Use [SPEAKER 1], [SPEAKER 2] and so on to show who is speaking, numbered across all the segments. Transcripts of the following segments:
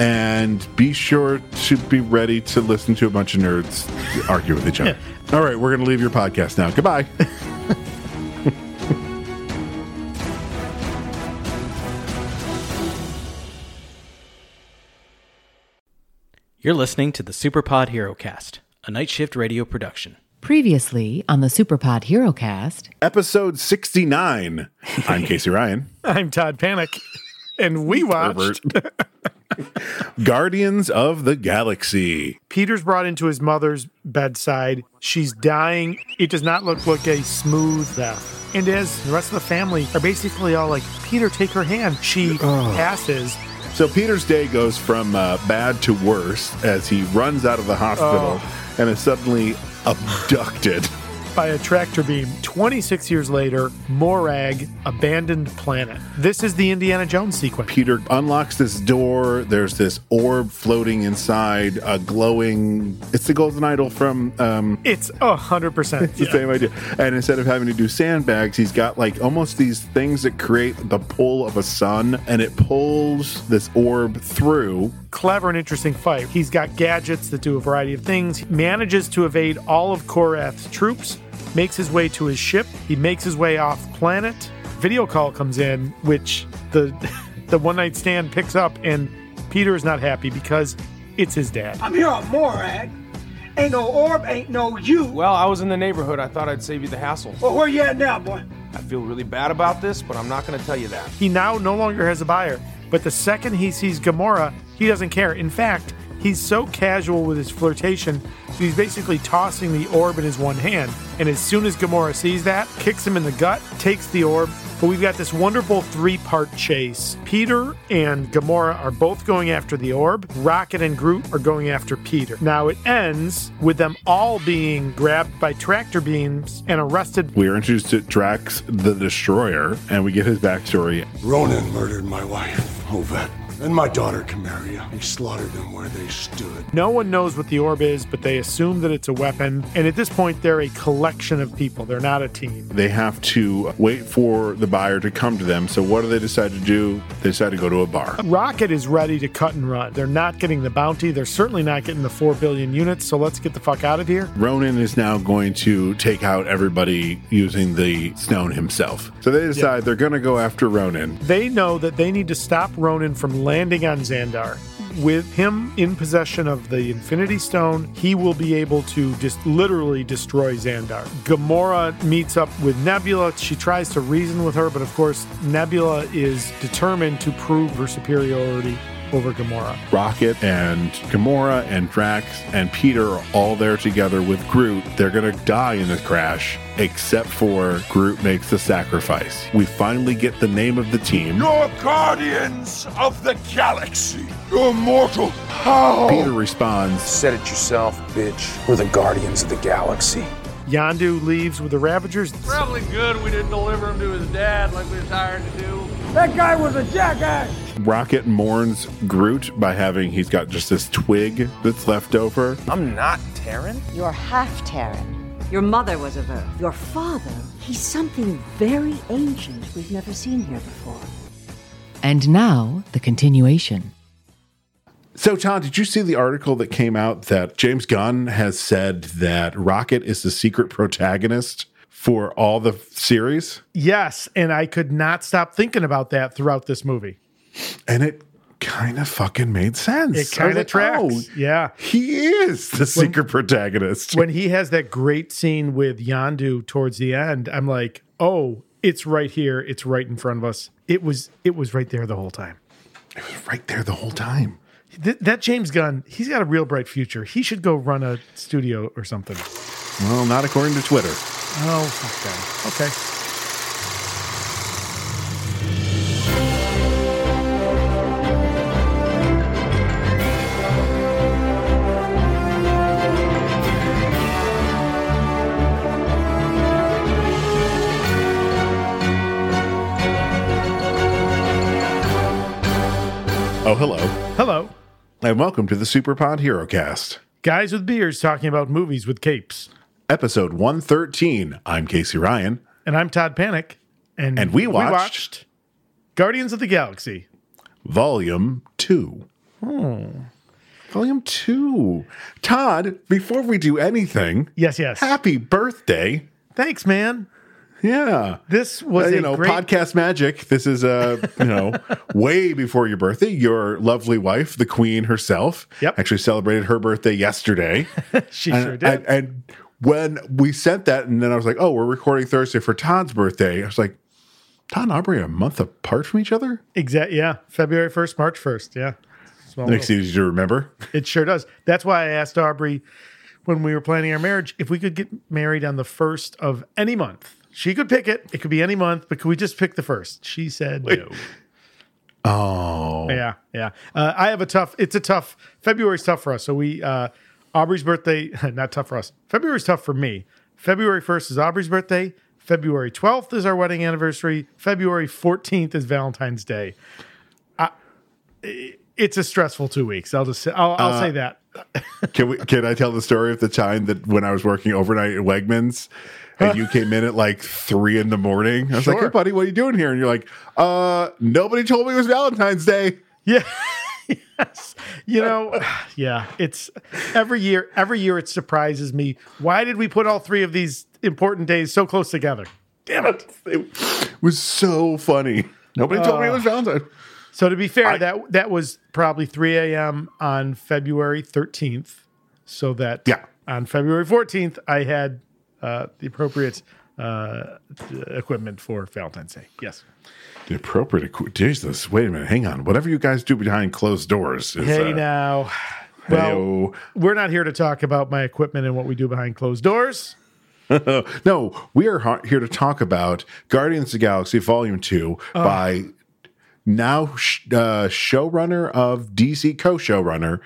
[SPEAKER 1] and be sure to be ready to listen to a bunch of nerds argue with each other. All right, we're going to leave your podcast now. Goodbye.
[SPEAKER 2] You're listening to the Superpod Hero Cast, a night shift radio production.
[SPEAKER 3] Previously on the Superpod HeroCast.
[SPEAKER 1] Episode 69. I'm Casey Ryan.
[SPEAKER 4] I'm Todd Panic, and we watched.
[SPEAKER 1] Pervert. Guardians of the Galaxy.
[SPEAKER 4] Peter's brought into his mother's bedside. She's dying. It does not look like a smooth death. And as the rest of the family are basically all like, Peter, take her hand. She passes.
[SPEAKER 1] So Peter's day goes from uh, bad to worse as he runs out of the hospital and is suddenly abducted.
[SPEAKER 4] by a tractor beam. 26 years later, Morag, abandoned planet. This is the Indiana Jones sequence.
[SPEAKER 1] Peter unlocks this door. There's this orb floating inside, a glowing. It's the golden idol from. Um,
[SPEAKER 4] It's a hundred percent.
[SPEAKER 1] it's the same idea. And instead of having to do sandbags, he's got like almost these things that create the pull of a sun, and it pulls this orb through.
[SPEAKER 4] Clever and interesting fight. He's got gadgets that do a variety of things. He manages to evade all of Korath's troops, makes his way to his ship. He makes his way off planet. Video call comes in, which the the one night stand picks up, and Peter is not happy because it's his dad.
[SPEAKER 5] I'm here on Morag. Ain't no orb, ain't no you. Well,
[SPEAKER 6] Well, I was in the neighborhood. I thought I'd save you the hassle.
[SPEAKER 5] where you at now, boy?
[SPEAKER 6] I feel really bad about this, but I'm not going to tell you that.
[SPEAKER 4] He now no longer has a buyer, but the second he sees Gamora, he doesn't care. In fact, he's so casual with his flirtation, he's basically tossing the orb in his one hand. And as soon as Gamora sees that, kicks him in the gut, takes the orb. But we've got this wonderful three part chase. Peter and Gamora are both going after the orb. Rocket and Groot are going after Peter. Now it ends with them all being grabbed by tractor beams and arrested.
[SPEAKER 1] We are introduced to Drax the Destroyer, and we get his backstory
[SPEAKER 7] Ronan murdered my wife, Ovet, and my daughter, Camaria. He slaughtered them where they stood.
[SPEAKER 4] No one knows what the orb is, but they assume that it's a weapon. And at this point, they're a collection of people. They're not a team.
[SPEAKER 1] they have to wait for the buyer to come to them. So what do they decide to do? They decide to go to a bar.
[SPEAKER 4] Rocket is ready to cut and run. They're not getting the bounty. They're certainly not getting the 4 billion units. So let's get the fuck out of here.
[SPEAKER 1] Ronan is now going to take out everybody using the stone himself. So they decide they're going to go after Ronan.
[SPEAKER 4] They know that they need to stop Ronan from landing on Xandar. With him in possession of the Infinity Stone, he will be able to just literally destroy Xandar. Gamora meets up with Nebula. She tries to reason with her, but of course, Nebula is determined to prove her superiority over Gamora.
[SPEAKER 1] Rocket and Gamora and Drax and Peter are all there together with Groot. They're going to die in this crash, except for Groot makes the sacrifice. We finally get the name of the team.
[SPEAKER 7] You're guardians of the galaxy. You're mortal. Oh, How?
[SPEAKER 1] Peter responds,
[SPEAKER 6] Said it yourself, bitch.
[SPEAKER 8] We're the guardians of the galaxy.
[SPEAKER 4] Yandu leaves with the Ravagers.
[SPEAKER 9] Probably good we didn't deliver him to his dad like we was hired to do.
[SPEAKER 5] That guy was a jackass.
[SPEAKER 1] Rocket mourns Groot by having he's got just this twig that's left over.
[SPEAKER 6] I'm not Terran?
[SPEAKER 10] You're half Terran. Your mother was a Verve. Your father, he's something very ancient we've never seen here before.
[SPEAKER 3] And now the continuation.
[SPEAKER 1] So, Todd, did you see the article that came out that James Gunn has said that Rocket is the secret protagonist for all the series?
[SPEAKER 4] Yes, and I could not stop thinking about that throughout this movie.
[SPEAKER 1] And it kind of fucking made sense.
[SPEAKER 4] It
[SPEAKER 1] I was
[SPEAKER 4] kind of tracks.
[SPEAKER 1] oh,
[SPEAKER 4] yeah.
[SPEAKER 1] he is the secret protagonist.
[SPEAKER 4] When he has that great scene with Yandu towards the end, I'm like, oh, it's right here. It's right in front of us. It was it was right there the whole time.
[SPEAKER 1] it was right there the whole time.
[SPEAKER 4] Th- that James Gunn, he's got a real bright future. He should go run a studio or something.
[SPEAKER 1] Well, not according to Twitter.
[SPEAKER 4] Oh, fuck them. Okay.
[SPEAKER 1] Oh, hello,
[SPEAKER 4] Hello.
[SPEAKER 1] and welcome to the Superpod HeroCast,
[SPEAKER 4] Guys with beards talking about movies with capes.
[SPEAKER 1] episode one thirteen. I'm Casey Ryan.
[SPEAKER 4] And I'm Todd Panic. And,
[SPEAKER 1] And we watched-
[SPEAKER 4] Guardians of the Galaxy.
[SPEAKER 1] Volume Two. Hmm. Volume Two. Todd, before we do anything,
[SPEAKER 4] Yes, yes.
[SPEAKER 1] happy birthday!
[SPEAKER 4] Thanks, man.
[SPEAKER 1] Yeah.
[SPEAKER 4] This was
[SPEAKER 1] Uh, you
[SPEAKER 4] a
[SPEAKER 1] know,
[SPEAKER 4] great
[SPEAKER 1] podcast magic. This is uh, you know, way before your birthday. Your lovely wife, the queen herself,
[SPEAKER 4] Yep.
[SPEAKER 1] actually celebrated her birthday yesterday.
[SPEAKER 4] She
[SPEAKER 1] and,
[SPEAKER 4] sure did.
[SPEAKER 1] And, and when we sent that, and then I was like, "Oh, we're recording Thursday for Todd's birthday." I was like, "Todd and Aubrey are a month apart from each other."
[SPEAKER 4] Exact. Yeah. February 1st, March 1st. Yeah. Small
[SPEAKER 1] That makes
[SPEAKER 4] world.
[SPEAKER 1] it easy to remember.
[SPEAKER 4] It sure does. That's why I asked Aubrey when we were planning our marriage if we could get married on the first of any month. She could pick it. It could be any month, but could we just pick the first? She said no.
[SPEAKER 1] Oh,
[SPEAKER 4] Yeah, yeah. Uh, I have a tough. It's a tough. February's tough for us. So we uh, Aubrey's birthday. Not tough for us. February's tough for me. February first is Aubrey's birthday. February twelfth is our wedding anniversary. February fourteenth is Valentine's Day. I, it's a stressful two weeks. I'll just. Say, I'll, I'll say that.
[SPEAKER 1] Can we? Can I tell the story of the time that when I was working overnight at Wegmans, and you came in at like three in the morning? I was like,
[SPEAKER 4] Sure.
[SPEAKER 1] "Hey, buddy, what are you doing here?" And you're like, "Uh, nobody told me it was Valentine's Day."
[SPEAKER 4] Yeah. yes. You know, yeah, it's every year, every year it surprises me. Why did we put all three of these important days so close together?
[SPEAKER 1] Damn it! It was so funny. Nobody told me it was
[SPEAKER 4] Uh.
[SPEAKER 1] Valentine's.
[SPEAKER 4] So to be fair, that that was probably 3 a.m. on February 13th. So that
[SPEAKER 1] Yeah.
[SPEAKER 4] on February 14th, I had uh, the appropriate uh, equipment for Valentine's Day. Yes.
[SPEAKER 1] The appropriate. equi- Jesus, wait a minute. Hang on. Whatever you guys do behind closed doors is.
[SPEAKER 4] Hey
[SPEAKER 1] uh,
[SPEAKER 4] now, well,
[SPEAKER 1] hey-oh.
[SPEAKER 4] we're not here to talk about my equipment and what we do behind closed doors.
[SPEAKER 1] No, we are ha- here to talk about Guardians of the Galaxy Volume 2 by now sh- uh, showrunner of DC, co showrunner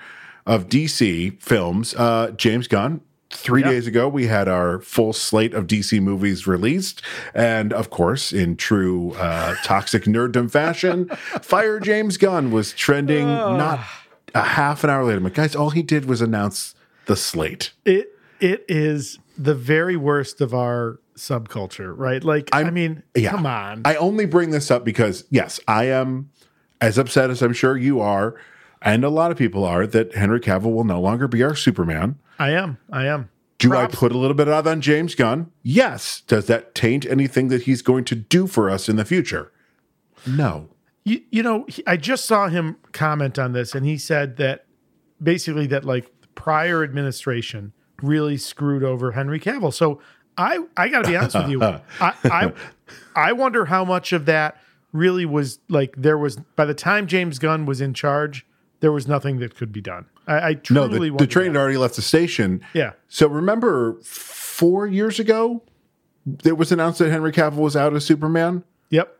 [SPEAKER 1] of DC films, uh, James Gunn. Three days ago, we had our full slate of DC movies released. And of course, in true uh, toxic nerddom fashion, Fire James Gunn was trending not a half an hour later. I'm like, guys, all he did was announce the slate.
[SPEAKER 4] It it is the very worst of our subculture, right? Like i mean,
[SPEAKER 1] Yeah.
[SPEAKER 4] come on.
[SPEAKER 1] I only bring this up because, yes, I am as upset as I'm sure you are, and a lot of people are, that Henry Cavill will no longer be our Superman.
[SPEAKER 4] I am. I am.
[SPEAKER 1] Do I put a little bit out on James Gunn? Yes. Does that taint anything that he's going to do for us in the future? No.
[SPEAKER 4] You, you know, he, I just saw him comment on this, and he said that basically that like prior administration really screwed over Henry Cavill. So I I got to be honest with you, I, I I wonder how much of that really was like there was by the time James Gunn was in charge, there was nothing that could be done. I, I
[SPEAKER 1] No,
[SPEAKER 4] truly
[SPEAKER 1] the, the
[SPEAKER 4] wonder
[SPEAKER 1] train had
[SPEAKER 4] that.
[SPEAKER 1] already left the station.
[SPEAKER 4] Yeah.
[SPEAKER 1] So remember four years ago, it was announced that Henry Cavill was out as Superman?
[SPEAKER 4] Yep.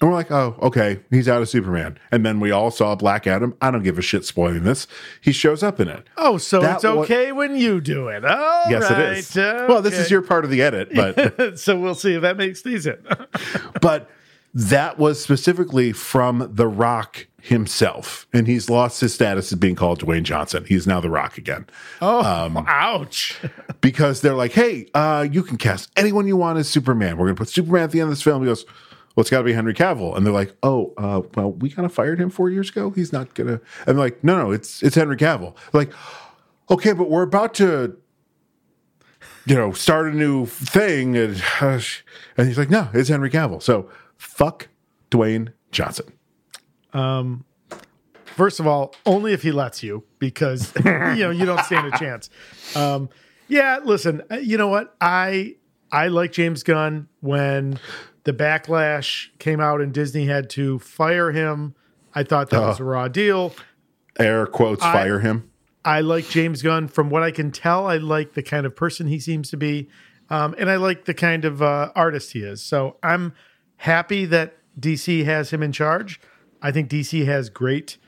[SPEAKER 1] And we're like, oh, okay, he's out of Superman. And then we all saw Black Adam. I don't give a shit spoiling this. He shows up in it.
[SPEAKER 4] Oh, so
[SPEAKER 1] That
[SPEAKER 4] it's
[SPEAKER 1] wa-
[SPEAKER 4] okay when you do it. All
[SPEAKER 1] yes,
[SPEAKER 4] right,
[SPEAKER 1] it is. Well, this
[SPEAKER 4] okay.
[SPEAKER 1] is your part of the edit, but
[SPEAKER 4] so we'll see if that makes these in.
[SPEAKER 1] but that was specifically from The Rock himself. And he's lost his status as being called Dwayne Johnson. He's now The Rock again.
[SPEAKER 4] Ouch.
[SPEAKER 1] Because they're like, hey, uh, you can cast anyone you want as Superman. We're gonna put Superman at the end of this film. He goes, Well, it's gotta be Henry Cavill. And they're like, Oh, uh, well, we kind of fired him four years ago. He's not gonna and they're like, no, no, it's it's Henry Cavill. Like, okay, but we're about to you know, start a new thing. And, and he's like, no, it's Henry Cavill. So fuck Dwayne Johnson.
[SPEAKER 4] First of all, only if he lets you, because you know you don't stand a chance. Um, yeah, listen, uh, you know what? I I like James Gunn when the backlash came out and Disney had to fire him. I thought that was a raw deal.
[SPEAKER 1] Air quotes, fire him.
[SPEAKER 4] I like James Gunn. From what I can tell, I like the kind of person he seems to be, um, and I like the kind of uh, artist he is. So I'm happy that DC has him in charge. I think DC has great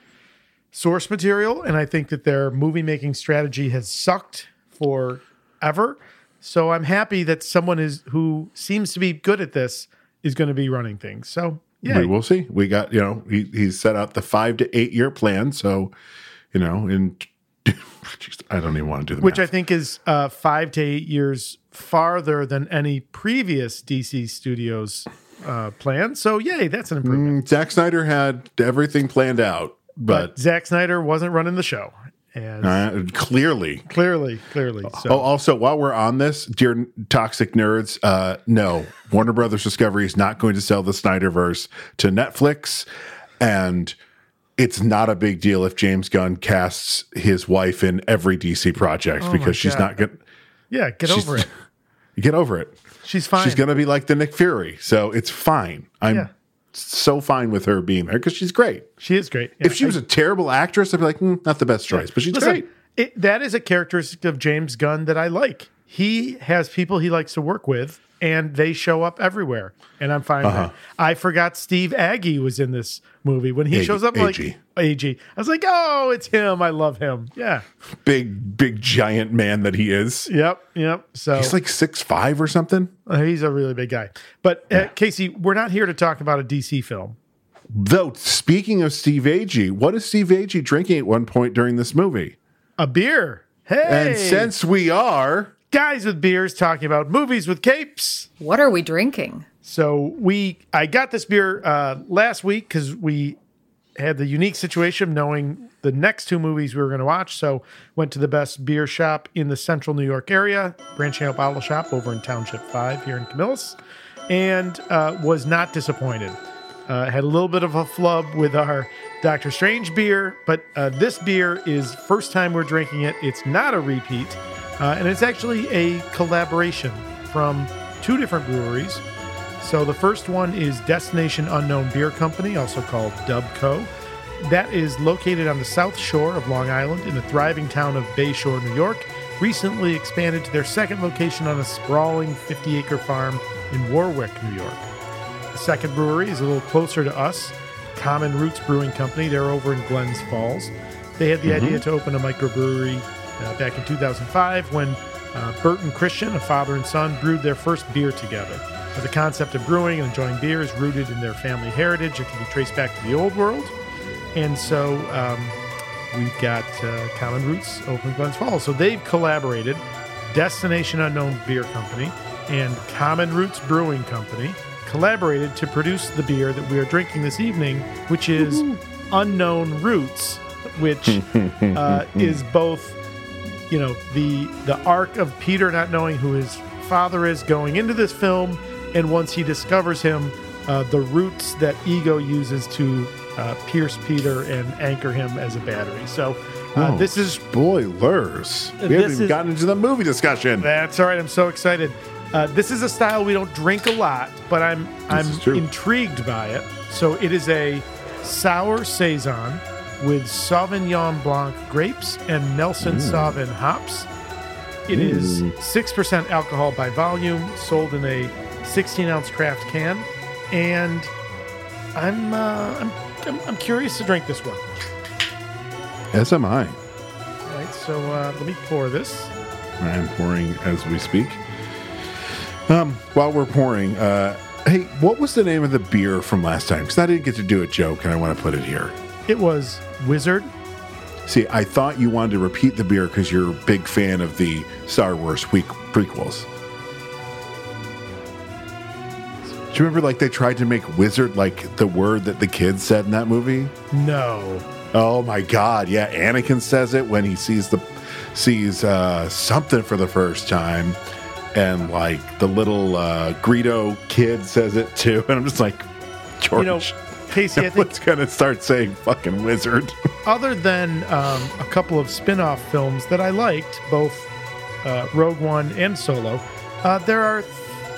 [SPEAKER 4] source material, and I think that their movie making strategy has sucked forever. So I'm happy that someone is who seems to be good at this is going to be running things. So yeah,
[SPEAKER 1] We will see. We got, you know, he, he set out the five to eight year plan. So, you know, and Jeez, I don't even want to do the
[SPEAKER 4] which I
[SPEAKER 1] math.
[SPEAKER 4] think is uh, five to eight years farther than any previous DC Studios uh, plan. So, yay, that's an improvement.
[SPEAKER 1] Zack Snyder had everything planned out, but
[SPEAKER 4] Zack Snyder wasn't running the show, and
[SPEAKER 1] uh, clearly.
[SPEAKER 4] clearly, clearly. So,
[SPEAKER 1] Oh, also, while we're on this, dear toxic nerds, uh, no, Warner Brothers Discovery is not going to sell the Snyderverse to Netflix. And it's not a big deal if James Gunn casts his wife in every DC project because she's
[SPEAKER 4] Oh God.
[SPEAKER 1] not going
[SPEAKER 4] yeah, get
[SPEAKER 1] she's-
[SPEAKER 4] over it.
[SPEAKER 1] to get over it.
[SPEAKER 4] She's fine.
[SPEAKER 1] She's going to be like the Nick Fury. So it's fine. I'm
[SPEAKER 4] Yeah.
[SPEAKER 1] so fine with her being there because she's great.
[SPEAKER 4] She is great.
[SPEAKER 1] if she was a terrible actress, I'd be like, "Hmm, not the best choice, but she's great.
[SPEAKER 4] It, that is a characteristic of James Gunn that I like. He has people he likes to work with, and they show up everywhere, and I'm fine
[SPEAKER 1] Uh-huh.
[SPEAKER 4] with it. I forgot Steve Aggie was in this movie when he
[SPEAKER 1] Agee-
[SPEAKER 4] shows up like
[SPEAKER 1] Agee.
[SPEAKER 4] Agee. I was like, oh, it's him. I love him. Yeah.
[SPEAKER 1] Big, big, giant man that he is.
[SPEAKER 4] Yep. Yep. So
[SPEAKER 1] He's like six five or something.
[SPEAKER 4] uh, he's a really big guy. But uh, Casey, we're not here to talk about a DC film.
[SPEAKER 1] Though, speaking of Steve Agee, what is Steve Agee drinking at one point during this movie?
[SPEAKER 4] A beer. Hey,
[SPEAKER 1] And since we are,
[SPEAKER 4] guys with beers talking about movies with capes.
[SPEAKER 11] What are we drinking?
[SPEAKER 4] So we, I got this beer uh, last week because we had the unique situation of knowing the next two movies we were going to watch. So went to the best beer shop in the central New York area, branching out bottle shop over in Township Five here in Camillus, and uh, was not disappointed. Uh, had a little bit of a flub with our Doctor Strange beer, but uh, this beer is first time we're drinking it. It's not a repeat, uh, and it's actually a collaboration from two different breweries. So the first one is Destination Unknown Beer Company, also called Dub Co. That is located on the south shore of Long Island in the thriving town of Bayshore, New York. Recently expanded to their second location on a sprawling 50 acre farm in Warwick, New York. The second brewery is a little closer to us, Common Roots Brewing Company. They're over in Glens Falls. They had the idea to open a microbrewery uh, back in 2005 when uh, Bert and Christian, a father and son, brewed their first beer together. But the concept of brewing and enjoying beer is rooted in their family heritage. It can be traced back to the old world. And so um, we've got uh, Common Roots open in Glens Falls. So they've collaborated. Destination Unknown Beer Company and Common Roots Brewing Company collaborated to produce the beer that we are drinking this evening, which is Unknown Roots, which uh, is both, you know, the the arc of Peter not knowing who his father is going into this film, and once he discovers him, uh, the roots that Ego uses to uh, pierce Peter and anchor him as a battery. So. Uh,
[SPEAKER 1] Oh,
[SPEAKER 4] this is
[SPEAKER 1] spoilers. We haven't
[SPEAKER 4] This
[SPEAKER 1] even
[SPEAKER 4] is-
[SPEAKER 1] gotten into the movie discussion.
[SPEAKER 4] that's all right. I'm so excited. Uh, this is a style we don't drink a lot, but I'm
[SPEAKER 1] is
[SPEAKER 4] I'm
[SPEAKER 1] true.
[SPEAKER 4] intrigued by it. So it is a sour saison with Sauvignon Blanc grapes and Nelson
[SPEAKER 1] Mm.
[SPEAKER 4] Sauvin hops. It is six percent alcohol by volume, sold in a 16 ounce craft can, and I'm uh, I'm, I'm I'm curious to drink this one.
[SPEAKER 1] As am I.
[SPEAKER 4] All right, so uh, let me pour this.
[SPEAKER 1] I am pouring as we speak. Um, while we're pouring, uh, hey, what was the name of the beer from last time? Because I didn't get to do a joke, and I want to put it here.
[SPEAKER 4] It was Wizard
[SPEAKER 1] See, I thought you wanted to repeat the beer because you're a big fan of the Star Wars week prequels. Do you remember, like, they tried to make wizard like the word that the kids said in that movie?
[SPEAKER 4] No.
[SPEAKER 1] Oh my God! Yeah, Anakin says it when he sees the sees uh, something for the first time, and like the little uh, Greedo kid says it too. And I'm just like, George,
[SPEAKER 4] You know, Casey, I think
[SPEAKER 1] Everyone's going to start saying fucking wizard.
[SPEAKER 4] other than um, a couple of spin-off films that I liked, both uh, Rogue One and Solo, uh, there are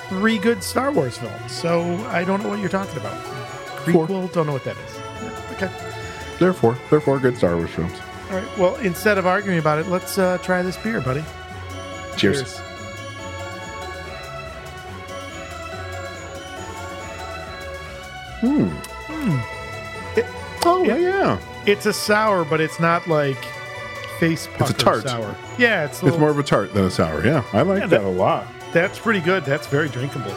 [SPEAKER 4] three good Star Wars films. So I don't know what you're talking about. Prequel, don't know what that is. Okay.
[SPEAKER 1] therefore, therefore, good Star Wars films.
[SPEAKER 4] All right. Well, instead of arguing about it, let's uh, try this beer, buddy.
[SPEAKER 1] Cheers. Oh,
[SPEAKER 4] Yeah.
[SPEAKER 1] yeah. yeah.
[SPEAKER 4] It's a sour, but it's not like face pucker
[SPEAKER 1] tart.
[SPEAKER 4] sour. Yeah, it's a
[SPEAKER 1] It's
[SPEAKER 4] little-
[SPEAKER 1] more of a tart than a sour. Yeah, I like
[SPEAKER 4] Oh. Yeah,
[SPEAKER 1] that,
[SPEAKER 4] that-
[SPEAKER 1] a lot.
[SPEAKER 4] That's pretty good. That's very drinkable.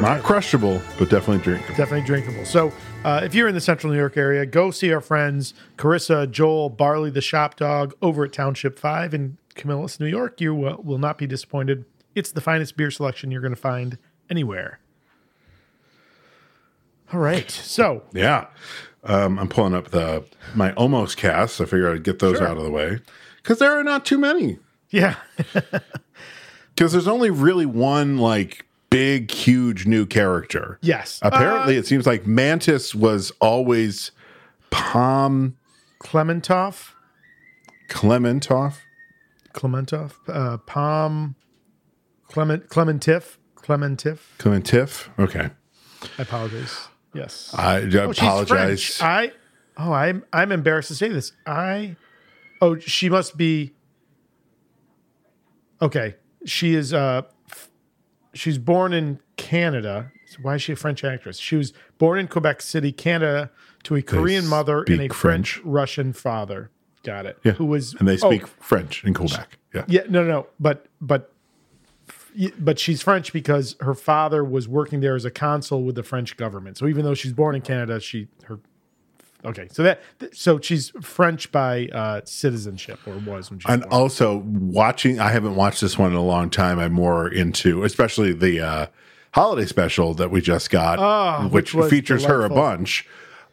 [SPEAKER 1] Not crushable, but definitely drinkable.
[SPEAKER 4] definitely drinkable. So uh, if you're in the Central New York area, go see our friends Carissa, Joel, Barley, the Shop Dog over at Township Five in Camillus, New York. You will, will not be disappointed. It's the finest beer selection you're going to find anywhere. All right, so
[SPEAKER 1] Yeah. Um, I'm pulling up the my almost casts. I figured I'd get those out of the way because there are not too many.
[SPEAKER 4] yeah,
[SPEAKER 1] Because there's only really one like big, huge new character.
[SPEAKER 4] yes, Uh,
[SPEAKER 1] Apparently, it seems like Mantis was always Palm
[SPEAKER 4] Clementoff,
[SPEAKER 1] Clementoff.
[SPEAKER 4] Clementoff, uh, Palm, Clement, Clementiff, Clementiff.
[SPEAKER 1] Clementiff. Okay.
[SPEAKER 4] I apologize. Yes,
[SPEAKER 1] I, I
[SPEAKER 4] Oh, she's
[SPEAKER 1] apologize.
[SPEAKER 4] French. I oh, I'm I'm embarrassed to say this. I oh, she must be okay. She is uh, f- she's born in Canada. So why is she a French actress? She was born in Quebec City, Canada, to a Korean mother and a
[SPEAKER 1] speak French.
[SPEAKER 4] French Russian father. Got it.
[SPEAKER 1] Yeah.
[SPEAKER 4] Who was
[SPEAKER 1] and they
[SPEAKER 4] oh,
[SPEAKER 1] speak French in Quebec. Yeah.
[SPEAKER 4] yeah, no, no, but but but she's French because her father was working there as a consul with the French government. So even though she's born in Canada, she her okay. So that so she's French by uh, citizenship or was when she was
[SPEAKER 1] And
[SPEAKER 4] born.
[SPEAKER 1] also watching, I haven't watched this one in a long time. I'm more into, especially the uh, holiday special that we just got, which,
[SPEAKER 4] Ah, which was
[SPEAKER 1] features her a
[SPEAKER 4] delightful.
[SPEAKER 1] bunch.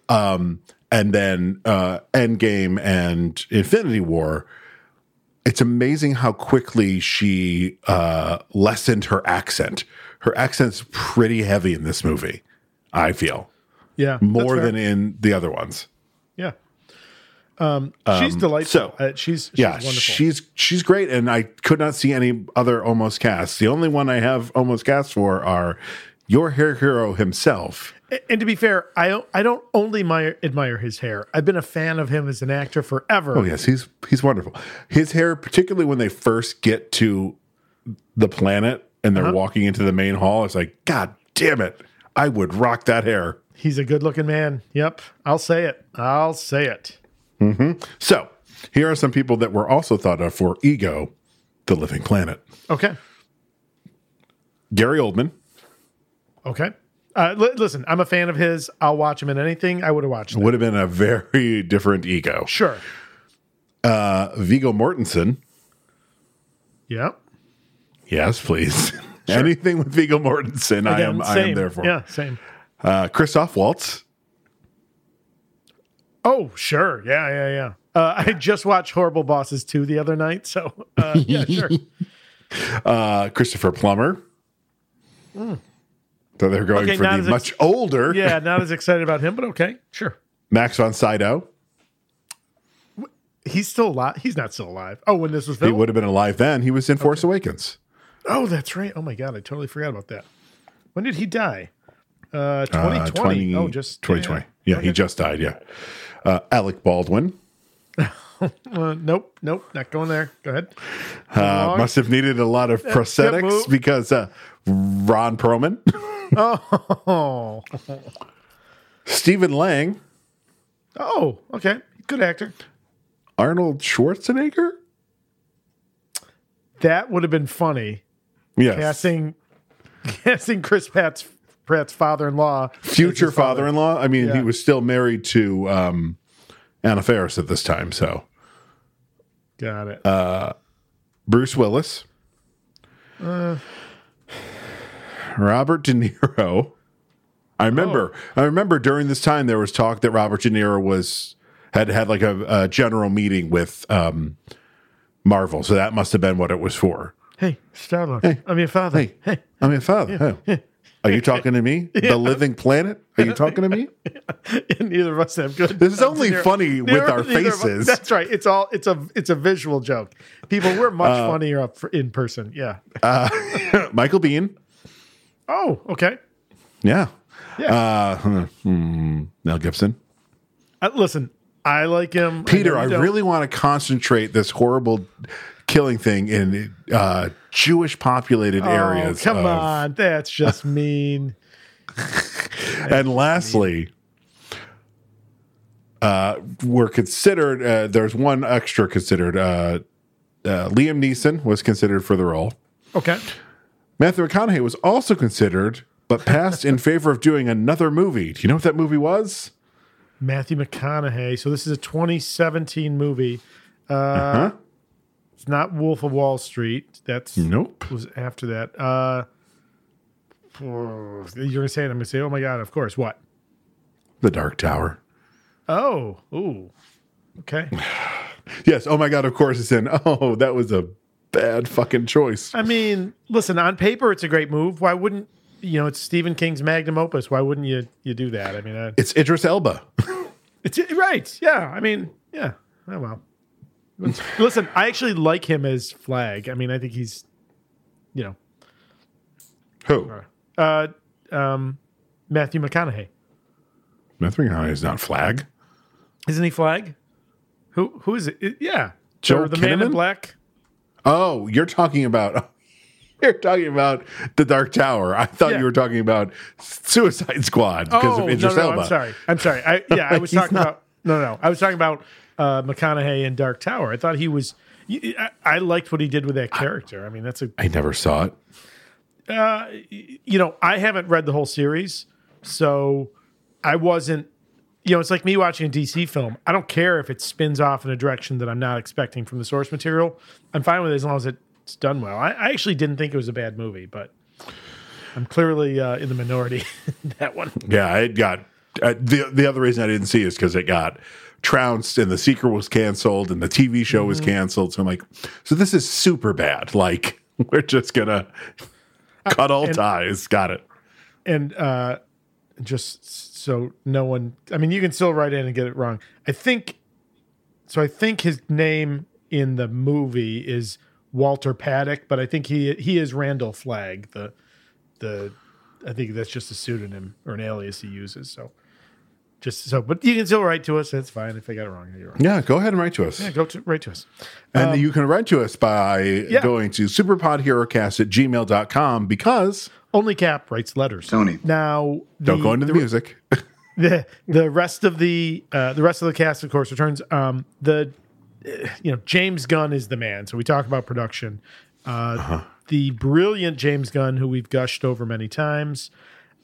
[SPEAKER 1] Um, and then uh, Endgame and Infinity War. It's amazing how quickly she uh, lessened her accent. Her accent's pretty heavy in this movie, I feel,
[SPEAKER 4] yeah, that's
[SPEAKER 1] more
[SPEAKER 4] fair.
[SPEAKER 1] than in the other ones.
[SPEAKER 4] yeah. Um, she's delightful.
[SPEAKER 1] so-
[SPEAKER 4] uh, she's, she's
[SPEAKER 1] yeah,
[SPEAKER 4] wonderful.
[SPEAKER 1] she's she's great, and I could not see any other almost casts. The only one I have almost cast for are your hair hero himself.
[SPEAKER 4] A- and to be fair, I don't- I don't only admire, admire his hair. I've been a fan of him as an actor forever.
[SPEAKER 1] Oh yes, he's he's wonderful. His hair, particularly when they first get to the planet and they're walking into the main hall, it's like, God damn it, I would rock that hair.
[SPEAKER 4] He's a good-looking man. Yep, I'll say it. I'll say it.
[SPEAKER 1] So here are some people that were also thought of for Ego, the Living Planet.
[SPEAKER 4] Okay.
[SPEAKER 1] Gary Oldman,
[SPEAKER 4] Okay. Uh, li- listen, I'm a fan of his. I'll watch him in anything. I would have watched. Him.
[SPEAKER 1] would have been a very different Ego.
[SPEAKER 4] Sure.
[SPEAKER 1] Uh, Vigo Mortensen.
[SPEAKER 4] Yeah.
[SPEAKER 1] Yes, please. Anything with Viggo Mortensen, I am I am there for.
[SPEAKER 4] Yeah, same.
[SPEAKER 1] Uh, Christoph Waltz.
[SPEAKER 4] Oh, sure. Yeah, yeah, yeah. Uh, I just watched Horrible Bosses 2 the other night, so uh, yeah, sure.
[SPEAKER 1] Uh, Christopher Plummer. So they're going
[SPEAKER 4] Hmm. Okay,
[SPEAKER 1] for
[SPEAKER 4] not
[SPEAKER 1] the
[SPEAKER 4] as ex-
[SPEAKER 1] much older
[SPEAKER 4] Yeah, not as excited about him, but okay, sure.
[SPEAKER 1] Max von Sydow.
[SPEAKER 4] He's still alive. He's not still alive. Oh, when this was
[SPEAKER 1] He
[SPEAKER 4] filmed.
[SPEAKER 1] would have been alive then. He was in Force Awakens.
[SPEAKER 4] Oh, that's right. Oh my god, I totally forgot about that. When did he die? Uh,
[SPEAKER 1] Uh,
[SPEAKER 4] 2020. oh, just
[SPEAKER 1] 2020.
[SPEAKER 4] yeah.
[SPEAKER 1] Yeah, he just died. Yeah. Uh, Alec Baldwin
[SPEAKER 4] Uh, nope, nope, not going there. Go ahead.
[SPEAKER 1] uh, must have needed a lot of
[SPEAKER 4] move.
[SPEAKER 1] prosthetics because uh, Ron Perlman,
[SPEAKER 4] Oh,
[SPEAKER 1] Stephen Lang,
[SPEAKER 4] oh, okay. Good actor.
[SPEAKER 1] Arnold Schwarzenegger.
[SPEAKER 4] That would have been funny.
[SPEAKER 1] Yes.
[SPEAKER 4] Casting, casting Chris Pratt's Pratt's father-in-law.
[SPEAKER 1] future father-in-law. I mean, he
[SPEAKER 4] Yeah.
[SPEAKER 1] was still married to um, Anna Faris at this time. So
[SPEAKER 4] Got it.
[SPEAKER 1] Bruce Willis,
[SPEAKER 4] Uh.
[SPEAKER 1] Robert De Niro. I remember.
[SPEAKER 4] Oh.
[SPEAKER 1] I remember during this time there was talk that Robert De Niro was had had like a, a general meeting with um, Marvel. So that must have been what it was for.
[SPEAKER 4] hey, Starlord. I'm your father.
[SPEAKER 1] Hey, hey, I'm your father. Hey. Are you talking to me? The living planet? Are you talking to me?
[SPEAKER 4] neither of us have good.
[SPEAKER 1] This is only
[SPEAKER 4] neither-
[SPEAKER 1] funny with our
[SPEAKER 4] neither of us-
[SPEAKER 1] faces.
[SPEAKER 4] That's right. It's all it's a it's a visual joke. People, we're much
[SPEAKER 1] Uh,
[SPEAKER 4] funnier up for, in person. Yeah.
[SPEAKER 1] Michael Bean.
[SPEAKER 4] Oh, okay.
[SPEAKER 1] Yeah.
[SPEAKER 4] Yeah.
[SPEAKER 1] Uh, hmm, hmm, Mel Gibson.
[SPEAKER 4] Uh, listen, I like him.
[SPEAKER 1] Peter,
[SPEAKER 4] know
[SPEAKER 1] I
[SPEAKER 4] you don't.
[SPEAKER 1] really want to concentrate this horrible killing thing in uh, Jewish populated areas. Uh,
[SPEAKER 4] Oh, come
[SPEAKER 1] of-
[SPEAKER 4] on, that's just mean.
[SPEAKER 1] And lastly, uh, were considered, uh, there's one extra considered. Uh, uh, Liam Neeson was considered for the role.
[SPEAKER 4] Okay.
[SPEAKER 1] Matthew McConaughey was also considered, but passed in favor of doing another movie. Do you know what that movie was?
[SPEAKER 4] Matthew McConaughey. So this is a 2017 movie. Uh,
[SPEAKER 1] Huh?
[SPEAKER 4] It's not Wolf of Wall Street. That's
[SPEAKER 1] Nope.
[SPEAKER 4] was after that. Uh, you're gonna say it. I'm gonna say, oh my god, of course. What?
[SPEAKER 1] The Dark Tower.
[SPEAKER 4] Oh, ooh. Okay.
[SPEAKER 1] Yes. Oh my God. Of course it's in. Oh, that was a bad fucking choice.
[SPEAKER 4] I mean, listen, on paper it's a great move. Why wouldn't you know? It's Stephen King's magnum opus. Why wouldn't you you do that? I mean, I,
[SPEAKER 1] It's Idris Elba.
[SPEAKER 4] it's right. Yeah. I mean, yeah. Oh well. listen, I actually like him as Flag. I mean, I think he's, you know,
[SPEAKER 1] Who?
[SPEAKER 4] uh, um, Matthew McConaughey.
[SPEAKER 1] Matthew McConaughey is Oh, not Flag.
[SPEAKER 4] Isn't he Flag? Who who is it? It- yeah,
[SPEAKER 1] Joe
[SPEAKER 4] Or the Man in
[SPEAKER 1] Kinnaman?
[SPEAKER 4] Black.
[SPEAKER 1] Oh, you're talking about. You're talking about the Dark Tower. I thought
[SPEAKER 4] Yeah.
[SPEAKER 1] you were talking about Suicide Squad because
[SPEAKER 4] Oh,
[SPEAKER 1] of Idris
[SPEAKER 4] no, no,
[SPEAKER 1] Elba.
[SPEAKER 4] I'm sorry. I'm sorry. I, yeah, I was
[SPEAKER 1] He's
[SPEAKER 4] talking
[SPEAKER 1] not-
[SPEAKER 4] about no, no. I was talking about uh, McConaughey and Dark Tower. I thought he was. y- I, I liked what he did with that character. I, mean, that's a
[SPEAKER 1] I never saw it.
[SPEAKER 4] you know I haven't read the whole series, so I wasn't. You know, it's like me watching a DC film. I don't care if it spins off in a direction that I'm not expecting from the source material. I'm fine with it as long as it's done well. I, I actually didn't think it was a bad movie, but I'm clearly uh, in the minority in that one.
[SPEAKER 1] Yeah, it got uh, the the other reason I didn't see it is because it got trounced and the sequel was canceled and the TV show was
[SPEAKER 4] Mm-hmm.
[SPEAKER 1] canceled. So I'm like, so this is super bad. Like we're just gonna
[SPEAKER 4] Uh,
[SPEAKER 1] cut all ties. Got it.
[SPEAKER 4] and uh, just so no one i mean you can still write in and get it wrong i think so i think his name in the movie is walter paddock but i think he he is randall flagg the the i think that's just a pseudonym or an alias he uses so just so but you can still write to us that's fine if i got it wrong you're wrong
[SPEAKER 1] Yeah, go ahead and write to us.
[SPEAKER 4] yeah, um, go to write to us
[SPEAKER 1] and you can write to us by going to superpodherocast at gmail.com because
[SPEAKER 4] only cap writes letters
[SPEAKER 8] Tony.
[SPEAKER 4] now
[SPEAKER 1] don't go into the music.
[SPEAKER 4] the the rest of the uh, the rest of the cast, of course, returns. Um, the uh, you know James Gunn is the man. So we talk about production. Uh, The brilliant James Gunn, who we've gushed over many times.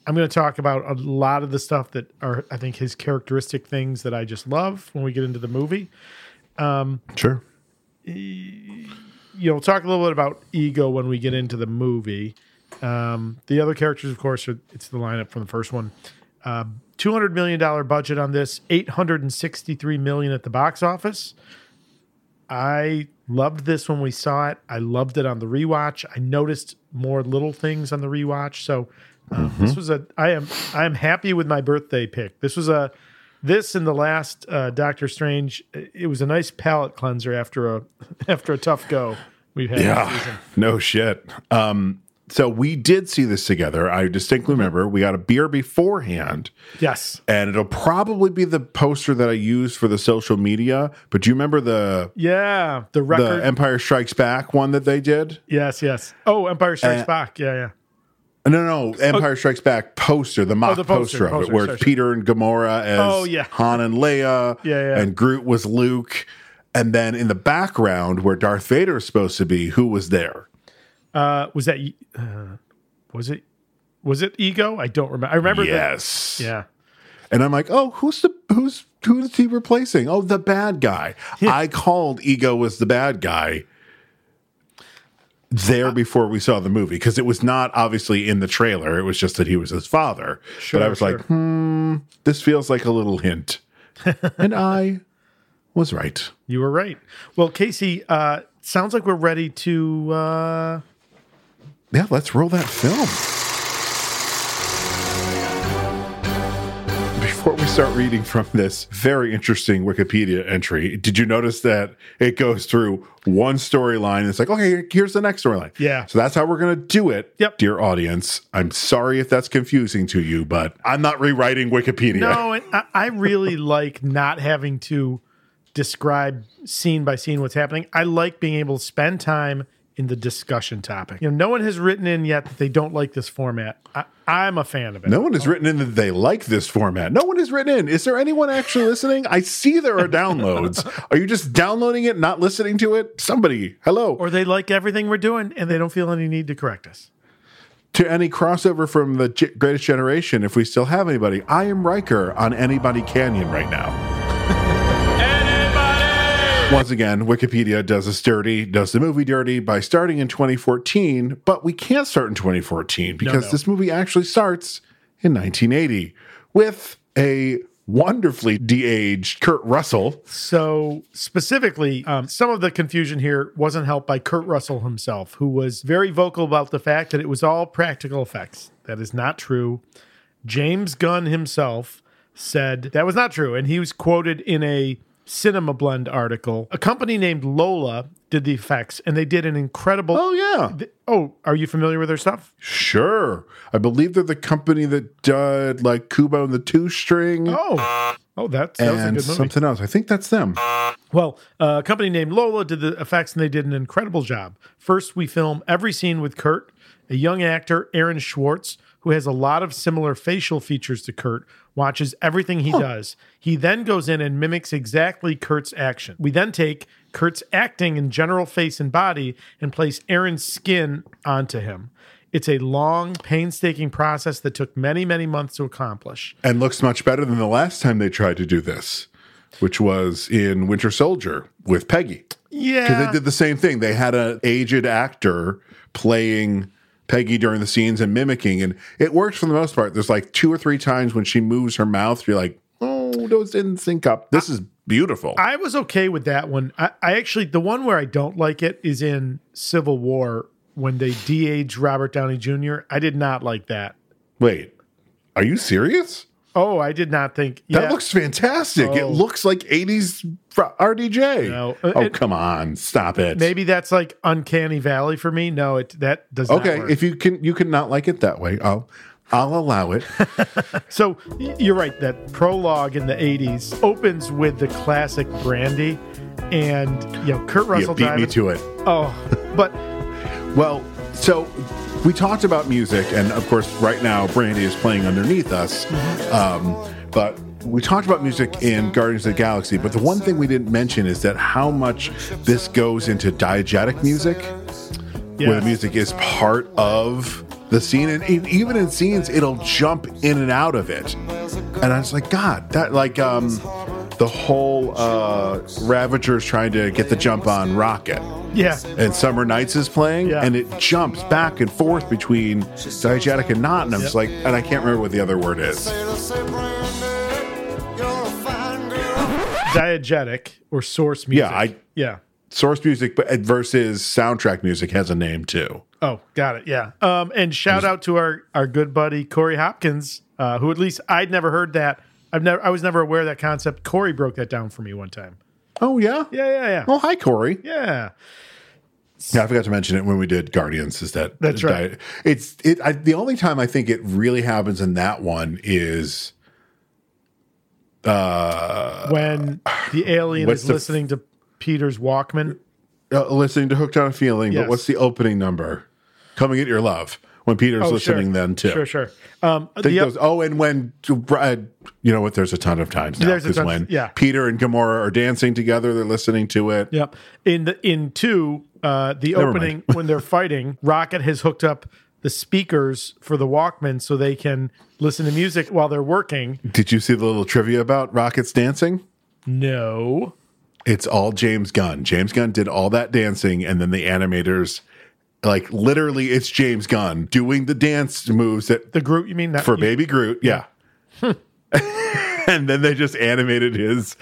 [SPEAKER 4] I'm going to talk about a lot of the stuff that are, I think, his characteristic things that I just love when we get into the movie.
[SPEAKER 1] sure.
[SPEAKER 4] you know, we'll talk a little bit about ego when we get into the movie. Um, the other characters, of course, are it's the lineup from the first one. Um, Two hundred million dollar budget on this, eight hundred and sixty three million at the box office. I loved this when we saw it. I loved it on the rewatch. I noticed more little things on the rewatch. So um, this was a. I am I am happy with my birthday pick. This was a. This and the last uh, Doctor Strange. It was a nice palate cleanser after a after a tough go we've had. this season.
[SPEAKER 1] Yeah. No shit. Um, so we did see this together. I distinctly
[SPEAKER 4] Mm-hmm.
[SPEAKER 1] remember we got a beer beforehand.
[SPEAKER 4] Yes.
[SPEAKER 1] and it'll probably be the poster that I use for the social media. But do you remember the
[SPEAKER 4] Yeah. The
[SPEAKER 1] the
[SPEAKER 4] record.
[SPEAKER 1] Empire Strikes Back one that they did?
[SPEAKER 4] yes. Yes. Oh, Empire Strikes
[SPEAKER 1] Uh,
[SPEAKER 4] Back. Yeah. Yeah.
[SPEAKER 1] No, no, no Empire Strikes Back poster, the mock
[SPEAKER 4] Oh, the
[SPEAKER 1] poster,
[SPEAKER 4] poster,
[SPEAKER 1] of
[SPEAKER 4] poster,
[SPEAKER 1] it, where
[SPEAKER 4] sorry,
[SPEAKER 1] it's Peter and Gamora as
[SPEAKER 4] Oh, yeah.
[SPEAKER 1] Han and Leia,
[SPEAKER 4] Yeah, yeah.
[SPEAKER 1] and Groot was Luke, and then in the background where Darth Vader is supposed to be, who was there?
[SPEAKER 4] Uh, was that? y- Uh, was it? Was it ego? I don't remember. I remember. the-
[SPEAKER 1] yes,
[SPEAKER 4] yeah.
[SPEAKER 1] And I'm like, oh, who's the who's who's he replacing? Oh, the bad guy. I called Ego was the bad guy there before we saw the movie because it was not obviously in the trailer. It was just that he was his father. but I was like, hmm, this feels like a little hint, and I was right.
[SPEAKER 4] You were right. Well, Casey, uh, sounds like we're ready to. Uh,
[SPEAKER 1] Yeah, let's roll that film. before we start reading from this very interesting Wikipedia entry, did you notice that it goes through one storyline? and It's like, okay, here's the next storyline.
[SPEAKER 4] Yeah.
[SPEAKER 1] So that's how we're going to do it.
[SPEAKER 4] Yep.
[SPEAKER 1] Dear audience, I'm sorry if that's confusing to you, but I'm not rewriting Wikipedia.
[SPEAKER 4] No, and I, I really like not having to describe scene by scene what's happening. I like being able to spend time in the discussion topic. You know, no one has written in yet that they don't like this format. I, I'm a fan of it.
[SPEAKER 1] No one has written in that they like this format. No one has written in. Is there anyone actually listening? I see there are downloads. Are you just downloading it, not listening to it? Somebody, hello.
[SPEAKER 4] Or they like everything we're doing and they don't feel any need to correct us.
[SPEAKER 1] to any crossover from the G- Greatest Generation, if we still have anybody, I am Riker on Anybody Canyon right now.
[SPEAKER 9] Anybody?
[SPEAKER 1] Once again, Wikipedia does us dirty, does the movie dirty by starting in 2014, but we can't start in 2014 because
[SPEAKER 4] no.
[SPEAKER 1] this movie actually starts in 1980 with a wonderfully de-aged Kurt Russell.
[SPEAKER 4] So specifically, um, some of the confusion here wasn't helped by Kurt Russell himself, who was very vocal about the fact that it was all practical effects. That is not true. James Gunn himself said that was not true, and he was quoted in a Cinema Blend article. A company named Lola did the effects, and they did an incredible.
[SPEAKER 1] Oh yeah.
[SPEAKER 4] Th- oh, are you familiar with their stuff?
[SPEAKER 1] Sure. I believe they're the company that did like Kubo and the Two String
[SPEAKER 4] Oh, oh, that's that was a good
[SPEAKER 1] and
[SPEAKER 4] movie.
[SPEAKER 1] something else. I think that's them.
[SPEAKER 4] Well, uh, a company named Lola did the effects and they did an incredible job. First, we film every scene with Kurt, a young actor, Aaron Schwartz, who has a lot of similar facial features to Kurt, watches everything he does. He then goes in and mimics exactly Kurt's action. We then take Kurt's acting and general face and body and place Aaron's skin onto him. It's a long, painstaking process that took many, many months to accomplish.
[SPEAKER 1] and looks much better than the last time they tried to do this, which was in Winter Soldier with Peggy. Because
[SPEAKER 4] Yeah.
[SPEAKER 1] they did the same thing. They had an aged actor playing Peggy during the scenes and mimicking, and it works for the most part. There's like two or three times when she moves her mouth, you're like, oh, those didn't sync up. This is beautiful.
[SPEAKER 4] I was okay with that one. I, I actually the one where I don't like it is in Civil War when they de-age Robert Downey Jr. I did not like that.
[SPEAKER 1] Wait, are you serious?
[SPEAKER 4] Oh, I did not think
[SPEAKER 1] That
[SPEAKER 4] yeah.
[SPEAKER 1] looks fantastic. It
[SPEAKER 4] Oh.
[SPEAKER 1] looks like 80s fr- RDJ.
[SPEAKER 4] No,
[SPEAKER 1] oh,
[SPEAKER 4] it-
[SPEAKER 1] come on. Stop it.
[SPEAKER 4] maybe that's like Uncanny Valley for me. No, it that does
[SPEAKER 1] Okay,
[SPEAKER 4] not work.
[SPEAKER 1] if you can you can not like it that way, I'll I'll allow it.
[SPEAKER 4] So y- you're right. That prologue in the '80s opens with the classic Brandy, and you know Kurt
[SPEAKER 1] you
[SPEAKER 4] Russell
[SPEAKER 1] beat me
[SPEAKER 4] Diamond-
[SPEAKER 1] to it.
[SPEAKER 4] Oh, but
[SPEAKER 1] Well, so we talked about music, and of course, right now Brandy is playing underneath us. Um, but we talked about music in Guardians of the Galaxy, but the one thing we didn't mention is that how much this goes into diegetic music. where
[SPEAKER 4] yeah,
[SPEAKER 1] the music is part of the scene and e- even in scenes it'll jump in and out of it and i was like god that like um the whole uh ravagers trying to get the jump on rocket
[SPEAKER 4] yeah,
[SPEAKER 1] and summer nights is playing
[SPEAKER 4] Yeah.
[SPEAKER 1] and it jumps back and forth between diegetic and not and i'm just like and i can't remember what the other word is
[SPEAKER 4] diegetic or source music.
[SPEAKER 1] yeah i
[SPEAKER 4] yeah.
[SPEAKER 1] source music but versus soundtrack music has a name too
[SPEAKER 4] Oh, got it. Yeah. Um, and shout out to our our good buddy Corey Hopkins, uh, who at least I'd never heard that. I've never I was never aware of that concept. Corey broke that down for me one time.
[SPEAKER 1] oh yeah
[SPEAKER 4] Yeah, yeah, yeah.
[SPEAKER 1] oh hi corey
[SPEAKER 4] Yeah.
[SPEAKER 1] Yeah, I forgot to mention it when we did Guardians. Is that
[SPEAKER 4] That's right.
[SPEAKER 1] that- It's it. I, the only time I think it really happens in that one is
[SPEAKER 4] When the alien
[SPEAKER 1] what's
[SPEAKER 4] is
[SPEAKER 1] the-
[SPEAKER 4] listening to Peter's Walkman.
[SPEAKER 1] uh, listening to "Hooked on a Feeling."
[SPEAKER 4] Yes.
[SPEAKER 1] But what's the opening number? "Coming at Your Love" when Peter's
[SPEAKER 4] Oh, sure.
[SPEAKER 1] listening then too.
[SPEAKER 4] Sure, sure. Um
[SPEAKER 1] I think
[SPEAKER 4] the-
[SPEAKER 1] those- oh, and when uh, you know what? There's a ton of times now
[SPEAKER 4] There's a
[SPEAKER 1] because
[SPEAKER 4] ton-
[SPEAKER 1] when
[SPEAKER 4] yeah.
[SPEAKER 1] Peter and Gamora are dancing together, they're listening to it.
[SPEAKER 4] Yep. In the in two, uh, the
[SPEAKER 1] mind.
[SPEAKER 4] opening when they're fighting, Rocket has hooked up the speakers for the Walkman so they can listen to music while they're working.
[SPEAKER 1] Did you see the little trivia about Rocket's dancing?
[SPEAKER 4] No.
[SPEAKER 1] it's all James Gunn. James Gunn did all that dancing, and then the animators, like literally, it's James Gunn doing the dance moves that
[SPEAKER 4] The Groot, you mean that
[SPEAKER 1] for Baby Groot. Yeah, and then they just animated his.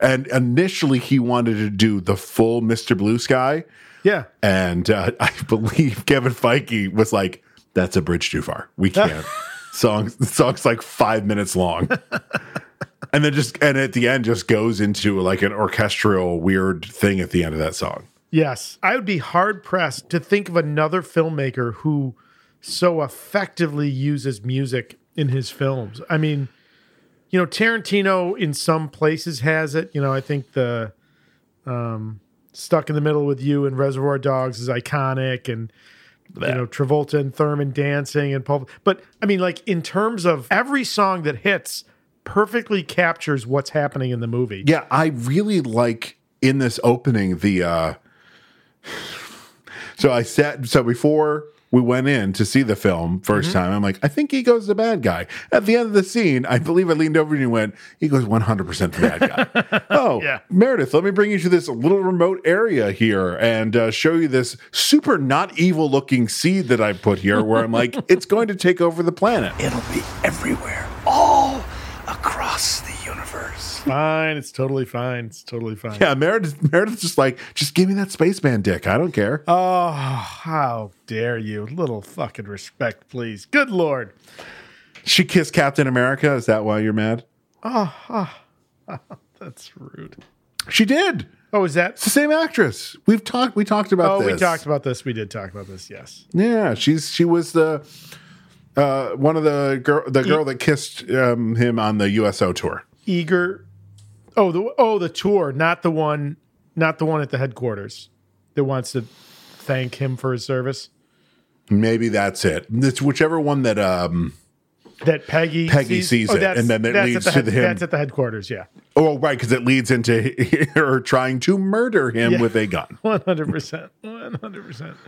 [SPEAKER 1] And initially, he wanted to do the full Mr. Blue Sky,
[SPEAKER 4] Yeah.
[SPEAKER 1] and uh, I believe Kevin Feige was like, "That's a bridge too far. We can't." songs, the songs like five minutes long. and then just and at the end just goes into like an orchestral weird thing at the end of that song.
[SPEAKER 4] Yes. I would be hard pressed to think of another filmmaker who so effectively uses music in his films. I mean, you know, Tarantino in some places has it. You know, I think the um, Stuck in the Middle with You and Reservoir Dogs is iconic and you know Travolta and Thurman dancing and Paul. But I mean, like in terms of every song that hits, perfectly captures what's happening in the movie.
[SPEAKER 1] Yeah, I really like in this opening the uh So I sat so before we went in to see the film 1st time. I'm like, I think he goes the bad guy. At the end of the scene, I believe I leaned over and you went, he goes 100% the bad guy. oh,
[SPEAKER 4] Yeah.
[SPEAKER 1] Meredith, let me bring you to this little remote area here and uh, show you this super not evil looking seed that I put here where I'm like, it's going to take over the planet.
[SPEAKER 8] It'll be everywhere,
[SPEAKER 6] Oh,
[SPEAKER 8] all across the universe.
[SPEAKER 4] Fine, it's totally fine. It's totally fine.
[SPEAKER 1] Yeah, Meredith, Meredith's just like, just give me that spaceman dick. I don't care.
[SPEAKER 4] Oh, how dare you? Little fucking respect, please. Good lord.
[SPEAKER 1] She kissed Captain America. Is that why you're mad?
[SPEAKER 4] That's rude.
[SPEAKER 1] She did.
[SPEAKER 4] Oh, is
[SPEAKER 1] It's
[SPEAKER 4] that?
[SPEAKER 1] the same actress. We've talked. We talked about
[SPEAKER 4] Oh,
[SPEAKER 1] this.
[SPEAKER 4] we talked about this. We did talk about this. Yes.
[SPEAKER 1] Yeah, she's she was the uh, one of the girl the girl that kissed um, him on the USO tour.
[SPEAKER 4] Eager. Oh, the oh the tour, not the one, not the one at the headquarters that wants to thank him for his service.
[SPEAKER 1] Maybe that's it. It's whichever one that. Um,
[SPEAKER 4] That Peggy oh,
[SPEAKER 1] Peggy sees it,
[SPEAKER 4] that's-
[SPEAKER 1] and then it
[SPEAKER 4] that's at
[SPEAKER 1] leads
[SPEAKER 4] the
[SPEAKER 1] to the him-
[SPEAKER 4] That's at the headquarters. Yeah,
[SPEAKER 1] oh, right, because it leads into her trying to murder him
[SPEAKER 4] Yeah.
[SPEAKER 1] with a gun.
[SPEAKER 4] one hundred percent, one hundred percent.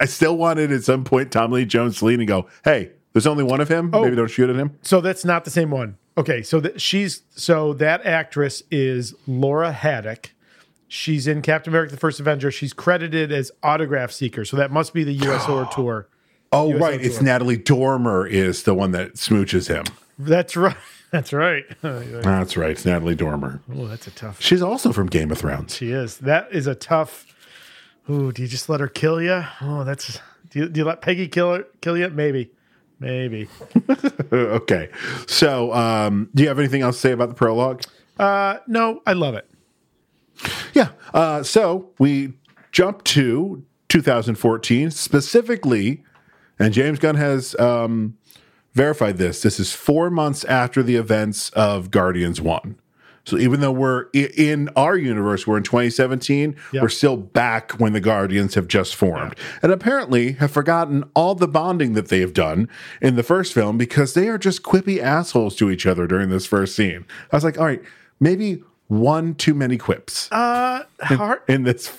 [SPEAKER 1] I still wanted at some point Tom Lee Jones to lean and go, "Hey, there's only one of him. Maybe don't shoot at him."
[SPEAKER 4] So that's not the same one. Okay, so that she's so that actress is Laura Haddock. She's in Captain America: The First Avenger. She's credited as autograph seeker, so that must be the USO tour.
[SPEAKER 1] Oh, right. It's Natalie Dormer is the one that smooches him.
[SPEAKER 4] That's right. That's right. oh,
[SPEAKER 1] That's right. It's Natalie Dormer.
[SPEAKER 4] that's a tough.
[SPEAKER 1] She's also from Game of Thrones.
[SPEAKER 4] She is. That is a tough. Ooh, do you just let her kill you? Oh, that's. Do you, do you let Peggy kill her, kill you? Maybe, maybe.
[SPEAKER 1] Uh, okay. So, um, do you have anything else to say about the prologue?
[SPEAKER 4] Uh, no, I love it.
[SPEAKER 1] Yeah. Uh, so we jump to 2014 specifically, and James Gunn has um, verified this. This is four months after the events of Guardians One. So even though we're i- in our universe, we're in 2017. We're still back when the Guardians have just formed, and apparently have forgotten all the bonding that they have done in the first film because they are just quippy assholes to each other during this first scene. I was like, all right, maybe one too many quips
[SPEAKER 4] Heart,
[SPEAKER 1] in this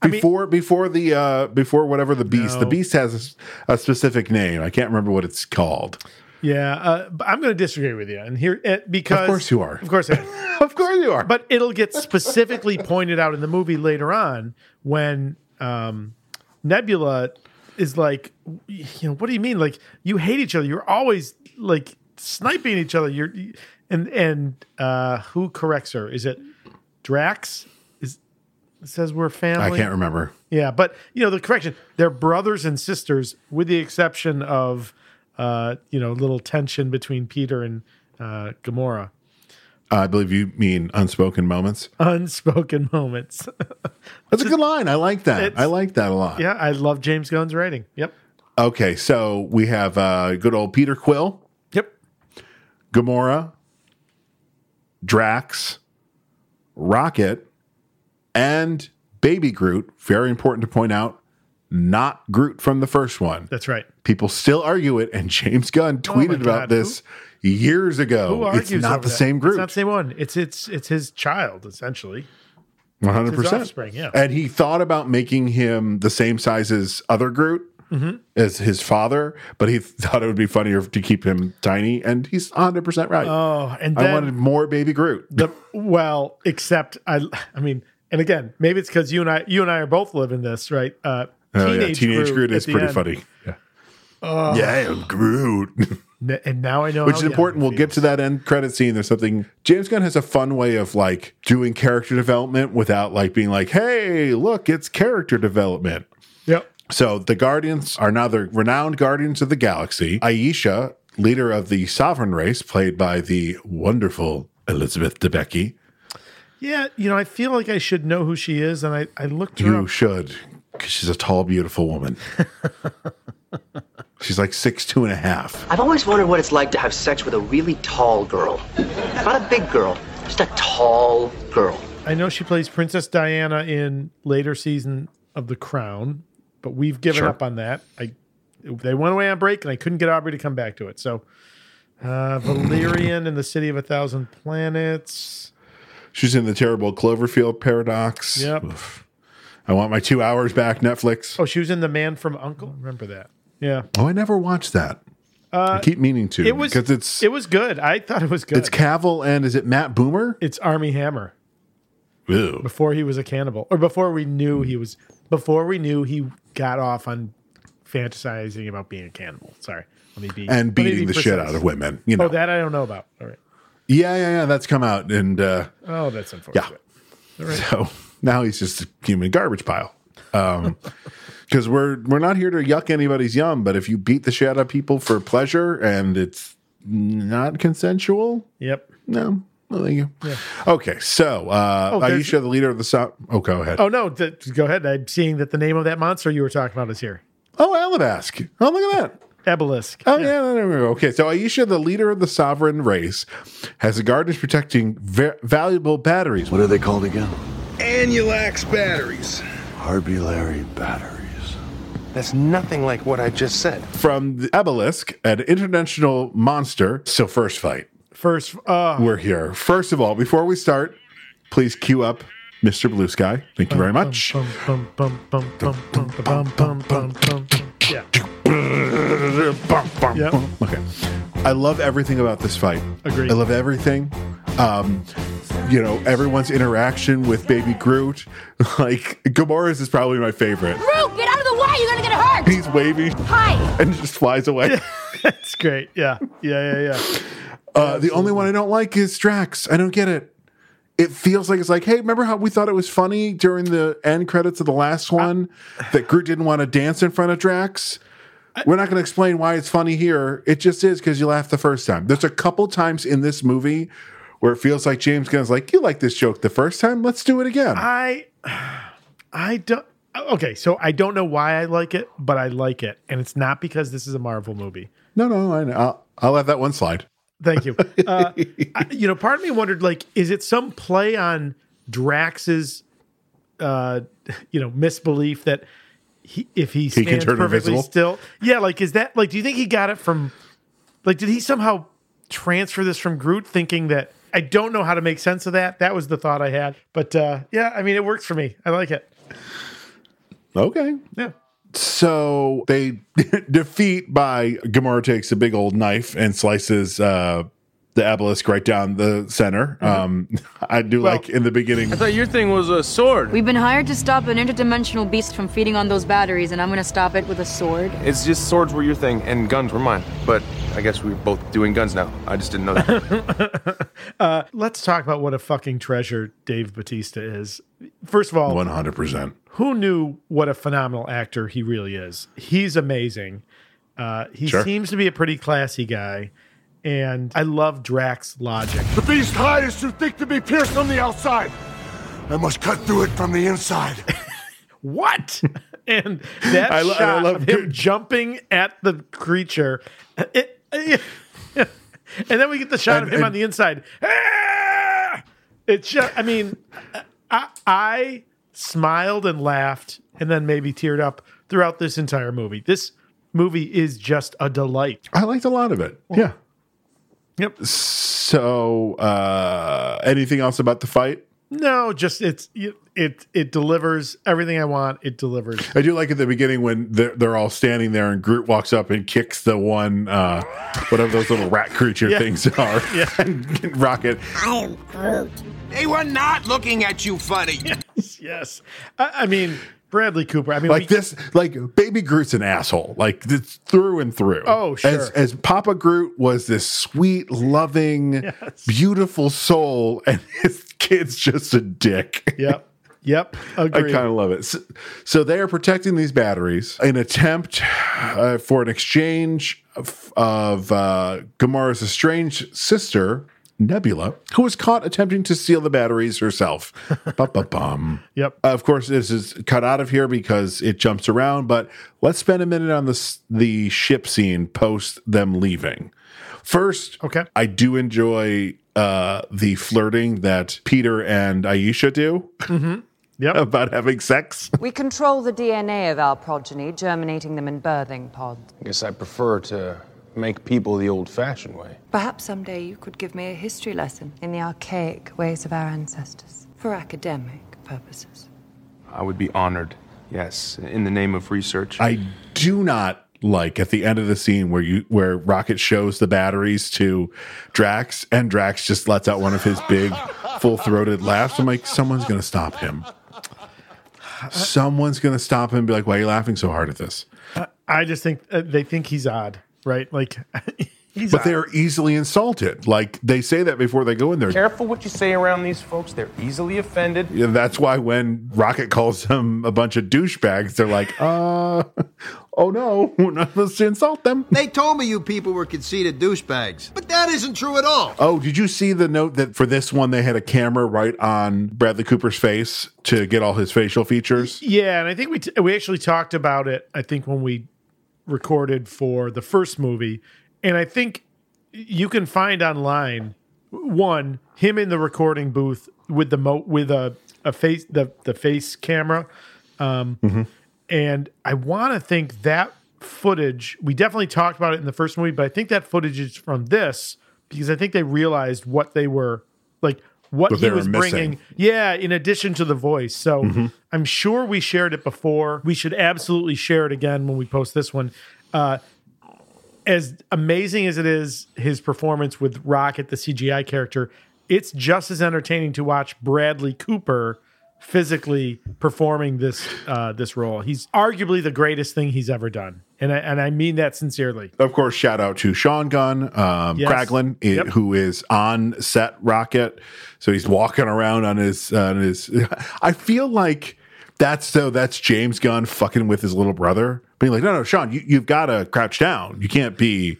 [SPEAKER 1] before before the uh before whatever the beast the beast has a s- a, specific name i can't remember what it's called
[SPEAKER 4] yeah. Uh, but I'm going to disagree with you, and here it, because
[SPEAKER 1] Of course you are.
[SPEAKER 4] Of course I am.
[SPEAKER 1] of course you are
[SPEAKER 4] but it'll get specifically pointed out in the movie later on when um, Nebula is like, you know, what do you mean? Like you hate each other. You're always like sniping each other. You're and and uh, who corrects her? Is it Drax? Is says we're family?
[SPEAKER 1] i can't remember
[SPEAKER 4] Yeah, but you know the correction. They're brothers and sisters, with the exception of uh, you know little tension between Peter and uh, Gamora.
[SPEAKER 1] i believe you mean unspoken moments
[SPEAKER 4] Unspoken moments.
[SPEAKER 1] that's a good line i like that i
[SPEAKER 4] It's-
[SPEAKER 1] like that a lot
[SPEAKER 4] Yeah, I love James Gunn's writing. Yep.
[SPEAKER 1] okay so we have uh good old peter quill
[SPEAKER 4] Yep.
[SPEAKER 1] Gamora, Drax, Rocket, and Baby Groot. Very important to point out, not Groot from the first one.
[SPEAKER 4] That's right.
[SPEAKER 1] People still argue it, and James Gunn tweeted about
[SPEAKER 4] Oh God.
[SPEAKER 1] this years ago.
[SPEAKER 4] Who
[SPEAKER 1] it's
[SPEAKER 4] argues
[SPEAKER 1] not
[SPEAKER 4] over
[SPEAKER 1] the
[SPEAKER 4] that?
[SPEAKER 1] same
[SPEAKER 4] It's not
[SPEAKER 1] Groot.
[SPEAKER 4] the same one. It's it's it's his child essentially.
[SPEAKER 1] One hundred
[SPEAKER 4] It's his
[SPEAKER 1] percent.
[SPEAKER 4] offspring, yeah.
[SPEAKER 1] And he thought about making him the same size as other Groot.
[SPEAKER 4] Mm-hmm.
[SPEAKER 1] As his father, but he thought it would be funnier to keep him tiny, and he's 100% right.
[SPEAKER 4] Oh, and then
[SPEAKER 1] I wanted more baby Groot.
[SPEAKER 4] the well, except I I mean, and again, maybe it's because you and I you and I are both living this right. Uh,
[SPEAKER 1] Oh, yeah. Teenage Groot,
[SPEAKER 4] at
[SPEAKER 1] is
[SPEAKER 4] the
[SPEAKER 1] pretty
[SPEAKER 4] end.
[SPEAKER 1] funny. Yeah. yeah, I'm Groot.
[SPEAKER 4] N- and now I know
[SPEAKER 1] Which
[SPEAKER 4] how
[SPEAKER 1] is
[SPEAKER 4] young
[SPEAKER 1] important.
[SPEAKER 4] he
[SPEAKER 1] We'll get
[SPEAKER 4] feels.
[SPEAKER 1] to that end credit scene. There's something James Gunn has a fun way of like doing character development without like being like, hey, look, it's character development.
[SPEAKER 4] Yep.
[SPEAKER 1] So the Guardians are now the renowned Guardians of the Galaxy. Aisha leader of the Sovereign race, played by the wonderful Elizabeth Debicki.
[SPEAKER 4] Yeah, you know, I feel like I should know who she is, and I, I looked her
[SPEAKER 1] You
[SPEAKER 4] up.
[SPEAKER 1] should, because she's a tall, beautiful woman. she's like six two and a half.
[SPEAKER 11] I've always wondered what it's like to have sex with a really tall girl. Not a big girl, just a tall girl.
[SPEAKER 4] I know she plays Princess Diana in later season of The Crown, but we've given
[SPEAKER 1] Sure.
[SPEAKER 4] up on that. I they went away on break, and I couldn't get Aubrey to come back to it. So, uh, Valerian and the City of a Thousand Planets.
[SPEAKER 1] She's in the terrible Cloverfield paradox.
[SPEAKER 4] Yep.
[SPEAKER 1] Oof. I want my two hours back, Netflix.
[SPEAKER 4] Oh, she was in The Man from Uncle. Remember that? Yeah.
[SPEAKER 1] Oh, I never watched that.
[SPEAKER 4] Uh,
[SPEAKER 1] I keep meaning to.
[SPEAKER 4] it was
[SPEAKER 1] because it's
[SPEAKER 4] it was good. I thought it was good.
[SPEAKER 1] it's Cavill and is it Matt Boomer?
[SPEAKER 4] it's Army Hammer.
[SPEAKER 1] Ew.
[SPEAKER 4] before he was a cannibal or before we knew he was before we knew he got off on fantasizing about being a cannibal sorry let me be
[SPEAKER 1] And
[SPEAKER 4] let me
[SPEAKER 1] beating
[SPEAKER 4] be
[SPEAKER 1] the shit
[SPEAKER 4] precise.
[SPEAKER 1] out of women. You know.
[SPEAKER 4] oh that i don't know about all right
[SPEAKER 1] yeah, yeah, yeah. That's come out and uh,
[SPEAKER 4] oh that's unfortunate
[SPEAKER 1] yeah. So now he's just a human garbage pile. Um, because we're we're not here to yuck anybody's yum, but if you beat the shit out of people for pleasure and it's not consensual,
[SPEAKER 4] yep
[SPEAKER 1] no. Well, there you go. Okay, so uh,
[SPEAKER 4] Oh, there's-
[SPEAKER 1] Aisha, the leader of the South. Oh, go ahead.
[SPEAKER 4] oh no th- go ahead i'm seeing that the name of that monster you were talking about is here
[SPEAKER 1] Oh, Alabask. Oh, look at that.
[SPEAKER 4] ebelisk
[SPEAKER 1] Oh, yeah. there we go. Okay. So Aisha, the leader of the sovereign race, has the gardeners protecting va- valuable batteries.
[SPEAKER 7] What are they called again?
[SPEAKER 6] Annulax batteries.
[SPEAKER 7] Arbulary batteries.
[SPEAKER 6] That's nothing like what I just said.
[SPEAKER 1] From the Ebelisk, an international monster. So, first fight.
[SPEAKER 4] first uh
[SPEAKER 1] We're here. First of all, before we start, please queue up Mr. Blue Sky. Thank you very much.
[SPEAKER 4] bum, bum, bum, bum, bum, bum, bum, bum, bum, bum, bum. yeah Yep.
[SPEAKER 1] Okay. I love everything about this fight.
[SPEAKER 4] Agreed.
[SPEAKER 1] I love everything. Um, you know, everyone's interaction with Baby Groot. Like, Gamora's is probably my favorite.
[SPEAKER 12] Groot, get out of the way! You're gonna get hurt!
[SPEAKER 1] He's wavy
[SPEAKER 12] Hi!
[SPEAKER 1] and just flies away.
[SPEAKER 4] that's great yeah yeah yeah yeah
[SPEAKER 1] Uh, the only one I don't like is Drax. I don't get it. It feels like it's like, hey, remember how we thought it was funny during the end credits of the last one that Groot didn't want to dance in front of Drax? We're not going to explain why it's funny here. It just is because you laughed the first time. There's a couple times in this movie where it feels like James Gunn's like, you like this joke the first time, let's do it again.
[SPEAKER 4] I I don't okay, so I don't know why I like it, but I like it. And it's not because this is a Marvel movie.
[SPEAKER 1] no, no, I know. I'll, I'll have that one slide.
[SPEAKER 4] Thank you. Uh, I- you know, part of me wondered like, is it some play on Drax's, uh, you know, misbelief that he, if he
[SPEAKER 1] can
[SPEAKER 4] stands
[SPEAKER 1] turn
[SPEAKER 4] perfectly
[SPEAKER 1] invisible?
[SPEAKER 4] still, yeah, like is that like? Do you think he got it from? Like, did he somehow transfer this from Groot, thinking that I don't know how to make sense of that? That was the thought I had. But uh, yeah, I mean, it works for me. I like it.
[SPEAKER 1] Okay.
[SPEAKER 4] Yeah.
[SPEAKER 1] So they defeat by Gamora takes a big old knife and slices uh, the obelisk right down the center. Um, I do like in the beginning.
[SPEAKER 9] thought your thing was a sword.
[SPEAKER 12] We've been hired to stop an interdimensional beast from feeding on those batteries, and I'm gonna stop it with a sword.
[SPEAKER 6] It's just swords were your thing and guns were mine. But I guess we are both doing guns now. I just didn't know that.
[SPEAKER 4] Let's talk about what a fucking treasure Dave Batista is. First of all,
[SPEAKER 1] One hundred percent.
[SPEAKER 4] who knew what a phenomenal actor he really is? He's amazing. Uh, he
[SPEAKER 1] Sure.
[SPEAKER 4] seems to be a pretty classy guy, and I love Drax logic.
[SPEAKER 7] The beast's hide is too thick to be pierced on the outside. I must cut through it from the inside.
[SPEAKER 4] What? and that
[SPEAKER 1] I lo- I
[SPEAKER 4] shot
[SPEAKER 1] love
[SPEAKER 4] of him
[SPEAKER 1] Groot.
[SPEAKER 4] jumping at the creature, it- it- and then we get the shot of
[SPEAKER 1] And-
[SPEAKER 4] him on
[SPEAKER 1] and-
[SPEAKER 4] the inside. Ah! It's just, I mean, I, I smiled and laughed, and then maybe teared up throughout this entire movie. This movie is just a delight.
[SPEAKER 1] I liked a lot of it. Yeah.
[SPEAKER 4] Yep.
[SPEAKER 1] So uh, anything else about the fight?
[SPEAKER 4] No, just it's it it delivers everything I want. It delivers.
[SPEAKER 1] I do like at the beginning when they're, they're all standing there and Groot walks up and kicks the one, uh, whatever those little rat creature things are, and Rocket.
[SPEAKER 6] they were not looking at you funny.
[SPEAKER 4] Yes, I, I mean Bradley Cooper. I mean
[SPEAKER 1] like
[SPEAKER 4] we-
[SPEAKER 1] this like baby groot's an asshole like it's through and through
[SPEAKER 4] Oh, sure.
[SPEAKER 1] as, as papa groot was this sweet loving
[SPEAKER 4] Yes.
[SPEAKER 1] beautiful soul and his kid's just a dick
[SPEAKER 4] Yep. Yep.
[SPEAKER 1] I
[SPEAKER 4] Agreed.
[SPEAKER 1] kind of love it. So, so they are protecting these batteries. An attempt uh, for an exchange of, of uh, Gamara's estranged sister, Nebula, who was caught attempting to steal the batteries herself. Ba-ba-bum.
[SPEAKER 4] Yep.
[SPEAKER 1] Of course, this is cut out of here because it jumps around, but let's spend a minute on this, the ship scene post them leaving. First,
[SPEAKER 4] okay,
[SPEAKER 1] I do enjoy uh, the flirting that Peter and Aisha do about having sex.
[SPEAKER 13] We control the DNA of our progeny, germinating them in birthing pods.
[SPEAKER 6] I guess I prefer to make people the old fashioned way.
[SPEAKER 13] Perhaps someday you could give me a history lesson in the archaic ways of our ancestors for academic purposes.
[SPEAKER 6] I would be honored. Yes, in the name of research.
[SPEAKER 1] I do not like at the end of the scene where you where Rocket shows the batteries to Drax and Drax just lets out one of his big full throated laughs. I'm like, someone's gonna stop him. Someone's gonna stop him and be like, Why are you laughing so hard at this?
[SPEAKER 4] I- I just think uh, they think he's odd, right? Like he's
[SPEAKER 1] But they're easily insulted. Like they say that before they go in there.
[SPEAKER 6] Careful what you say around these folks. They're easily offended.
[SPEAKER 1] Yeah, that's why when Rocket calls them a bunch of douchebags, they're like, uh, oh no, we're not supposed to insult them.
[SPEAKER 14] They told me you people were conceited douchebags, but that isn't true at all.
[SPEAKER 1] Oh, did you see the note that for this one they had a camera right on Bradley Cooper's face to get all his facial features?
[SPEAKER 4] Yeah, and I think we t- we actually talked about it. I think when we recorded for the first movie, and I think you can find online one him in the recording booth with the mo with a a face the the face camera, um, and I want to think that footage we definitely talked about it in the first movie, but I think that footage is from this because I think they realized what they were like what
[SPEAKER 1] What
[SPEAKER 4] he
[SPEAKER 1] they were
[SPEAKER 4] was bringing
[SPEAKER 1] missing. Mm-hmm.
[SPEAKER 4] yeah, in addition to the voice. So I'm sure we shared it before. We should absolutely share it again when we post this one. Uh, as amazing as it is, his performance with Rocket, the CGI character, it's just as entertaining to watch Bradley Cooper physically performing this uh, this role. He's arguably the greatest thing he's ever done, and I, and I mean that sincerely.
[SPEAKER 1] Of course, shout out to Sean Gunn, um,
[SPEAKER 4] Yes.
[SPEAKER 1] Kraglin, i-
[SPEAKER 4] Yep.
[SPEAKER 1] who is on set Rocket. So he's walking around on his on his. I feel like that's so that's James Gunn fucking with his little brother, being like, no, no, Sean, you, you've got to crouch down. You can't be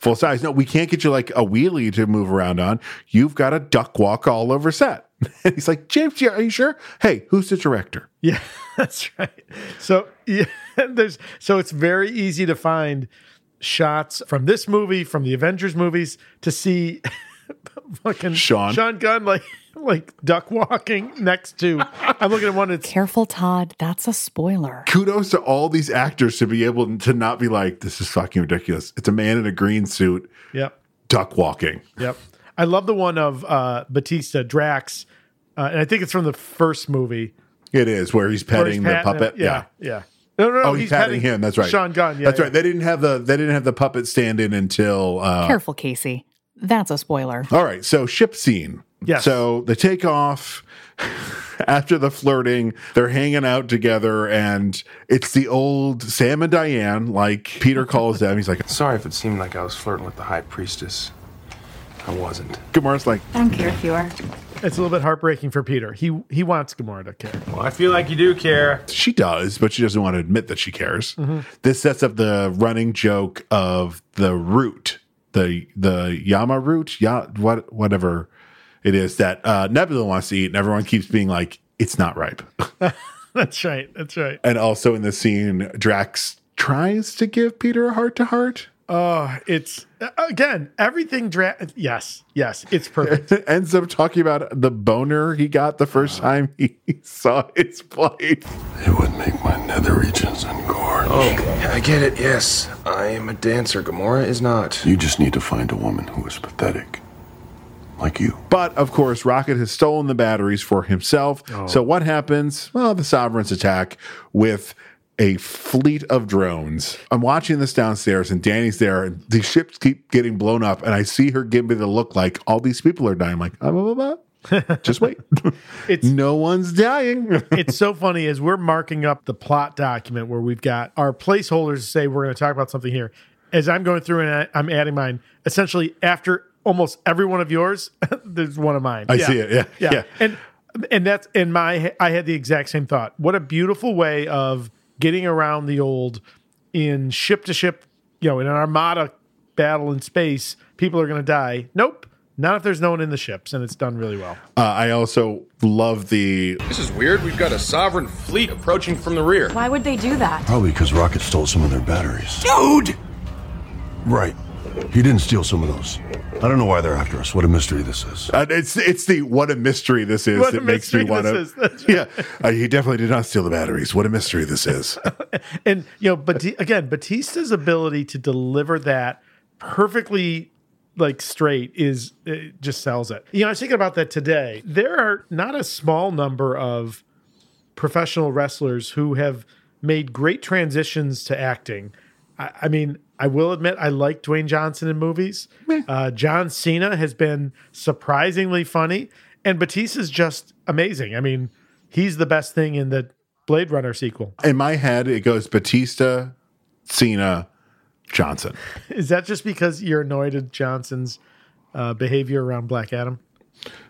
[SPEAKER 1] full size. No, we can't get you like a wheelie to move around on. You've got to duck walk all over set. And he's like, James, yeah, are you sure? Hey, who's the director?
[SPEAKER 4] Yeah, that's right. So yeah, there's so it's very easy to find shots from this movie, from the Avengers movies, to see fucking
[SPEAKER 1] Sean.
[SPEAKER 4] Sean Gunn like like duck walking next to. I'm looking at one that's
[SPEAKER 15] Careful, Todd. That's a spoiler.
[SPEAKER 1] kudos to all these actors to be able to not be like, this is fucking ridiculous. It's a man in a green suit
[SPEAKER 4] yep.
[SPEAKER 1] duck walking.
[SPEAKER 4] Yep. I love the one of uh, Batista Drax, uh, and I think it's from the first movie.
[SPEAKER 1] It is where he's
[SPEAKER 4] where he's
[SPEAKER 1] petting the
[SPEAKER 4] patting him.
[SPEAKER 1] puppet. Yeah.
[SPEAKER 4] yeah, yeah. No, no, no.
[SPEAKER 1] oh, he's, patting him. That's right.
[SPEAKER 4] Sean Gunn. Yeah,
[SPEAKER 1] that's
[SPEAKER 4] yeah.
[SPEAKER 1] right. They didn't have the they didn't have the puppet stand in until uh,
[SPEAKER 15] Careful, Casey. That's a spoiler.
[SPEAKER 1] All right, so ship scene.
[SPEAKER 4] Yes.
[SPEAKER 1] So the takeoff after the flirting, they're hanging out together, and it's the old Sam and Diane. Like Peter calls them, he's like,
[SPEAKER 6] Sorry if it seemed like I was flirting with the high priestess. I wasn't.
[SPEAKER 1] Gamar's like,
[SPEAKER 16] I don't care if you are.
[SPEAKER 4] It's a little bit heartbreaking for Peter. He he wants Gamora to care.
[SPEAKER 6] Well, I feel like you do care.
[SPEAKER 1] She does, but she doesn't want to admit that she cares. This sets up the running joke of the root, the the Yama root, ya, what whatever it is that uh, Nebula wants to eat, and everyone keeps being like, "It's not ripe."
[SPEAKER 4] That's right. That's right.
[SPEAKER 1] and also in the scene, Drax tries to give Peter a heart to heart.
[SPEAKER 4] Oh, it's again everything. Dra- yes, yes, it's perfect.
[SPEAKER 1] Ends up talking about the boner he got the first time he saw his plate.
[SPEAKER 6] It would make my nether regions engorge. Oh, I get it. Yes, I am a dancer. Gamora is not.
[SPEAKER 7] You just need to find a woman who is pathetic. Like you.
[SPEAKER 1] But of course, Rocket has stolen the batteries for himself.
[SPEAKER 4] Oh.
[SPEAKER 1] So what happens? Well, the Sovereigns attack with a fleet of drones. I'm watching this downstairs, and Danny's there, and the ships keep getting blown up, and I see her give me the look like all these people are dying. I'm like, ah, blah, blah, blah. just wait.
[SPEAKER 4] It's
[SPEAKER 1] no one's dying.
[SPEAKER 4] it's so funny as we're marking up the plot document where we've got our placeholders to say we're going to talk about something here. As I'm going through and I- I'm adding mine, essentially after almost every one of yours, there's one of mine.
[SPEAKER 1] I see it. Yeah.
[SPEAKER 4] yeah,
[SPEAKER 1] Yeah.
[SPEAKER 4] and and that's in my I had the exact same thought. What a beautiful way of getting around the old in ship to ship, you know, in an armada battle in space, people are going to die. Nope. Not if there's no one in the ships, and it's done really well.
[SPEAKER 1] Uh, I also love the.
[SPEAKER 16] This is weird. We've got a sovereign fleet approaching from the rear.
[SPEAKER 12] Why would they do that?
[SPEAKER 7] Probably because Rocket stole some of their batteries.
[SPEAKER 8] Dude!
[SPEAKER 7] Right. He didn't steal some of those. I don't know why they're after us. What a mystery this is.
[SPEAKER 1] Uh, it's it's the what a mystery this is
[SPEAKER 4] What a
[SPEAKER 1] that makes me
[SPEAKER 4] mystery
[SPEAKER 1] want
[SPEAKER 4] this
[SPEAKER 1] to. Yeah, uh, he definitely did not steal the batteries. What a mystery this is.
[SPEAKER 4] And you know, but again, Batista's ability to deliver that perfectly like straight is it just sells it. You know, I was thinking about that today. There are not a small number of professional wrestlers who have made great transitions to acting. I, I mean, I will admit I like Dwayne Johnson in movies. Uh, John Cena has been surprisingly funny, and Batista's just amazing. I mean, he's the best thing in the Blade Runner sequel.
[SPEAKER 1] In my head, it goes Batista, Cena, Johnson.
[SPEAKER 4] Is that just because you're annoyed at Johnson's uh, behavior around Black Adam?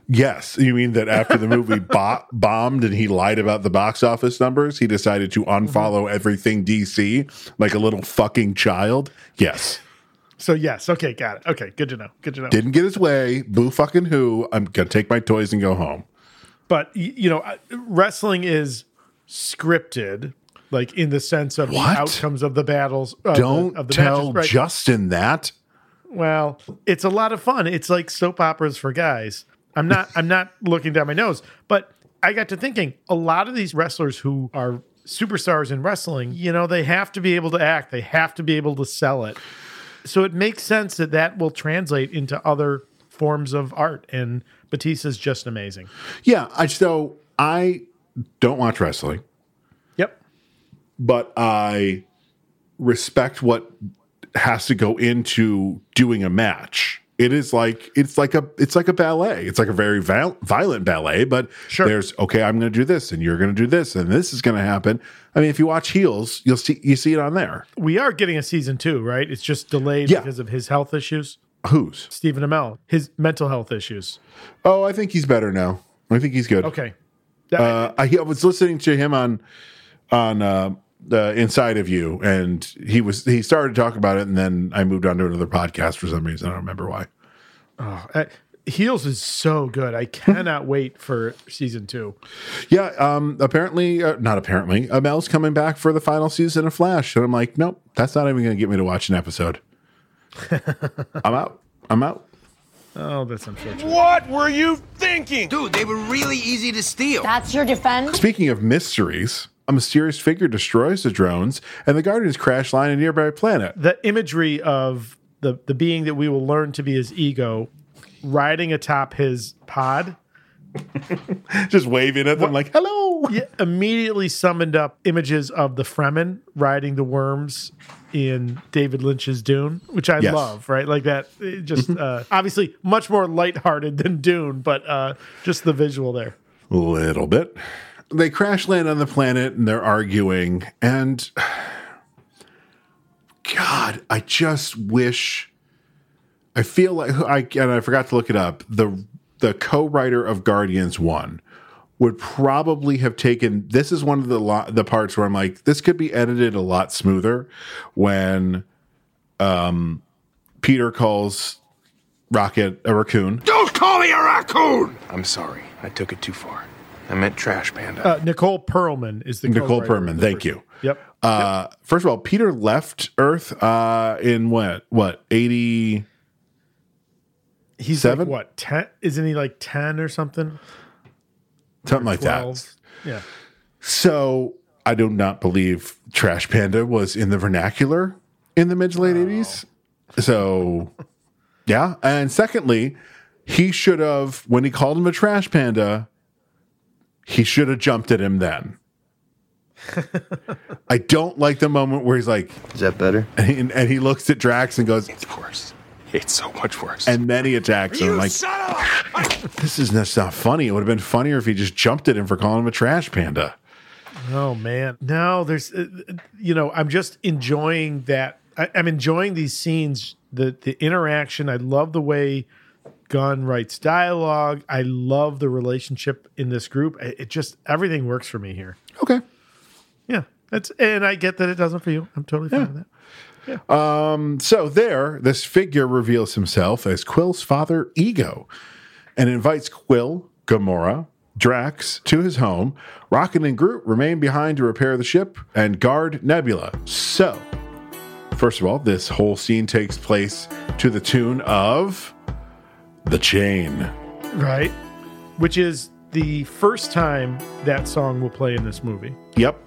[SPEAKER 1] Yes, you mean that after the movie bo- bombed and he lied about the box office numbers, he decided to
[SPEAKER 4] Mm-hmm.
[SPEAKER 1] unfollow everything DC like a little fucking child. Yes,
[SPEAKER 4] So yes, okay, got it. Okay, good to know. Good to know.
[SPEAKER 1] didn't get his way. Boo fucking who? I'm gonna take my toys and go home.
[SPEAKER 4] but y- you know, I- wrestling is scripted, like in the sense of
[SPEAKER 1] What?
[SPEAKER 4] the outcomes of the battles. Of the-
[SPEAKER 1] Don't
[SPEAKER 4] of the
[SPEAKER 1] tell
[SPEAKER 4] matches, right?
[SPEAKER 1] Justin that.
[SPEAKER 4] Well, it's a lot of fun. It's like soap operas for guys. I'm not I'm not looking down my nose, but I got to thinking a lot of these wrestlers who are superstars in wrestling, you know, they have to be able to act, they have to be able to sell it. So it makes sense that that will translate into other forms of art and Batista's just amazing.
[SPEAKER 1] Yeah, I so I don't watch wrestling.
[SPEAKER 4] Yep.
[SPEAKER 1] But I respect what has to go into doing a match. It is like it's like a it's like a ballet. It's like a very viol- violent ballet, but there's okay, I'm going to do this and you're going to do this and this is going to happen. I mean, if you watch Heels, you'll see you see it on there.
[SPEAKER 4] We are getting a season 2, right? It's just delayed
[SPEAKER 1] Yeah.
[SPEAKER 4] because of his health issues.
[SPEAKER 1] Who's?
[SPEAKER 4] Stephen Amell, his mental health issues.
[SPEAKER 1] Oh, I think he's better now. I think he's good.
[SPEAKER 4] Okay.
[SPEAKER 1] uh, I, I was listening to him on on uh, the Inside of You, and he was he started talking about it, and then I moved on to another podcast for some reason. I don't remember why.
[SPEAKER 4] Oh, uh, Heels is so good. I cannot wait for season two.
[SPEAKER 1] Yeah, um, apparently, uh, not apparently, uh, Mel's coming back for the final season of Flash, and I'm like, nope, that's not even going to get me to watch an episode. I'm out. I'm out.
[SPEAKER 4] Oh, that's unfortunate.
[SPEAKER 17] What were you thinking?
[SPEAKER 8] Dude, they were really easy to steal.
[SPEAKER 17] That's your defense?
[SPEAKER 1] Speaking of mysteries, a mysterious figure destroys the drones, and the Guardians crash land a nearby planet.
[SPEAKER 4] The imagery of the the being that we will learn to be his ego, riding atop his pod,
[SPEAKER 1] just waving at them like "Hello."
[SPEAKER 4] Yeah, immediately summoned up images of the Fremen riding the worms in David Lynch's Dune, which I
[SPEAKER 1] Yes. Mm-hmm.
[SPEAKER 4] love. Right, like that. it just uh, obviously much more lighthearted than Dune, but uh, just the visual there.
[SPEAKER 1] little bit. They crash land on the planet and they're arguing. And God, I just wish. I feel like I and I forgot to look it up. The the co-writer of Guardians One would probably have taken. This is one of the lo- the parts where I'm like, this could be edited a lot smoother when um, Peter calls Rocket a raccoon.
[SPEAKER 6] Don't call me a raccoon! I'm sorry. I took it too far. I meant trash panda.
[SPEAKER 4] Uh, Nicole Perlman is the
[SPEAKER 1] Nicole
[SPEAKER 4] co-writer of
[SPEAKER 1] Perlman,
[SPEAKER 4] the
[SPEAKER 1] thank
[SPEAKER 4] first-
[SPEAKER 1] you.
[SPEAKER 4] Yep.
[SPEAKER 1] Uh, first of all, Peter left Earth uh, in what? What eighty?
[SPEAKER 4] He's
[SPEAKER 1] Seven?
[SPEAKER 4] like what ten? Isn't he like ten or something?
[SPEAKER 1] Something like that.
[SPEAKER 4] Twelve? Yeah.
[SPEAKER 1] So I do not believe Trash Panda was in the vernacular in the mid to late eighties. So yeah, and secondly, he should have when he called him a trash panda. He should have jumped at him then. I don't like the moment where he's like,
[SPEAKER 14] Is that better?
[SPEAKER 1] and, and he looks at Drax and goes,
[SPEAKER 6] It's worse. It's so much worse.
[SPEAKER 1] and then he attacks him. I'm like, this is that's not funny. It would have been funnier if he just jumped at him for calling him a trash panda.
[SPEAKER 4] Oh man, no, there's, uh, you know, I'm just enjoying that. I, I'm enjoying these scenes, the the interaction. I love the way Gunn writes dialogue. I love the relationship in this group. It, it just everything works for me here.
[SPEAKER 1] Okay.
[SPEAKER 4] Yeah, That's and I get that it doesn't for you. I'm totally fine with that.
[SPEAKER 1] Um, so there, this figure reveals himself as Quill's father, Ego, and invites Quill, Gamora, Drax to his home. Rocket and Groot remain behind to repair the ship and guard Nebula. So, first of all, this whole scene takes place to the tune of The Chain.
[SPEAKER 4] Right. Which is the first time that song will play in this movie.
[SPEAKER 1] Yep.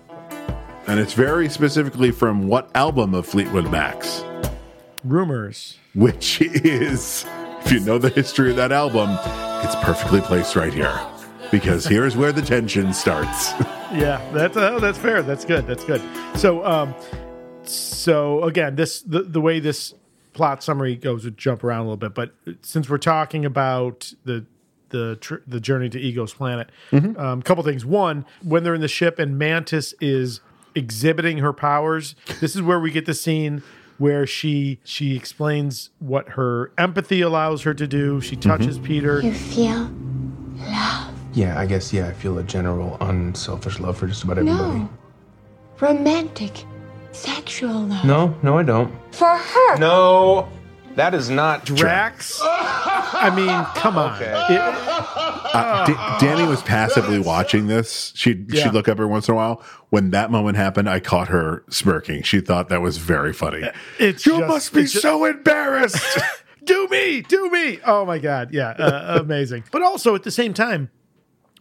[SPEAKER 1] And it's very specifically from what album of Fleetwood Mac's?
[SPEAKER 4] Rumors.
[SPEAKER 1] Which is, if you know the history of that album, it's perfectly placed right here. Because here's where the tension starts.
[SPEAKER 4] Yeah, that's uh, that's fair. That's good. That's good. So, um, so again, this the, the way this plot summary goes would jump around a little bit, but since we're talking about the the tr- the journey to Ego's planet,
[SPEAKER 1] Mhm.
[SPEAKER 4] um, couple things. One, when they're in the ship and Mantis is exhibiting her powers, this is where we get the scene where she she explains what her empathy allows her to do. She touches Peter.
[SPEAKER 18] You feel
[SPEAKER 6] Yeah, I guess, yeah, I feel a general unselfish love for just about everybody.
[SPEAKER 18] no romantic, sexual love
[SPEAKER 6] No, no, I don't.
[SPEAKER 18] for her.
[SPEAKER 16] Oh.
[SPEAKER 6] No, that is not
[SPEAKER 4] Drax. I mean, come on. It-
[SPEAKER 1] Uh, D- Danny was passively watching this. She'd,
[SPEAKER 4] Yeah.
[SPEAKER 1] she'd look up every once in a while. When that moment happened, I caught her smirking. She thought that was very funny.
[SPEAKER 4] It's
[SPEAKER 1] You must be so
[SPEAKER 4] embarrassed. do me, do me. Oh my god, yeah, uh, amazing. But also at the same time,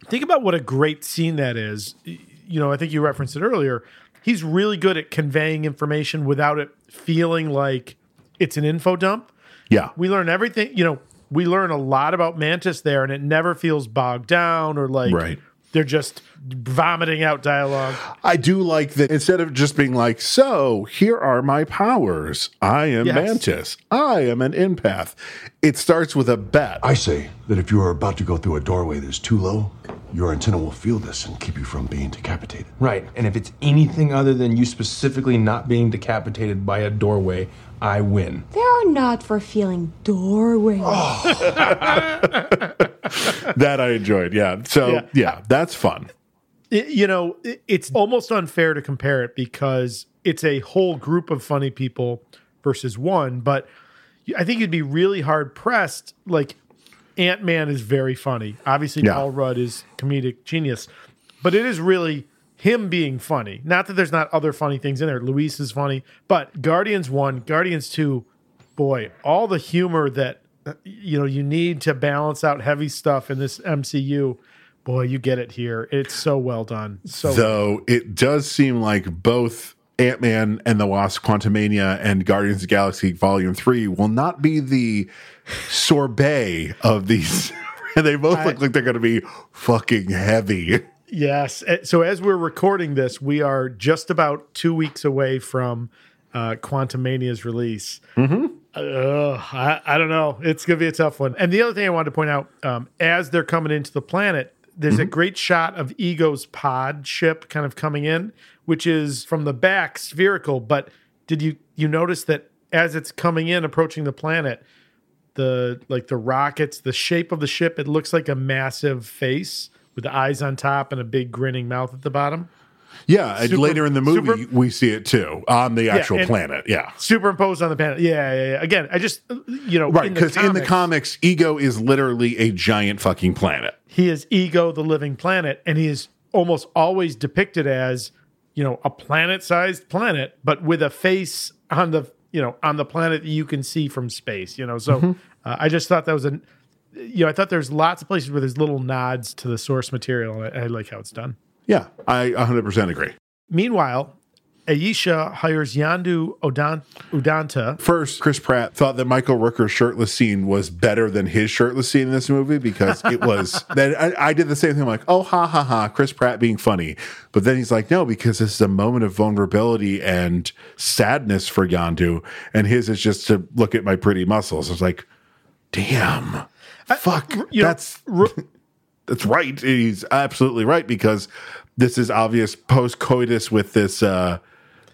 [SPEAKER 4] think about what a great scene that is. Y- You know, I think you referenced it earlier. He's really good at conveying information without it feeling like it's an info dump.
[SPEAKER 1] Yeah.
[SPEAKER 4] We learn everything, you know, we learn a lot about Mantis there and it never feels bogged down or like
[SPEAKER 1] Right.
[SPEAKER 4] they're just vomiting out dialogue.
[SPEAKER 1] I do like that instead of just being like, so here are my powers. I am
[SPEAKER 4] Yes.
[SPEAKER 1] Mantis. I am an empath. It starts with a bet.
[SPEAKER 7] I say that if you are about to go through a doorway that's too low, your antenna will feel this and keep you from being decapitated.
[SPEAKER 6] Right, and if it's anything other than you specifically not being decapitated by a doorway, I win.
[SPEAKER 18] They are not for feeling doorways.
[SPEAKER 14] Oh.
[SPEAKER 1] that I enjoyed. Yeah. So,
[SPEAKER 4] Yeah.
[SPEAKER 1] yeah, that's fun.
[SPEAKER 4] it- you know, it- it's almost unfair to compare it because it's a whole group of funny people versus one. But I think you'd be really hard pressed. Like Ant Man is very funny. Obviously,
[SPEAKER 1] Yeah.
[SPEAKER 4] Paul Rudd is comedic genius, but it is really him being funny. Not that there's not other funny things in there. Luis is funny, but Guardians one, Guardians two, boy, all the humor that uh, you know you need to balance out heavy stuff in this MCU. Boy, you get it here. It's so well done. So
[SPEAKER 1] Though it does seem like both Ant Man and the Wasp Quantumania and Guardians of the Galaxy Volume 3 will not be the sorbet of these. And they both look like they're going to be fucking heavy.
[SPEAKER 4] Yes. Eh, So as we're recording this, we are just about two weeks away from uh, Quantum Mania's release. Ugh, I, I don't know. It's going to be a tough one. And the other thing I wanted to point out um, as they're coming into the planet, there's a great shot of Ego's pod ship kind of coming in, which is from the back spherical. But did you you notice that as it's coming in, approaching the planet, the like the rockets, the shape of the ship, it looks like a massive face with the eyes on top and a big grinning mouth at the bottom.
[SPEAKER 1] Yeah, and
[SPEAKER 4] Super-
[SPEAKER 1] later in the movie,
[SPEAKER 4] super-
[SPEAKER 1] we see it too on the actual
[SPEAKER 4] and-
[SPEAKER 1] planet. Yeah.
[SPEAKER 4] Superimposed on the planet. Yeah, yeah, yeah. Again, I just you know
[SPEAKER 1] Right, because in the
[SPEAKER 4] comics-
[SPEAKER 1] comics, Ego is literally a giant fucking planet.
[SPEAKER 4] he is ego the living planet and he is almost always depicted as you know a planet-sized planet but with a face on the you know on the planet that you can see from space you know so
[SPEAKER 1] Mm-hmm.
[SPEAKER 4] uh, i just thought that was an you know i thought there's lots of places where there's little nods to the source material and i, I like how it's done
[SPEAKER 1] Yeah, I 100% agree.
[SPEAKER 4] meanwhile aisha hires yandu Odan- udanta
[SPEAKER 1] First, Chris Pratt thought that Michael Rooker's shirtless scene was better than his shirtless scene in this movie because it was. then I, I did the same thing. I'm like, oh, ha, ha, ha, Chris Pratt being funny. But then he's like, no, because this is a moment of vulnerability and sadness for Yandu. And his is just to look at my pretty muscles. I was like, damn. Fuck. that's that's right. He's absolutely right because this is obvious post coitus with this uh,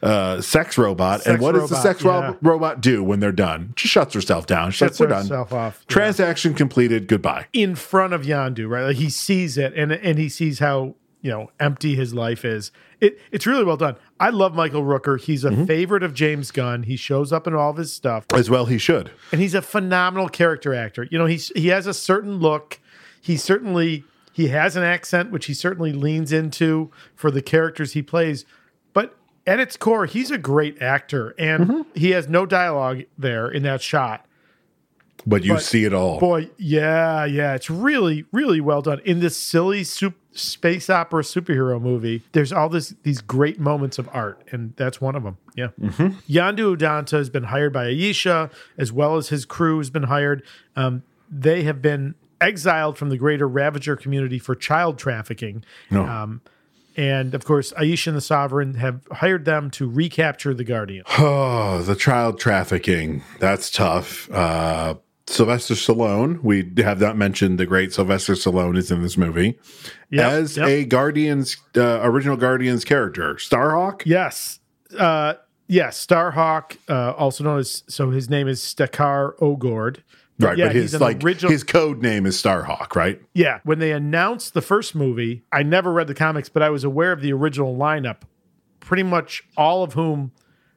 [SPEAKER 1] uh, sex robot. and
[SPEAKER 4] Sex
[SPEAKER 1] what does the
[SPEAKER 4] robot,
[SPEAKER 1] sex rob-
[SPEAKER 4] yeah.
[SPEAKER 1] robot do when they're done? She shuts herself down. She's
[SPEAKER 4] shuts
[SPEAKER 1] like, We're
[SPEAKER 4] herself
[SPEAKER 1] done.
[SPEAKER 4] off
[SPEAKER 1] Transaction completed. Goodbye.
[SPEAKER 4] in front of Yandu, right? Like he sees it and and he sees how you know empty his life is. It it's really well done. I love Michael Rooker. He's a favorite of James Gunn. He shows up in all of his stuff
[SPEAKER 1] As well, he should.
[SPEAKER 4] and he's a phenomenal character actor. You know, he's he has a certain look. He certainly he has an accent which he certainly leans into for the characters he plays. But at its core, he's a great actor, and he has no dialogue there in that shot.
[SPEAKER 1] But you
[SPEAKER 4] But-
[SPEAKER 1] see it all.
[SPEAKER 4] Boy, yeah, yeah, it's really, really well done. In this silly soup, space opera superhero movie, there's all this these great moments of art, and that's one of them. Yeah, Yandu Udanta has been hired by Aisha, as well as his crew has been hired. Um, they have been exiled from the greater Ravager community for child trafficking.
[SPEAKER 1] No.
[SPEAKER 4] Um, and of course, Aisha and the Sovereign have hired them to recapture the Guardian.
[SPEAKER 1] Oh, the child trafficking. That's tough. Uh, Sylvester Stallone. We have not mentioned the great Sylvester Stallone is in this movie as a Guardians, uh, original Guardians character. Starhawk?
[SPEAKER 4] Yes. Uh, yes. Starhawk, uh, also known as, so his name is Stakar Ogord.
[SPEAKER 1] Right,
[SPEAKER 4] yeah,
[SPEAKER 1] but
[SPEAKER 4] he's
[SPEAKER 1] his
[SPEAKER 4] an
[SPEAKER 1] like
[SPEAKER 4] original-
[SPEAKER 1] his code name is Starhawk, right?
[SPEAKER 4] Yeah. When they announced the first movie, I never read the comics, but I was aware of the original lineup, pretty much all of whom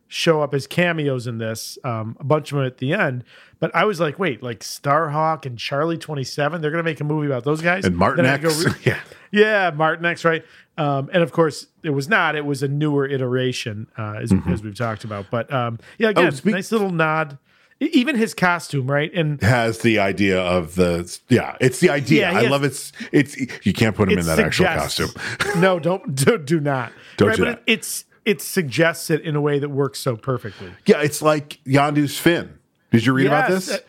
[SPEAKER 4] show up as cameos in this, um, a bunch of them at the end. But I was like, wait, like Starhawk and Charlie 27, they're going to make a movie about those guys?
[SPEAKER 1] And Martin
[SPEAKER 4] Then I go
[SPEAKER 1] X.
[SPEAKER 4] re-
[SPEAKER 1] yeah.
[SPEAKER 4] yeah, Martin X, right? Um, and of course, it was not. It was a newer iteration, uh, as,
[SPEAKER 1] Mm-hmm.
[SPEAKER 4] as we've talked about. But um,
[SPEAKER 1] Oh,
[SPEAKER 4] yeah, again, nice little nod. E- Even his costume, right? And
[SPEAKER 1] Has the idea of the yeah, it's the idea.
[SPEAKER 4] Yeah, he
[SPEAKER 1] I
[SPEAKER 4] has-
[SPEAKER 1] love it's it's you can't put him in
[SPEAKER 4] it
[SPEAKER 1] that
[SPEAKER 4] suggests-
[SPEAKER 1] actual costume.
[SPEAKER 4] no, don't do, do not.
[SPEAKER 1] Don't do that.
[SPEAKER 4] It, it's it suggests it in a way that works so perfectly.
[SPEAKER 1] Yeah, it's like Yandu's fin. Did you read about
[SPEAKER 4] Yes,
[SPEAKER 1] this?
[SPEAKER 4] uh,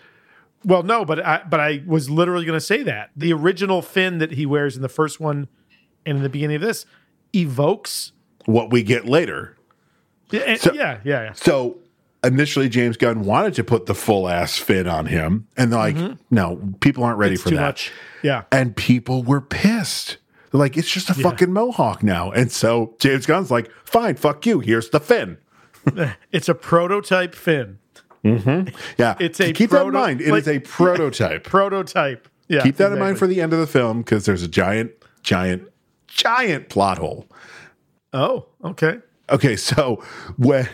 [SPEAKER 4] Well, no, but I but I was literally going to say that the original fin that he wears in the first one and in the beginning of this evokes.
[SPEAKER 1] What we get later.
[SPEAKER 4] Yeah, and-
[SPEAKER 1] So-
[SPEAKER 4] yeah, yeah, yeah.
[SPEAKER 1] So initially, James Gunn wanted to put the full ass fit on him, and they're like, no, people aren't ready
[SPEAKER 4] Mm-hmm. It's
[SPEAKER 1] for
[SPEAKER 4] too
[SPEAKER 1] that.
[SPEAKER 4] much. Yeah.
[SPEAKER 1] And people were pissed. They're like, it's just a
[SPEAKER 4] Yeah.
[SPEAKER 1] fucking mohawk now. And so James Gunn's like, fine, fuck you. Here's the fin.
[SPEAKER 4] It's a prototype fin.
[SPEAKER 1] Mm-hmm. Yeah.
[SPEAKER 4] It's a
[SPEAKER 1] keep that in
[SPEAKER 4] proto-
[SPEAKER 1] mind. It is
[SPEAKER 4] like-
[SPEAKER 1] a prototype.
[SPEAKER 4] prototype. Yeah,
[SPEAKER 1] keep that in mind for
[SPEAKER 4] exactly.
[SPEAKER 1] the end of the film because there's a giant, giant, giant plot hole.
[SPEAKER 4] Oh, okay.
[SPEAKER 1] Okay, so when,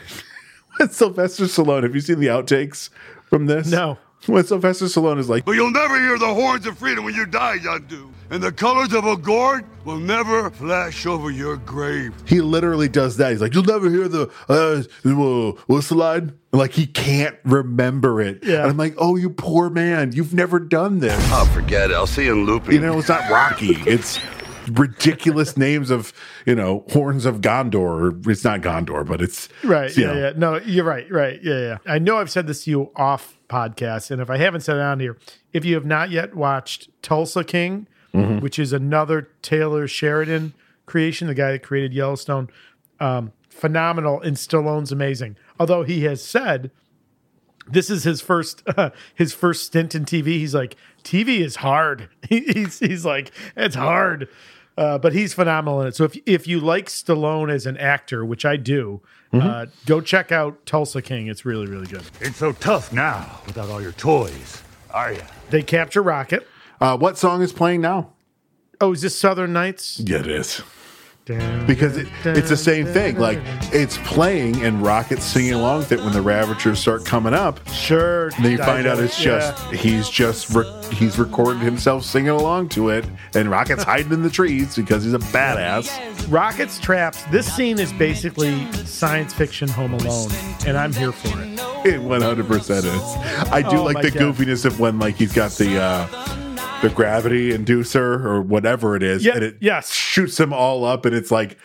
[SPEAKER 1] when Sylvester Stallone, have you seen the outtakes from this?
[SPEAKER 4] No.
[SPEAKER 1] When Sylvester Stallone is like,
[SPEAKER 19] But you'll never hear the horns of freedom when you die, Yandu. And the colors of a gourd will never flash over your grave.
[SPEAKER 1] he literally does that. He's like, you'll never hear the uh, whoa, what's the line? Like he can't remember it.
[SPEAKER 19] Yeah.
[SPEAKER 1] And I'm like, oh, you poor man, you've never done this.
[SPEAKER 19] I'll Oh, forget it. I'll see you in looping.
[SPEAKER 1] You know, it's not Rocky. it's ridiculous names of you know horns of Gondor. Or it's not Gondor, but it's
[SPEAKER 4] Right.
[SPEAKER 1] you
[SPEAKER 4] Yeah,
[SPEAKER 1] know.
[SPEAKER 4] yeah. No, you're right. Right. Yeah, yeah. I know I've said this to you off podcast, and if I haven't said it on here, if you have not yet watched Tulsa King,
[SPEAKER 1] Mhm.
[SPEAKER 4] which is another Taylor Sheridan creation, the guy that created Yellowstone, um, phenomenal, and Stallone's amazing. Although he has said this is his first uh, his first stint in TV. He's like, TV is hard. He- he's he's like, it's hard. Uh, but he's phenomenal in it. So if if you like Stallone as an actor, which I do, uh,
[SPEAKER 1] Mm-hmm.
[SPEAKER 4] go check out Tulsa King. It's really really good.
[SPEAKER 19] It's so tough now without all your toys, are ya?
[SPEAKER 4] They capture Rocket.
[SPEAKER 1] Uh, what song is playing now?
[SPEAKER 4] Oh, is this Southern Nights?
[SPEAKER 1] Yeah, it is. Because it, it's the same thing. Like it's playing and Rocket's singing along with it when the Ravagers start coming up.
[SPEAKER 4] Sure.
[SPEAKER 1] Then you find out it's
[SPEAKER 4] Yeah.
[SPEAKER 1] just he's just re- he's recorded himself singing along to it, and Rocket's hiding in the trees because he's a badass.
[SPEAKER 4] Rocket's traps. This scene is basically science fiction Home Alone, and I'm here for it.
[SPEAKER 1] It 100 percent is. I do
[SPEAKER 4] Oh
[SPEAKER 1] like
[SPEAKER 4] my
[SPEAKER 1] the
[SPEAKER 4] God.
[SPEAKER 1] goofiness of when like he's got the uh, the gravity inducer or whatever it is,
[SPEAKER 4] Yeah,
[SPEAKER 1] and it yes. shoots them all up, and it's like.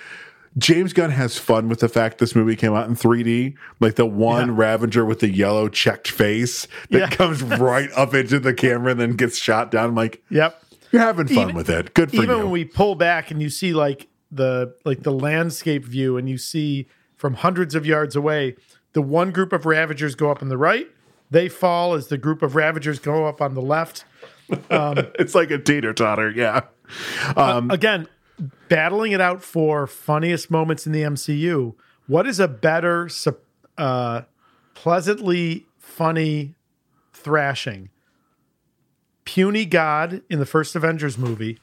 [SPEAKER 1] James Gunn has fun with the fact this movie came out in 3D. Like the one Ravenger with the yellow checked face that
[SPEAKER 4] Yeah.
[SPEAKER 1] comes right up into the camera and then gets shot down. I'm like,
[SPEAKER 4] Yep.
[SPEAKER 1] you're having fun
[SPEAKER 4] Even-
[SPEAKER 1] with it. Good for
[SPEAKER 4] even
[SPEAKER 1] you.
[SPEAKER 4] when we pull back and you see like the like the landscape view and you see from hundreds of yards away the one group of ravagers go up on the right they fall as the group of ravagers go up on the left
[SPEAKER 1] it's like a teeter totter. Yeah. Um,
[SPEAKER 4] again battling it out for funniest moments in the mcu what is a better sup- uh pleasantly funny thrashing puny god in the first avengers movie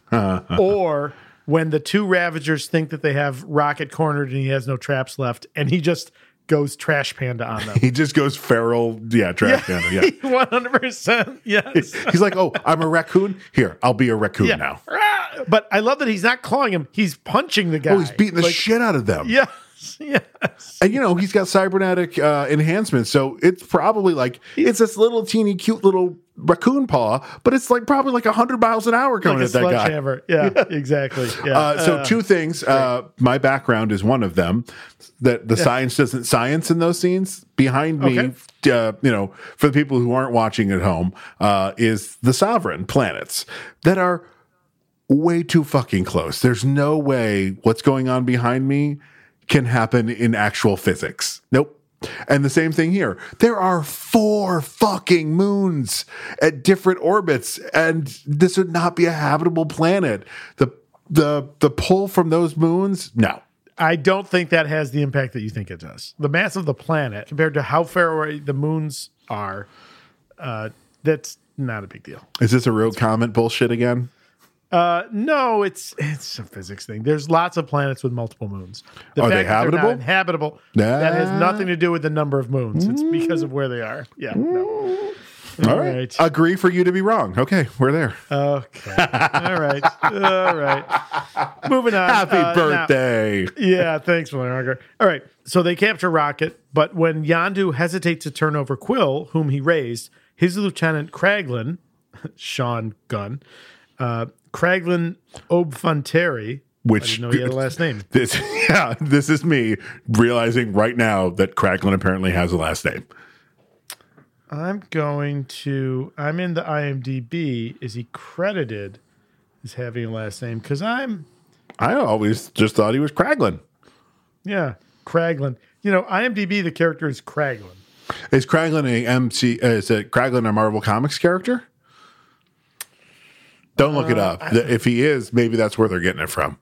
[SPEAKER 4] or when the two Ravagers think that they have Rocket cornered and he has no traps left, and he just goes trash panda on them.
[SPEAKER 1] He just goes feral. Yeah, trash yeah. panda. Yeah.
[SPEAKER 4] One hundred percent. Yes.
[SPEAKER 1] He's like, oh, I'm a raccoon. Here, I'll be a raccoon
[SPEAKER 4] Yeah.
[SPEAKER 1] now. Oh,
[SPEAKER 4] Rah! But I love that he's not clawing him; he's punching the guy.
[SPEAKER 1] Oh, he's beating the
[SPEAKER 4] Like,
[SPEAKER 1] shit out of them.
[SPEAKER 4] Yes. Yes.
[SPEAKER 1] And you know, he's got cybernetic uh, enhancements. So it's probably like, it's this little teeny cute little raccoon paw, but it's like probably like 100 miles an hour coming
[SPEAKER 4] Like a
[SPEAKER 1] at that guy.
[SPEAKER 4] sledgehammer. Yeah, exactly. Yeah.
[SPEAKER 1] Uh, so two things. Uh, my background is one of them. That the science doesn't science in those scenes behind me. Uh, you know, for the people who aren't watching at home, uh, is the sovereign planets that are way too fucking close. There's no way what's going on behind me can happen in actual physics. Nope. And the same thing here. There are four fucking moons at different orbits, and this would not be a habitable planet. The the the pull from those moons, no.
[SPEAKER 4] I don't think that has the impact that you think it does. The mass of the planet compared to how far away the moons are, uh, that's not a big deal.
[SPEAKER 1] Is this a rogue comment bullshit again?
[SPEAKER 4] Uh, no, it's it's a physics thing. There's lots of planets with multiple moons.
[SPEAKER 1] Are they
[SPEAKER 4] fact that they're
[SPEAKER 1] habitable?
[SPEAKER 4] not Habitable.
[SPEAKER 1] Nah.
[SPEAKER 4] That has nothing to do with the number of moons. It's because of where they are. Yeah. No.
[SPEAKER 1] All right. Agree for you to be wrong. Okay, we're there.
[SPEAKER 4] Uh, Okay. All right. All right. Moving on.
[SPEAKER 1] Mm. Happy
[SPEAKER 4] Uh, now-
[SPEAKER 1] birthday.
[SPEAKER 4] yeah, thanks, Malinagar. All right, so they capture Rocket, but when Yandu hesitates to turn over Quill, whom he raised, his lieutenant Kraglin, Sean Gunn, uh, Kraglin Obfanteri, I
[SPEAKER 1] Which
[SPEAKER 4] didn't know he had a last name.
[SPEAKER 1] This yeah, this is me realizing right now that Cracklin apparently has a last name.
[SPEAKER 4] I'm going to. I'm in the IMDb. Is he credited as having a last name? Because I'm.
[SPEAKER 1] I always just thought he was Cracklin.
[SPEAKER 4] Yeah, Kraglin. You know, IMDb. The character is Kraglin.
[SPEAKER 1] Is Kraglin a MC? Uh, is it Kraglin a Marvel Comics character? Don't look it
[SPEAKER 4] Uh,
[SPEAKER 1] up. The- if he is, maybe that's where they're getting it from.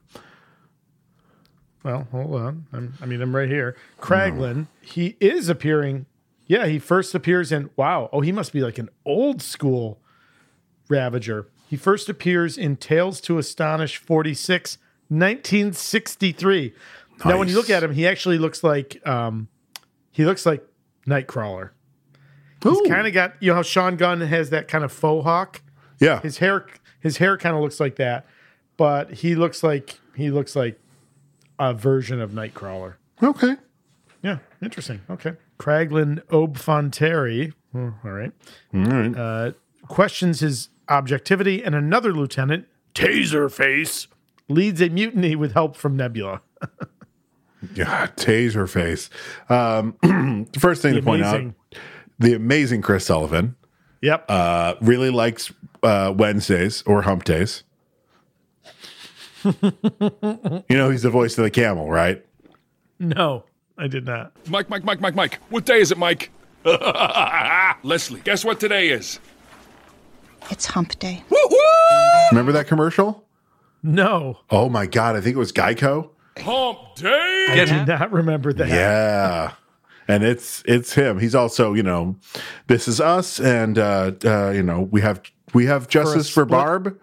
[SPEAKER 4] Well, hold on. I'm, I mean, I'm right here. Kraglin, he is appearing. Yeah, he first appears in. Wow. Oh, he must be like an old school Ravager. He first appears in Tales to Astonish 46, 1963. Now, when you look at him, he actually looks like um, he looks like Nightcrawler. He's kind of got you know how Sean Gunn has that kind of faux hawk.
[SPEAKER 1] Yeah.
[SPEAKER 4] his hair his hair kind of looks like that, but he looks like he looks like a version of Nightcrawler.
[SPEAKER 1] Okay.
[SPEAKER 4] Yeah, interesting. Okay. Kraglin Obfonteri, oh, all right,
[SPEAKER 1] All right.
[SPEAKER 4] uh, questions his objectivity, and another lieutenant, Taserface, leads a mutiny with help from Nebula.
[SPEAKER 1] Yeah, taser face. Um, the first thing
[SPEAKER 4] The
[SPEAKER 1] to point
[SPEAKER 4] amazing-
[SPEAKER 1] out, the amazing Chris Sullivan
[SPEAKER 4] Yep.
[SPEAKER 1] uh, really likes uh, Wednesdays or hump days. you know, he's the voice of the camel, right?
[SPEAKER 4] no, I did not.
[SPEAKER 20] Mike, Mike, Mike, Mike, Mike. What day is it, Mike? Leslie, guess what today is?
[SPEAKER 21] It's hump day.
[SPEAKER 1] Remember that commercial?
[SPEAKER 4] No.
[SPEAKER 1] Oh my God. I think it was Geico.
[SPEAKER 20] Hump day.
[SPEAKER 4] I did not remember that.
[SPEAKER 1] Yeah. And it's it's him. He's also, you know, this is us, and uh, uh, you know, we have we have justice for,
[SPEAKER 4] split-
[SPEAKER 1] Barb,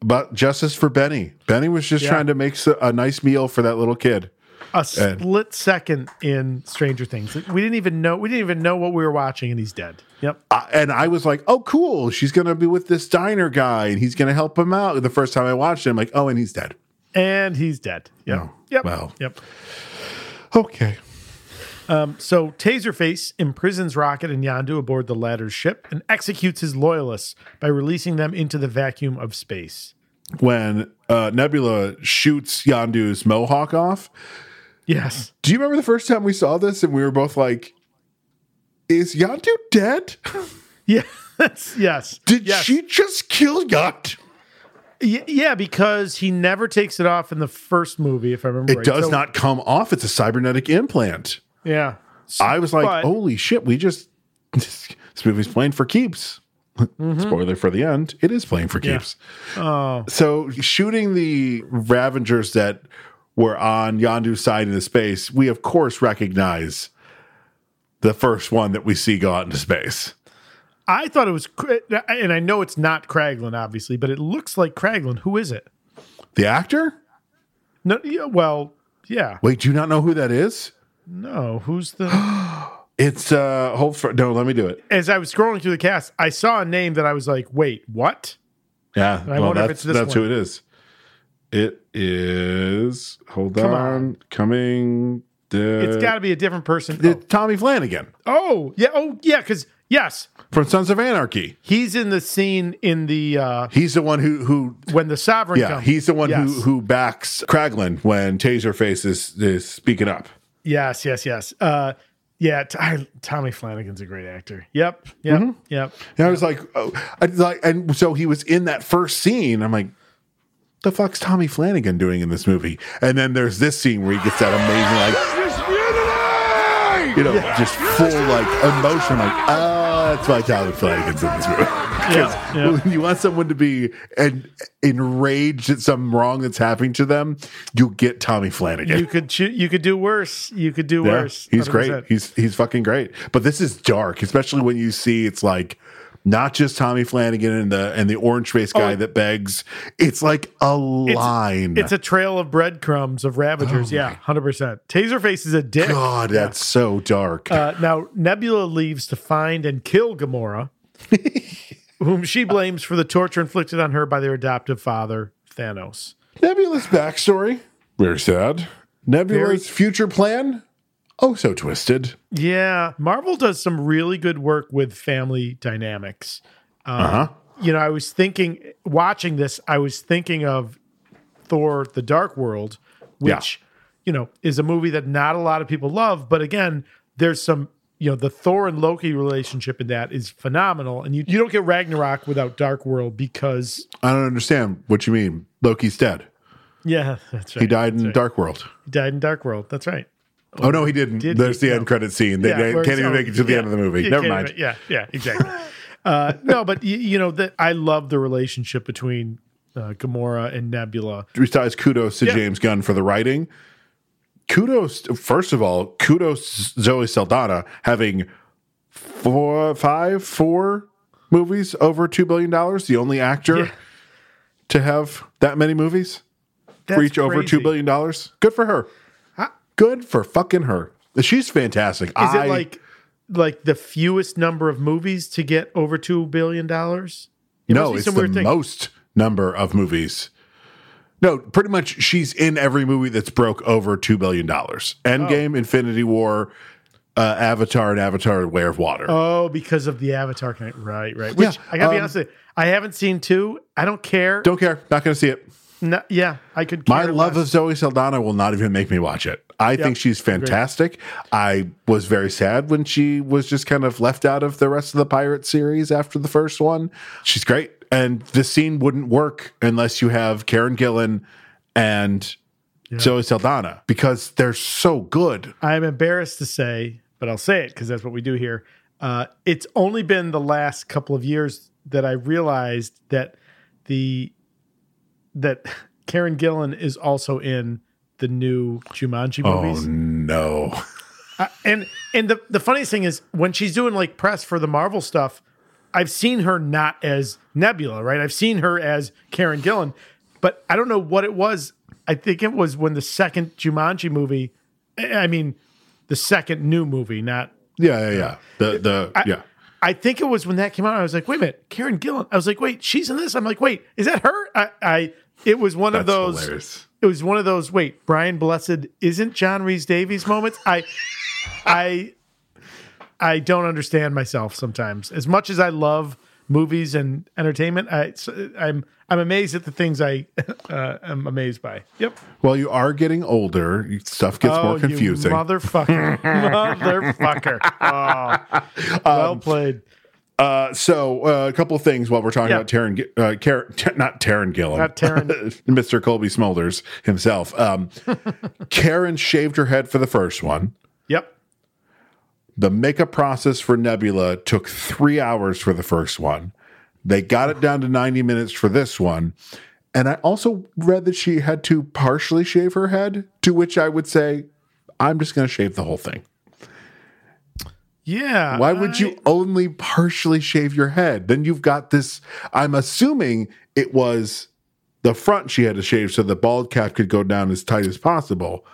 [SPEAKER 1] but justice for Benny. Benny was just
[SPEAKER 4] Yeah.
[SPEAKER 1] trying to make s- a nice meal for that little kid.
[SPEAKER 4] A split second in Stranger Things. Like, We didn't even know we didn't even know what we were watching and he's dead. Yep.
[SPEAKER 1] I, and I was like, "Oh, cool! She's gonna be with this diner guy, and he's gonna help him out." The first time I watched it, I'm like, "Oh, and he's dead."
[SPEAKER 4] And he's dead. Yep.
[SPEAKER 1] Oh,
[SPEAKER 4] Yep.
[SPEAKER 1] Well,
[SPEAKER 4] Yep.
[SPEAKER 1] okay.
[SPEAKER 4] Um, so Taserface imprisons Rocket and Yandu aboard the latter's ship and executes his loyalists by releasing them into the vacuum of space.
[SPEAKER 1] When uh, Nebula shoots Yandu's mohawk off,
[SPEAKER 4] Yes.
[SPEAKER 1] do you remember the first time we saw this and we were both like, "Is Yandu dead?
[SPEAKER 4] Yeah. That's yes.
[SPEAKER 1] Did
[SPEAKER 4] yes.
[SPEAKER 1] she just kill Yandu?"
[SPEAKER 4] Y- yeah, because he never takes it off in the first movie, if I remember.
[SPEAKER 1] It
[SPEAKER 4] right.
[SPEAKER 1] does
[SPEAKER 4] So-
[SPEAKER 1] not come off. It's a cybernetic implant.
[SPEAKER 4] Yeah.
[SPEAKER 1] I was like,
[SPEAKER 4] But-
[SPEAKER 1] "Holy shit! We just this movie's playing for keeps." Spoiler for the end, it is playing for keeps.
[SPEAKER 4] Mm-hmm. Oh.
[SPEAKER 1] So shooting the Ravengers that were on Yandu's side into space, we of course recognize the first one that we see go out into space.
[SPEAKER 4] I thought it was, Cra- and I know it's not Kraglin, obviously, but it looks like Kraglin. Who is it?
[SPEAKER 1] The actor?
[SPEAKER 4] No. Yeah, well, yeah.
[SPEAKER 1] Wait, do you not know who that is?
[SPEAKER 4] No. Who's the?
[SPEAKER 1] It's uh hold for no, let me do it.
[SPEAKER 4] As I was scrolling through the cast, I saw a name that I was like, "Wait, what?"
[SPEAKER 1] Yeah.
[SPEAKER 4] I wonder if
[SPEAKER 1] that's,
[SPEAKER 4] it's this
[SPEAKER 1] that's
[SPEAKER 4] one.
[SPEAKER 1] who it is. It is hold
[SPEAKER 4] Come
[SPEAKER 1] on. Coming the,
[SPEAKER 4] it's got to be a different person.
[SPEAKER 1] Uh, the Tommy Flanagan
[SPEAKER 4] Oh yeah. Oh yeah. Because yes,
[SPEAKER 1] from Sons of Anarchy.
[SPEAKER 4] he's in the scene in the uh
[SPEAKER 1] He's the one who who
[SPEAKER 4] when the sovereign.
[SPEAKER 1] yeah,
[SPEAKER 4] comes.
[SPEAKER 1] he's the one
[SPEAKER 4] Yes.
[SPEAKER 1] who who backs Kraglin when Taserface is is speaking up.
[SPEAKER 4] Yes. Yes. Yes. Uh, yeah. T- I, Tommy Flanagan's a great actor. Yep. Yep.
[SPEAKER 1] Mhm.
[SPEAKER 4] Yep.
[SPEAKER 1] And I was like, oh, I was like, and so he was in that first scene. I'm like, the fuck's Tommy Flanagan doing in this movie? And then there's this scene where he gets that amazing, like, you know, just full like emotion, like, ah, that's why Tommy Flanagan's in this movie. 'Cause
[SPEAKER 4] Yeah, yeah.
[SPEAKER 1] when you want someone to be and enraged at something wrong that's happening to them, you get Tommy Flanagan.
[SPEAKER 4] You could choo- you could do worse. You could do
[SPEAKER 1] Yeah,
[SPEAKER 4] worse.
[SPEAKER 1] He's
[SPEAKER 4] 100%.
[SPEAKER 1] great. He's he's fucking great. But this is dark, especially when you see it's like not just Tommy Flanagan and the and the orange face guy that begs. It's like a line.
[SPEAKER 4] Oh, It's a trail of breadcrumbs of Ravagers. yeah, hundred percent. Taserface is a dick.
[SPEAKER 1] Oh God, that's so dark.
[SPEAKER 4] Uh, now Nebula leaves to find and kill Gamora, whom she blames for the torture inflicted on her by their adoptive father Thanos.
[SPEAKER 1] Nebula's backstory. Very sad. Nebula's future plan. Oh, so twisted.
[SPEAKER 4] Yeah, Marvel does some really good work with family dynamics. Um,
[SPEAKER 1] Uh-huh.
[SPEAKER 4] You know, I was thinking, watching this, I was thinking of Thor: The Dark World, which you know is a movie that not a lot of people love, but again, there's some. You know the Thor and Loki relationship in that is phenomenal, and you, you don't get Ragnarok without Dark World because
[SPEAKER 1] I don't understand what you mean. Loki's dead.
[SPEAKER 4] yeah, that's right.
[SPEAKER 1] He died in
[SPEAKER 4] that's right.
[SPEAKER 1] Dark World.
[SPEAKER 4] He died in Dark World. That's right.
[SPEAKER 1] Oh no, he didn't.
[SPEAKER 4] Did
[SPEAKER 1] There's
[SPEAKER 4] he?
[SPEAKER 1] the
[SPEAKER 4] No.
[SPEAKER 1] end credit scene. They,
[SPEAKER 4] Yeah,
[SPEAKER 1] they
[SPEAKER 4] where
[SPEAKER 1] can't
[SPEAKER 4] it's-
[SPEAKER 1] even
[SPEAKER 4] oh,
[SPEAKER 1] make it to the
[SPEAKER 4] yeah.
[SPEAKER 1] end of the movie.
[SPEAKER 4] You
[SPEAKER 1] Never
[SPEAKER 4] can't
[SPEAKER 1] mind.
[SPEAKER 4] even- yeah, yeah, exactly. uh, no, but you, you know that I love the relationship between uh, Gamora and Nebula.
[SPEAKER 1] besides kudos to
[SPEAKER 4] Yeah.
[SPEAKER 1] James Gunn for the writing, kudos first of all, kudos to Zoe Saldana having four, five, four movies over two billion dollars. The only actor
[SPEAKER 4] Yeah.
[SPEAKER 1] to have that many movies
[SPEAKER 4] That's
[SPEAKER 1] reach over
[SPEAKER 4] crazy.
[SPEAKER 1] two billion dollars. Good for her. Good for fucking her. She's fantastic.
[SPEAKER 4] Is
[SPEAKER 1] I,
[SPEAKER 4] it like like the fewest number of movies to get over two billion dollars?
[SPEAKER 1] no? It's the most number of movies. No, pretty much she's in every movie that's broke over two billion dollars. Endgame, Infinity War, uh, Avatar, and Avatar: Way of Water.
[SPEAKER 4] Oh, because of the Avatar connect. Right, right. Which
[SPEAKER 1] Yeah,
[SPEAKER 4] I gotta be
[SPEAKER 1] um,
[SPEAKER 4] honest with you, I haven't seen two. I don't care.
[SPEAKER 1] Don't care. Not going to see it.
[SPEAKER 4] No- yeah, I could. Care
[SPEAKER 1] My love
[SPEAKER 4] less.
[SPEAKER 1] of Zoe Saldana will not even make me watch it. I think she's fantastic. I was very sad when she was just kind of left out of the rest of the pirate series after the first one. She's great. And the scene wouldn't work unless you have Karen Gillan and Zoe Saldana because they're so good.
[SPEAKER 4] I'm embarrassed to say, but I'll say it because that's what we do here. Uh, it's only been the last couple of years that I realized that the that Karen Gillan is also in the new Jumanji movies.
[SPEAKER 1] Oh, no.
[SPEAKER 4] Uh, and and the the funniest thing is when she's doing like press for the Marvel stuff, I've seen her not as Nebula, right? I've seen her as Karen Gillan, but I don't know what it was. I think it was when the second Jumanji movie, I I mean, the second new movie, not.
[SPEAKER 1] Yeah, yeah, yeah. The, the, yeah.
[SPEAKER 4] I think it was when that came out. I was like, wait a minute, Karen Gillan. I was like, wait, she's in this. I'm like, wait, is that her? I, I it was one of
[SPEAKER 1] That's
[SPEAKER 4] those.
[SPEAKER 1] hilarious.
[SPEAKER 4] It was one of those. Wait, Brian Blessed isn't John Reese Davies moments. I, I, I don't understand myself sometimes. As much as I love movies and entertainment, I, it's- I'm I'm amazed at the things I uh, am amazed by. Yep.
[SPEAKER 1] Well, you are getting older. Stuff gets
[SPEAKER 4] Oh,
[SPEAKER 1] more
[SPEAKER 4] you
[SPEAKER 1] confusing.
[SPEAKER 4] motherfucker, motherfucker. Oh, well
[SPEAKER 1] Um,
[SPEAKER 4] played.
[SPEAKER 1] Uh, so uh, a couple of things while we're talking
[SPEAKER 4] Yeah.
[SPEAKER 1] about Taryn, Gi- uh, Car- T- not Taryn Gillen,
[SPEAKER 4] Not Taron.
[SPEAKER 1] Mr. Colby Smulders himself. Um, Karen shaved her head for the first one.
[SPEAKER 4] Yep.
[SPEAKER 1] The makeup process for Nebula took three hours for the first one. They got it down to ninety minutes for this one. And I also read that she had to partially shave her head. To which I would say, I'm just going to shave the whole thing.
[SPEAKER 4] Yeah.
[SPEAKER 1] Why would you only partially shave your head? Then you've got this. I'm assuming it was The front she had to shave so the bald cap could go down as tight as possible.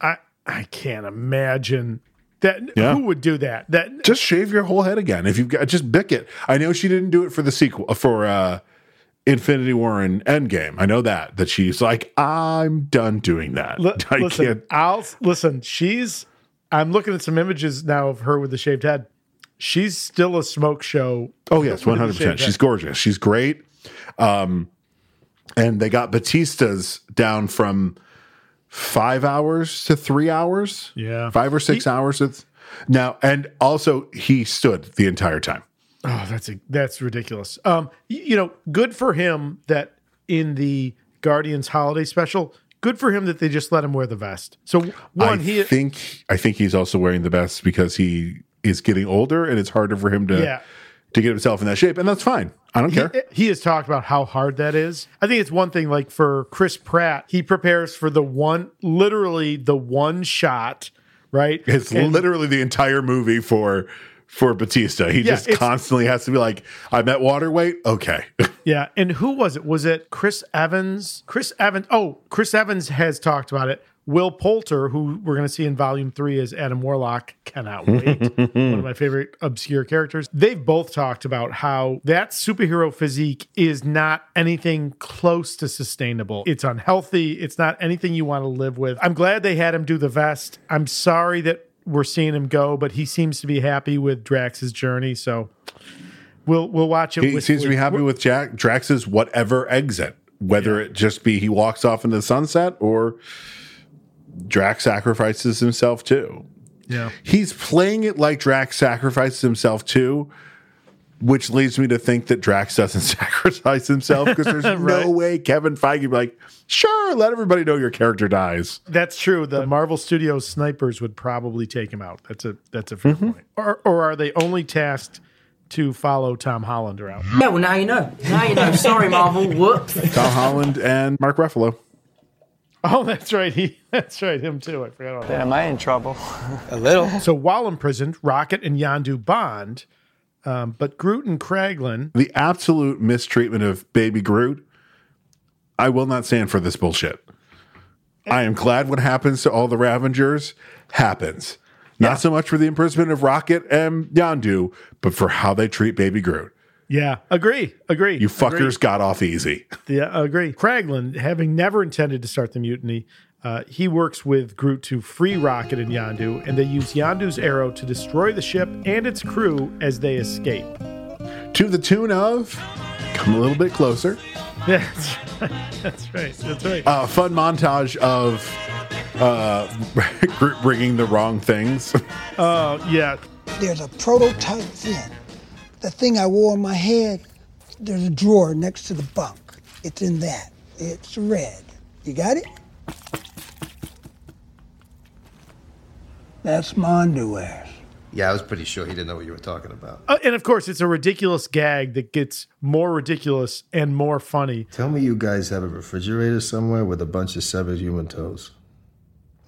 [SPEAKER 4] I I can't imagine that
[SPEAKER 1] Yeah.
[SPEAKER 4] who would do that. That
[SPEAKER 1] Just shave your whole head again. If you've got just bick it. I know she didn't do it for the sequel for uh Infinity War and Endgame. I know that that she's like I'm done doing that.
[SPEAKER 4] Li-
[SPEAKER 1] I
[SPEAKER 4] listen,
[SPEAKER 1] can't.
[SPEAKER 4] I'll listen. She's. I'm looking at some images now of her with the shaved head. She's still a smoke show.
[SPEAKER 1] Oh yes,
[SPEAKER 4] with
[SPEAKER 1] one
[SPEAKER 4] the
[SPEAKER 1] hundred
[SPEAKER 4] shaved
[SPEAKER 1] percent.
[SPEAKER 4] head.
[SPEAKER 1] She's gorgeous. She's great. Um, and they got Batista's down from five hours to three hours.
[SPEAKER 4] Yeah.
[SPEAKER 1] five or six hours. It's now, and also he stood the entire time.
[SPEAKER 4] Oh, that's a, that's ridiculous. Um, y- you know, good for him that in the Guardians holiday special, good for him that they just let him wear the vest. So one,
[SPEAKER 1] I
[SPEAKER 4] he
[SPEAKER 1] think I think he's also wearing the vest because he is getting older, and it's harder for him to
[SPEAKER 4] Yeah.
[SPEAKER 1] to get himself in that shape, and that's fine. I don't care.
[SPEAKER 4] He, he has talked about how hard that is. I think it's one thing like for Chris Pratt, he prepares for the one literally the one shot, right?
[SPEAKER 1] It's
[SPEAKER 4] And-
[SPEAKER 1] literally the entire movie for for Batista. He
[SPEAKER 4] Yeah,
[SPEAKER 1] just
[SPEAKER 4] it's-
[SPEAKER 1] constantly has to be like, I'm at water weight. Okay.
[SPEAKER 4] Yeah, and who was it? Was it Chris Evans? Chris Evans. Oh, Chris Evans has talked about it. Will Poulter, who we're going to see in Volume Three as Adam Warlock, cannot wait. One of my favorite obscure characters. They've both talked about how that superhero physique is not anything close to sustainable. It's unhealthy. It's not anything you want to live with. I'm glad they had him do the vest. I'm sorry that we're seeing him go, but he seems to be happy with Drax's journey. So. We'll, we'll watch it.
[SPEAKER 1] he
[SPEAKER 4] with-
[SPEAKER 1] seems to be happy
[SPEAKER 4] we're-
[SPEAKER 1] with Jack Drax's whatever exit, whether it just be he walks off into the sunset or Drax sacrifices himself too.
[SPEAKER 4] Yeah.
[SPEAKER 1] He's playing it like Drax sacrifices himself too, which leads me to think that Drax doesn't sacrifice himself because there's
[SPEAKER 4] Right.
[SPEAKER 1] no way Kevin Feige would be like, sure, let everybody know your character dies.
[SPEAKER 4] That's true. The Marvel Studios snipers would probably take him out. That's a that's a fair point. Or or are they only tasked to follow Tom Holland around?
[SPEAKER 2] Yeah, well, Oh, now you know. Now you know. Sorry, Marvel. Whoops.
[SPEAKER 1] Tom Holland and Mark Ruffalo.
[SPEAKER 4] Oh, that's right. He that's right. Him too. I forgot about that.
[SPEAKER 8] Am I in trouble?
[SPEAKER 4] A little. So while imprisoned, Rocket and Yandu bond, um, but Groot and Kraglin.
[SPEAKER 1] The absolute mistreatment of baby Groot. I will not stand for this bullshit. I am glad what happens to all the Ravengers happens. Not so much for the imprisonment of Rocket and Yondu, but for how they treat baby Groot.
[SPEAKER 4] Yeah, agree, agree.
[SPEAKER 1] You fuckers got off easy.
[SPEAKER 4] Agree. Yeah, agree. Kraglin, having never intended to start the mutiny. Uh, he works with Groot to free Rocket and Yandu, and they use Yandu's arrow to destroy the ship and its crew as they escape.
[SPEAKER 1] To the tune of Come a little bit closer.
[SPEAKER 4] That's right. That's right. That's right.
[SPEAKER 1] A fun montage of uh, Groot bringing the wrong things.
[SPEAKER 4] Uh, yeah.
[SPEAKER 22] There's a prototype thing. The thing I wore on my head, there's a drawer next to the bunk. It's in that. It's red. You got it? That's my underwear.
[SPEAKER 14] Yeah, I was pretty sure he didn't know what you were talking about.
[SPEAKER 4] Uh, and of course, it's a ridiculous gag that gets more ridiculous and more funny.
[SPEAKER 6] Tell me you guys have a refrigerator somewhere with a bunch of severed human toes.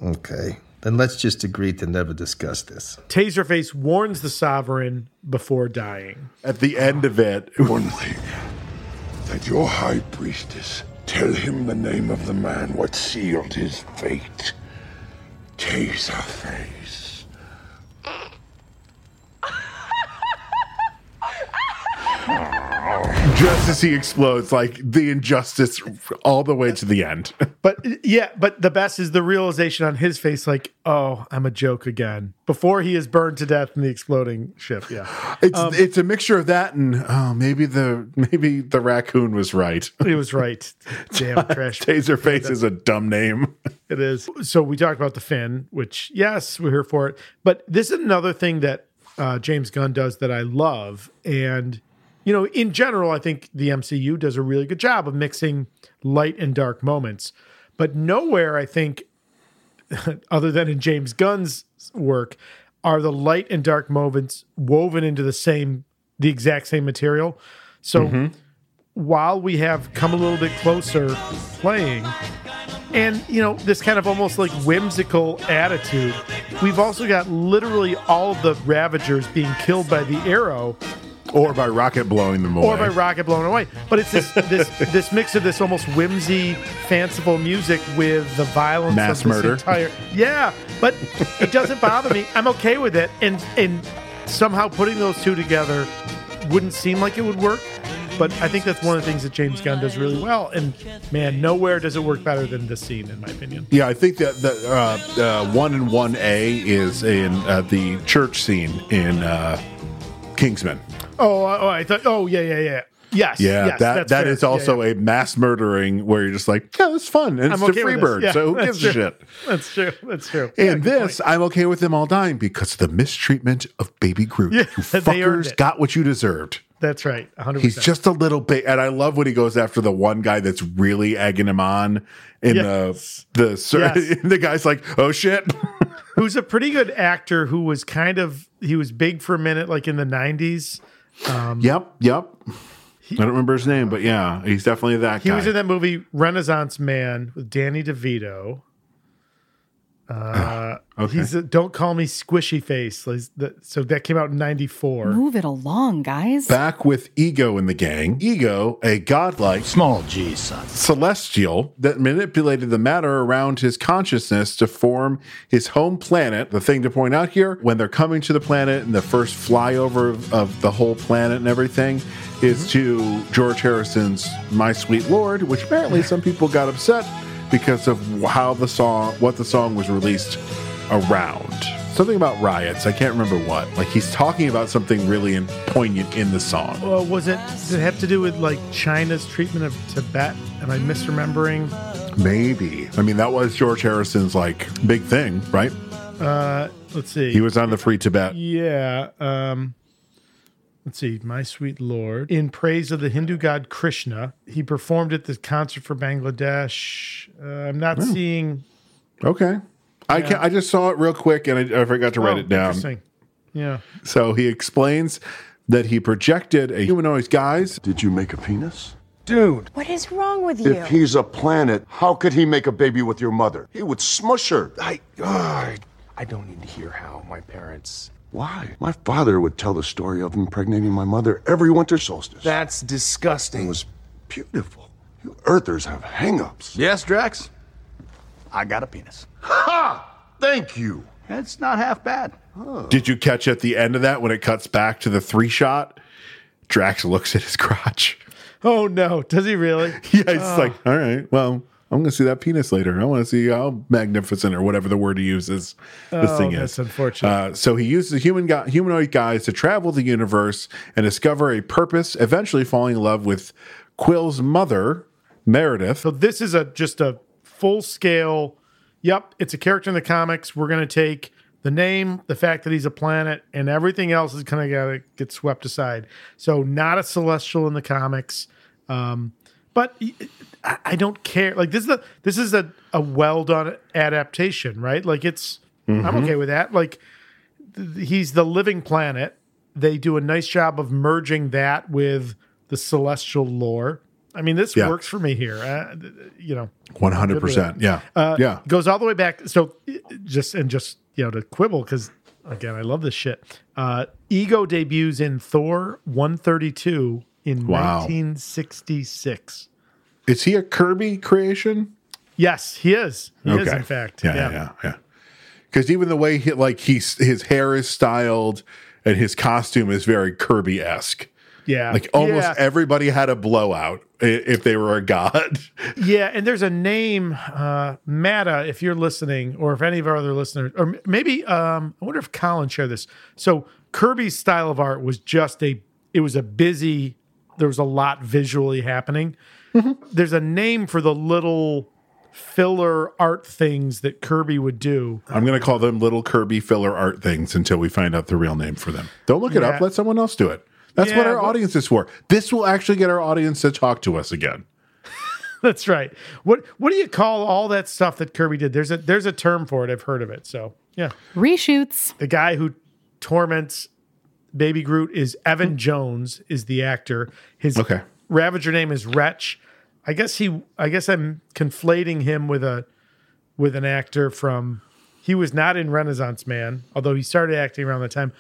[SPEAKER 6] Okay, then let's just agree to never discuss this.
[SPEAKER 4] Taserface warns the Sovereign before dying.
[SPEAKER 1] At the end of it,
[SPEAKER 23] That your high priestess tell him the name of the man what sealed his fate. Taserface.
[SPEAKER 1] just as he explodes, like the injustice all the way to the end.
[SPEAKER 4] But uh, yeah, but the best is the realization on his face like, oh, I'm a joke again. Before he is burned to death in the exploding ship. Yeah.
[SPEAKER 1] It's it's a mixture of that and oh maybe the maybe the raccoon was right.
[SPEAKER 4] He was right. Damn trash.
[SPEAKER 1] Taserface is a dumb name.
[SPEAKER 4] It is. So we talked about the fin, which yes, we're here for it. But this is another thing that uh, James Gunn does that I love, and you know, in general, I think the MCU does a really good job of mixing light and dark moments. But nowhere, I think, other than in James Gunn's work, are the light and dark moments woven into the same, the exact same material. So while we have come a little bit closer playing and you know this kind of almost like whimsical attitude we've also got literally all of the ravagers being killed by the arrow
[SPEAKER 1] or by rocket blowing them away.
[SPEAKER 4] or by rocket blown away. But it's this this this mix of this almost whimsy, fanciful music with the violence
[SPEAKER 1] Mass
[SPEAKER 4] of this
[SPEAKER 1] murder.
[SPEAKER 4] entire yeah. But it doesn't bother me. I'm okay with it. And and somehow putting those two together wouldn't seem like it would work. But I think that's one of the things that James Gunn does really well. And man, nowhere does it work better than this scene, in my opinion.
[SPEAKER 1] Yeah, I think that the uh, uh, one and one A is in uh, the church scene in uh, Kingsman.
[SPEAKER 4] Oh, oh, I thought. Oh, yeah, yeah, yeah. Yes.
[SPEAKER 1] Yeah,
[SPEAKER 4] yes,
[SPEAKER 1] that
[SPEAKER 4] that's
[SPEAKER 1] that
[SPEAKER 4] fair.
[SPEAKER 1] is
[SPEAKER 4] Yeah,
[SPEAKER 1] also a mass murdering where you're just like, yeah, it's fun. And it's
[SPEAKER 4] I'm
[SPEAKER 1] to
[SPEAKER 4] okay with this.
[SPEAKER 1] Freebird,
[SPEAKER 4] Yeah,
[SPEAKER 1] so who
[SPEAKER 4] that's
[SPEAKER 1] gives a
[SPEAKER 4] true.
[SPEAKER 1] shit?
[SPEAKER 4] That's true. That's true.
[SPEAKER 1] And this, I'm okay with them all dying because of the mistreatment of Baby Groot. you
[SPEAKER 4] they earned
[SPEAKER 1] fuckers
[SPEAKER 4] it.
[SPEAKER 1] got what you deserved.
[SPEAKER 4] That's right. 100.
[SPEAKER 1] He's just a little bit, and I love when he goes after the one guy that's really egging him on. In the the sur-
[SPEAKER 4] Yes.
[SPEAKER 1] the guy's like, oh shit.
[SPEAKER 4] who's a pretty good actor who was kind of he was big for a minute like in the 90s um,
[SPEAKER 1] Yep, yep. I don't remember his name, but yeah, he's definitely that
[SPEAKER 4] he
[SPEAKER 1] guy.
[SPEAKER 4] was in that movie renaissance man with danny devito uh,
[SPEAKER 1] okay.
[SPEAKER 4] he's a, don't call me squishy face like, the- so that came out in 94
[SPEAKER 15] Move it along, guys.
[SPEAKER 1] Back with Ego in the gang. Ego, a godlike, small g son, celestial that manipulated the matter around his consciousness to form his home planet. The thing to point out here when they're coming to the planet and the first flyover of, of the whole planet and everything is to George Harrison's My Sweet Lord, which apparently some people got upset because of how the song, what the song was released around. Something about riots. I can't remember what. Like he's talking about something really in, poignant in the song.
[SPEAKER 4] uh, was it did it have to do with like china's treatment of tibet am i misremembering
[SPEAKER 1] Maybe. I mean, that was George Harrison's like big thing, right?
[SPEAKER 4] uh, let's see
[SPEAKER 1] He was on the Free Tibet.
[SPEAKER 4] Yeah. Um, let's see. My sweet Lord. In praise of the Hindu god Krishna. He performed at the concert for Bangladesh. Uh, I'm not seeing.
[SPEAKER 1] Okay. I can, I just saw it real quick and I, I forgot to write
[SPEAKER 4] Oh,
[SPEAKER 1] it down.
[SPEAKER 4] Interesting. Yeah.
[SPEAKER 1] So he explains that he projected a humanoid guise.
[SPEAKER 19] Did you make a penis?
[SPEAKER 7] Dude.
[SPEAKER 3] What is wrong with you?
[SPEAKER 19] If he's a planet, how could he make a baby with your mother? He would smush her.
[SPEAKER 23] I, ah, I don't need to hear how my parents. Why? My father would tell the story of impregnating my mother every winter solstice. That's disgusting. It was beautiful. You earthers have hangups.
[SPEAKER 14] Yes, Drax? I got a penis.
[SPEAKER 19] Ha! Thank you.
[SPEAKER 14] That's not half bad.
[SPEAKER 1] Did you catch at the end of that when it cuts back to the three shot? Drax looks at his crotch.
[SPEAKER 4] Oh, no. Does he really?
[SPEAKER 1] Yeah, it's like, all right, well, I'm going to see that penis later. I want to see how magnificent or whatever the word he uses this
[SPEAKER 4] Oh,
[SPEAKER 1] thing is.
[SPEAKER 4] that's unfortunate.
[SPEAKER 1] Uh, so he uses the human gu- humanoid guise to travel the universe and discover a purpose, eventually falling in love with Quill's mother, Meredith.
[SPEAKER 4] So this is a just a full scale. Yep, it's a character in the comics. We're gonna take the name, the fact that he's a planet, and everything else is kind of gotta get swept aside. So not a celestial in the comics, um, but I I don't care. Like this is the this is a a well done adaptation, right? Like it's I'm
[SPEAKER 1] Mm-hmm.
[SPEAKER 5] Mhm.
[SPEAKER 4] okay with that. Like th- he's the living planet. They do a nice job of merging that with the celestial lore. I mean, this
[SPEAKER 1] Yeah.
[SPEAKER 4] works for me here. Uh, th- th- you know, good for
[SPEAKER 1] 100%.
[SPEAKER 4] that.
[SPEAKER 1] Yeah.
[SPEAKER 4] Uh,
[SPEAKER 1] yeah.
[SPEAKER 4] goes all the way back. So i- just and just you know to quibble because again, I love this shit. Uh, Ego debuts in Thor 132 in
[SPEAKER 1] Wow.
[SPEAKER 4] 1966.
[SPEAKER 1] Is he a Kirby creation?
[SPEAKER 4] Yes, he is. He is
[SPEAKER 1] Okay.
[SPEAKER 4] in fact.
[SPEAKER 1] Yeah, yeah, yeah. Because even the way he like he's his hair is styled and his costume is very Kirby esque.
[SPEAKER 4] Yeah.
[SPEAKER 1] Like almost
[SPEAKER 4] Yeah.
[SPEAKER 1] everybody had a blowout i- if they were a god.
[SPEAKER 4] Yeah, and there's a name, uh, Matta, if you're listening, or if any of our other listeners, or m- maybe um, I wonder if Colin shared this. So Kirby's style of art was just a, it was a busy, there was a lot visually happening. There's a name for the little filler art things that Kirby would do.
[SPEAKER 1] I'm going to call them little Kirby filler art things until we find out the real name for them. Don't look it
[SPEAKER 4] Yeah.
[SPEAKER 1] up. Let someone else do it. That's what
[SPEAKER 4] Yeah,
[SPEAKER 1] our
[SPEAKER 4] but-
[SPEAKER 1] audience is for. This will actually get our audience to talk to us again.
[SPEAKER 4] That's right. What what do you call all that stuff that Kirby did? There's a there's a term for it. I've heard of it. So yeah,
[SPEAKER 15] reshoots.
[SPEAKER 4] The guy who torments Baby Groot is Evan Jones. Is the actor his
[SPEAKER 1] Hmm. Okay.
[SPEAKER 4] Ravager name is Wretch. I guess he. I guess I'm conflating him with a with an actor from. He was not in Renaissance Man, although he started acting around that time.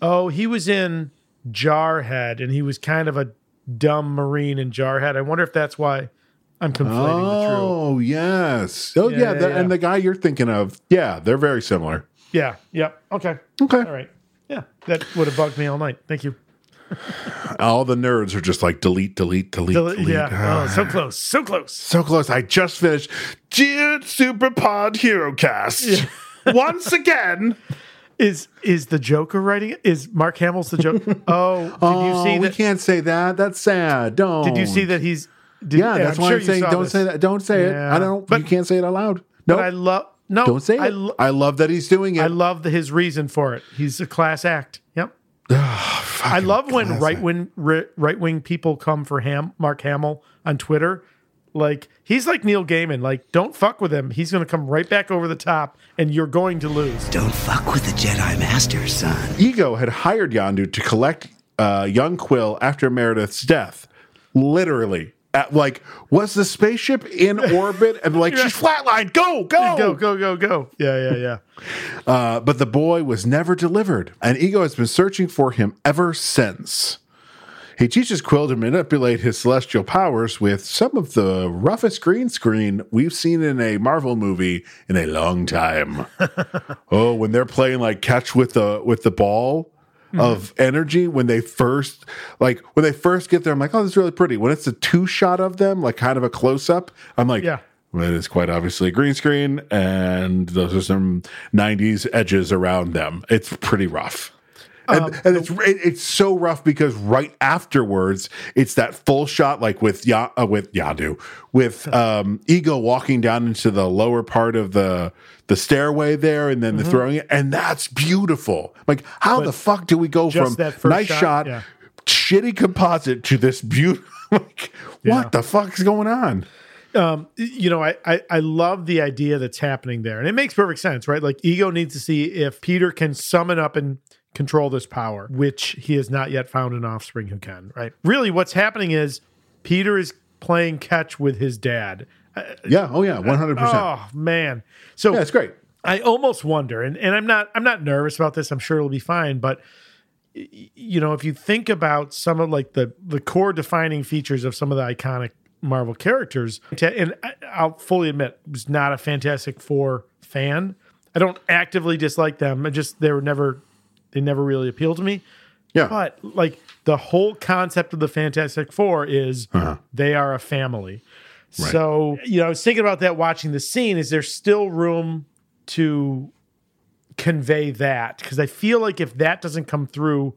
[SPEAKER 4] Oh, he was in Jarhead, and he was kind of a dumb Marine in Jarhead. I wonder if that's why I'm conflating the truth.
[SPEAKER 1] Oh yes. Oh yeah,
[SPEAKER 4] Yeah,
[SPEAKER 1] the-
[SPEAKER 4] yeah,
[SPEAKER 1] And the guy you're thinking of, yeah, they're very similar.
[SPEAKER 4] Yeah. Yep. Okay.
[SPEAKER 1] Okay.
[SPEAKER 4] All right. Yeah. That would have bugged me all night. Thank you.
[SPEAKER 1] All the nerds are just like delete, delete, delete,
[SPEAKER 4] Del-
[SPEAKER 1] delete.
[SPEAKER 4] yeah.
[SPEAKER 1] Ah.
[SPEAKER 4] Oh, so close. So close.
[SPEAKER 1] So close. I just finished Dear Super Pod Hero Cast. Once again.
[SPEAKER 4] Is is the Joker writing it? Is Mark Hamill's the Joker? Oh, did you see
[SPEAKER 1] we
[SPEAKER 4] that?
[SPEAKER 1] can't say that. That's sad. Don't.
[SPEAKER 4] Did you see that he's? Did,
[SPEAKER 1] yeah, that's
[SPEAKER 4] I'm
[SPEAKER 1] why
[SPEAKER 4] sure
[SPEAKER 1] I'm
[SPEAKER 4] you
[SPEAKER 1] saying
[SPEAKER 4] saw
[SPEAKER 1] don't
[SPEAKER 4] this.
[SPEAKER 1] say that. Don't say it.
[SPEAKER 4] Yeah.
[SPEAKER 1] I don't. you can't say it out loud. No,
[SPEAKER 4] But I love. No,
[SPEAKER 1] don't say it.
[SPEAKER 4] I
[SPEAKER 1] I,
[SPEAKER 4] lo-
[SPEAKER 1] love that he's doing it.
[SPEAKER 4] I love the, his reason for it. He's a class act. Yep. I love when right wing right wing people come for Ham Mark Hamill on Twitter. Like he's like Neil Gaiman. Like don't fuck with him. He's going to come right back over the top, and you're going to lose.
[SPEAKER 8] Don't fuck with the Jedi Master, son.
[SPEAKER 1] Ego had hired Yandu to collect uh, young Quill after Meredith's death. Literally. At, like, was the spaceship in orbit? And like, she's flatlined. Go, go,
[SPEAKER 4] go, go, go, go. Yeah, yeah, yeah.
[SPEAKER 1] Uh, but the boy was never delivered, and Ego has been searching for him ever since. He teaches Quill to manipulate his celestial powers with some of the roughest green screen we've seen in a Marvel movie in a long time. oh, when they're playing like catch with the with the ball of energy when they first like when they first get there, I'm like, oh, this is really pretty. When it's a two shot of them, like kind of a close up, I'm like,
[SPEAKER 4] Yeah.
[SPEAKER 1] well, it's quite obviously a green screen, and those are some '90s edges around them. It's pretty rough, and,
[SPEAKER 4] Um,
[SPEAKER 1] and it's it, it's so rough because right afterwards, it's that full shot, like with ya, uh, with Yadu, with um, Ego walking down into the lower part of the the stairway there, and then
[SPEAKER 4] Mm-hmm.
[SPEAKER 1] the throwing it, and that's beautiful. Like, how the fuck do we go
[SPEAKER 4] just
[SPEAKER 1] from
[SPEAKER 4] that first
[SPEAKER 1] nice
[SPEAKER 4] shot,
[SPEAKER 1] shot,
[SPEAKER 4] yeah.
[SPEAKER 1] shitty composite to this beautiful? like, what the fuck's going on?
[SPEAKER 4] um, you know, I, I I love the idea that's happening there, and it makes perfect sense, right? Like Ego needs to see if Peter can summon up and control this power, which he has not yet found an offspring who can, right? Really, what's happening is Peter is playing catch with his dad. Uh,
[SPEAKER 1] Yeah. Oh yeah. One hundred percent.
[SPEAKER 4] Oh man, so
[SPEAKER 1] Yeah, it's great.
[SPEAKER 4] I almost wonder, and, and I'm not I'm not nervous about this. I'm sure it'll be fine, but y- y- you know, if you think about some of like the the core defining features of some of the iconic Marvel characters, ta- and I- I'll fully admit, was not a Fantastic Four fan. I don't actively dislike them. I just they were never they never really appealed to me.
[SPEAKER 1] Yeah.
[SPEAKER 4] But like the whole concept of the Fantastic Four is they are a family.
[SPEAKER 1] Uh-huh. Right.
[SPEAKER 4] So, you know, I was thinking about that watching the scene. Is there still room to convey that? Because I feel like if that doesn't come through,